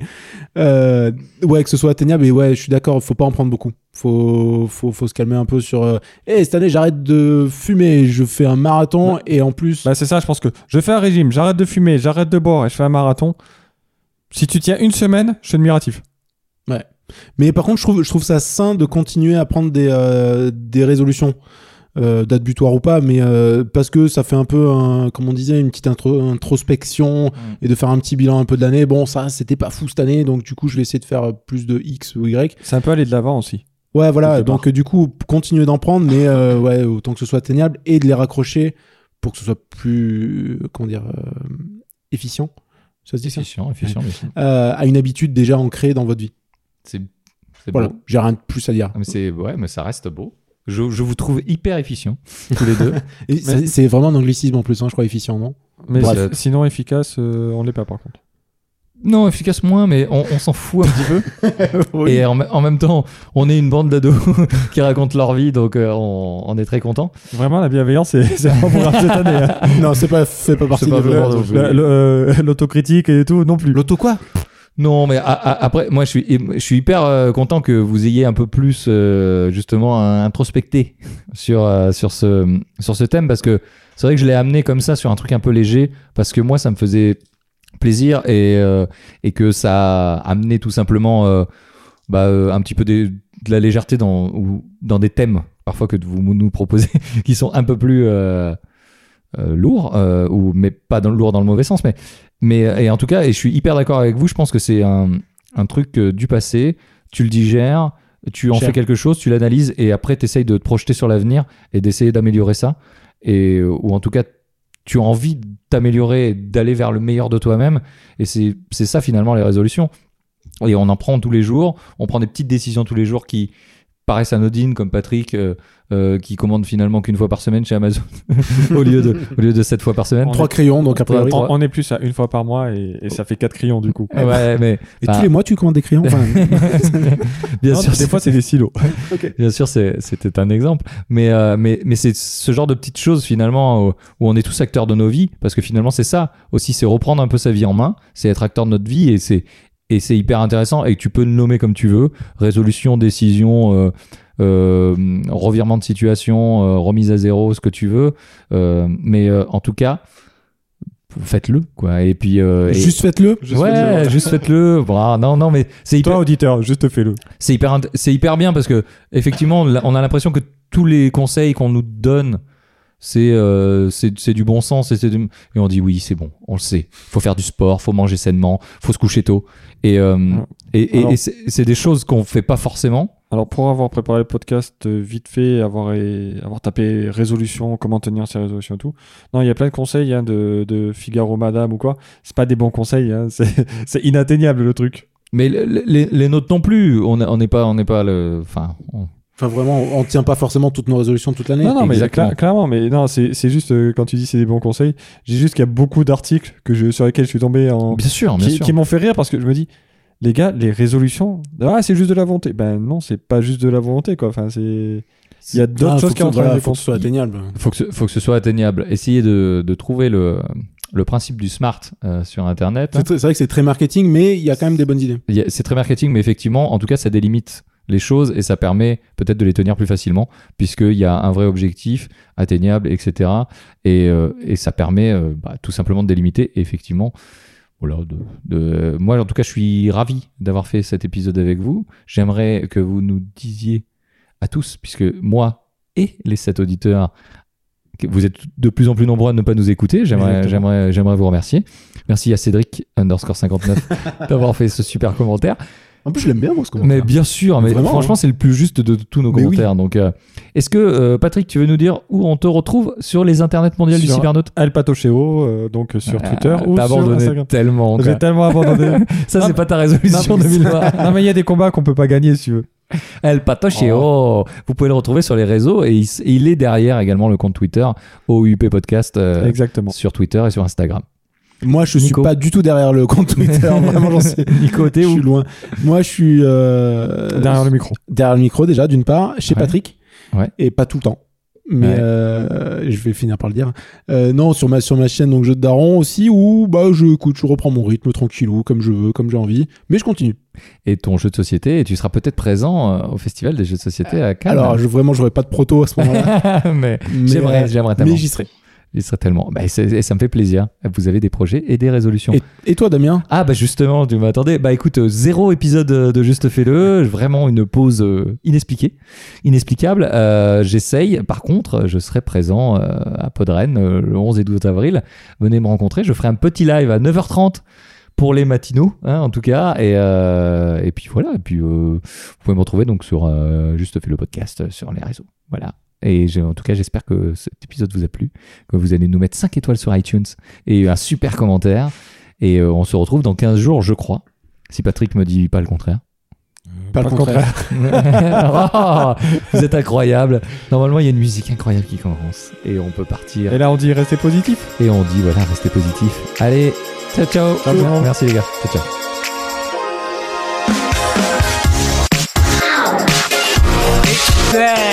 B: Euh, ouais, que ce soit atteignable, et ouais, je suis d'accord, faut pas en prendre beaucoup. Faut, faut, faut se calmer un peu sur. Euh, Eh, cette année, j'arrête de fumer, je fais un marathon, et en plus.
C: Bah c'est ça, je pense que je fais un régime, j'arrête de fumer, j'arrête de boire et je fais un marathon. Si tu tiens une semaine, je suis admiratif.
B: Mais par contre, je trouve, je trouve ça sain de continuer à prendre des, euh, des résolutions, euh, date butoir ou pas, mais euh, parce que ça fait un peu, un- comme on disait, une petite intro- introspection et de faire un petit bilan un peu de l'année. Bon, ça, c'était pas fou cette année, donc du coup, je vais essayer de faire euh, plus de X ou Y.
C: C'est un peu aller de l'avant aussi.
B: Ouais, voilà.
C: Quelque part.
B: Donc, euh, du coup, p- continuer d'en prendre, mais euh, ouais, autant que ce soit atteignable et de les raccrocher pour que ce soit plus, euh, comment dire, euh, efficient. Ça se dit ça
A: Efficient, efficient, mais
B: Euh, À une habitude déjà ancrée dans votre vie.
A: c'est c'est
B: Voilà.
A: beau.
B: J'ai rien de plus à dire.
A: Ah, Mais c'est ouais, mais ça reste beau. Je, je vous trouve hyper efficient tous les deux.
B: Et ça- C'est vraiment un anglicisme en plus, hein, je crois, efficient, non
C: Mais
A: Bref.
C: si- sinon efficace, euh, on l'est pas par contre.
A: Non, efficace moins, mais on, on s'en fout un petit peu. Et en, en même temps, on est une bande d'ados qui racontent leur vie, donc euh, on, on est très content.
C: Vraiment, la bienveillance, c'est c'est pas pour cette année. hein.
B: Non, c'est pas, fait pas partie
A: pas
B: de
A: vraiment-
B: de-
A: je-
C: Le- le- euh, L'autocritique et tout, non plus.
B: L'auto quoi
A: Non, mais a- a- après, moi, je suis, je suis hyper euh, content que vous ayez un peu plus euh, justement un- introspecté sur euh, sur ce sur ce thème parce que c'est vrai que je l'ai amené comme ça sur un truc un peu léger parce que moi, ça me faisait plaisir et euh, et que ça a amené tout simplement euh, bah, euh, un petit peu des- de la légèreté dans ou dans des thèmes parfois que vous nous proposez qui sont un peu plus euh, euh, lourds euh, ou mais pas dans le lourd dans le mauvais sens mais mais et en tout cas, et je suis hyper d'accord avec vous, je pense que c'est un, un truc euh, du passé, tu le digères, tu en
B: Cher.
A: fais quelque chose, tu l'analyses et après tu essayes de te projeter sur l'avenir et d'essayer d'améliorer ça. Et, euh, ou en tout cas, tu as envie de t'améliorer et d'aller vers le meilleur de toi-même. Et c'est c'est ça finalement les résolutions. Et on en prend tous les jours, on prend des petites décisions tous les jours qui paraissent anodines comme Patrick euh, euh, qui commande finalement qu'une fois par semaine chez Amazon au lieu de au lieu de sept fois par semaine.
C: On
B: Trois
C: est-
B: crayons, donc a priori.
C: On, on est plus à une fois par mois et, et ça fait quatre crayons du coup.
A: Ouais, mais
B: Et
A: Ah.
B: tous les mois, tu commandes des crayons Enfin,
A: bien
C: Non,
A: sûr,
C: des
A: c'est-
C: fois c'est des silos.
A: Bien sûr, c'est- c'était un exemple, mais, euh, mais, mais c'est ce genre de petites choses finalement où, où on est tous acteurs de nos vies, parce que finalement c'est ça aussi, c'est reprendre un peu sa vie en main, c'est être acteur de notre vie et c'est et c'est hyper intéressant et tu peux le nommer comme tu veux, résolution, décision, euh, euh, revirement de situation, euh, remise à zéro, ce que tu veux, Euh, mais euh, en tout cas faites-le quoi et puis euh, et-
B: Juste faites-le.
A: ouais juste faites-le Bah, non non mais c'est hyper
C: Toi auditeur, juste fais-le.
A: c'est hyper, int- c'est hyper bien parce que effectivement, on l'a- on a l'impression que tous les conseils qu'on nous donne c'est euh, c'est c'est du bon sens et c'est du... et on dit oui c'est bon on le sait faut faire du sport faut manger sainement faut se coucher tôt et euh, et, et-
C: Alors-
A: et c'est c'est des choses qu'on fait pas forcément
C: Alors pour avoir préparé le podcast euh, vite fait, avoir, et- avoir tapé résolution, comment tenir ses résolutions et tout, non, il y a plein de conseils hein, de, de Figaro Madame ou quoi. C'est pas des bons conseils, hein, c'est c'est inatteignable le truc.
A: mais le- le- les, les nôtres non plus on a- on n'est pas on n'est pas le enfin on-
B: Enfin, vraiment, on tient pas forcément toutes nos résolutions toute l'année.
C: Non, non, mais
A: exactement.
C: cla- clairement, mais non, c'est c'est juste euh, quand tu dis c'est des bons conseils, j'ai juste qu'il y a beaucoup d'articles que je, sur lesquels je suis tombé en,
A: bien sûr bien
C: qui,
A: sûr
C: qui m'ont fait rire parce que je me dis, les gars, les résolutions, ah, c'est juste de la volonté. Ben non, c'est pas juste de la volonté, quoi. Enfin, c'est. Il y a d'autres
B: Ah, faut
C: choses
B: que
C: qui
B: ce-
C: entrent en
B: voilà,
C: ligne de
B: faut que
C: compte.
B: ce soit atteignable.
A: faut que ce, faut que ce soit atteignable essayez de, de trouver le le principe du smart euh, sur internet
B: C'est très- c'est vrai que c'est très marketing, mais il y a quand même des bonnes idées.
A: Il y a- C'est très marketing, mais effectivement, en tout cas, ça délimite les choses et ça permet peut-être de les tenir plus facilement, puisqu'il y a un vrai objectif atteignable, etc. Et, euh, et ça permet euh, bah, tout simplement de délimiter, et effectivement. Voilà, de, de- Moi, en tout cas, je suis ravi d'avoir fait cet épisode avec vous. J'aimerais que vous nous disiez à tous, puisque moi et les sept auditeurs, que vous êtes de plus en plus nombreux à ne pas nous écouter. J'aimerais,
C: Exactement.
A: j'aimerais, j'aimerais vous remercier. Merci à Cédric underscore 59 d'avoir fait ce super commentaire.
B: En plus, je l'aime bien, moi, ce
A: Mais bien sûr, mais
B: Vraiment,
A: franchement,
B: hein.
A: c'est le plus juste de tous nos
B: Mais
A: commentaires. Donc, euh, est-ce que euh, Patrick, tu veux nous dire où on te retrouve sur les internets mondiaux du
C: Sur
A: cybernaute
C: El Patocheo, euh, donc sur Twitter
A: Ah,
C: ou
A: T'as
C: sur
A: abandonné
C: Instagram.
A: tellement. quoi.
C: J'ai tellement abandonné.
A: Ça,
C: Ah,
A: c'est pas ta résolution
C: non, mais-
A: 2020.
C: non, mais il y a des combats qu'on peut pas gagner, si tu veux.
A: El
C: Oh.
A: Patocheo. Vous pouvez le retrouver sur les réseaux et il, s- il est derrière également le compte Twitter OUP Podcast euh,
C: Exactement.
A: sur Twitter et sur Instagram.
B: Moi, je suis
A: Nico.
B: pas du tout derrière le compte Twitter. vraiment, j'en sais.
A: Nico, t'es
B: Je suis
A: où
B: loin. Moi, je suis euh,
C: Derrière le micro.
B: derrière le micro déjà, d'une part, chez
A: Ouais.
B: Patrick,
A: Ouais.
B: et pas tout le temps. Mais
A: Ouais.
B: euh, je vais finir par le dire. Euh, non, sur ma, sur ma chaîne, donc Jeux de Daron aussi, où bah, je, écoute, je reprends mon rythme tranquillou, comme je veux, comme j'ai envie, mais je continue.
A: Et ton jeu de société, et tu seras peut-être présent euh, au festival des jeux de société à Cannes.
B: Alors, je, vraiment, j'aurais pas de proto à ce moment-là.
A: mais
B: mais,
A: j'aimerais,
B: euh,
A: j'aimerais tellement.
B: mais j'y serai.
A: Il serait tellement. Bah, c'est- et ça me fait plaisir. Vous avez des projets et des résolutions.
B: Et, et toi, Damien
A: Ah bah justement, tu m'attendais. Bah écoute, euh, zéro épisode euh, de Juste Fais-le, vraiment une pause euh, inexpliquée, inexplicable. Euh, J'essaye. Par contre, je serai présent euh, à Podren euh, le 11 et 12 avril. Venez me rencontrer. Je ferai un petit live à 9h30 pour les matinaux, hein, en tout cas. Et, euh, et puis voilà. Et puis euh, vous pouvez me retrouver donc sur euh, Juste Fais-le podcast euh, sur les réseaux. Voilà. Et j'ai- en tout cas, j'espère que cet épisode vous a plu, que vous allez nous mettre 5 étoiles sur iTunes et un super commentaire. Et euh, on se retrouve dans 15 jours, je crois. Si Patrick me dit pas le contraire.
B: Pas le contraire.
A: Oh, vous êtes incroyable. Normalement, il y a une musique incroyable qui commence. Et on peut partir.
C: Et là, on dit restez positif.
A: Et on dit, voilà, restez positif. Allez, ciao, ciao.
C: Ciao, tout le monde.
A: Merci les gars. Ciao, ciao.
D: Yeah.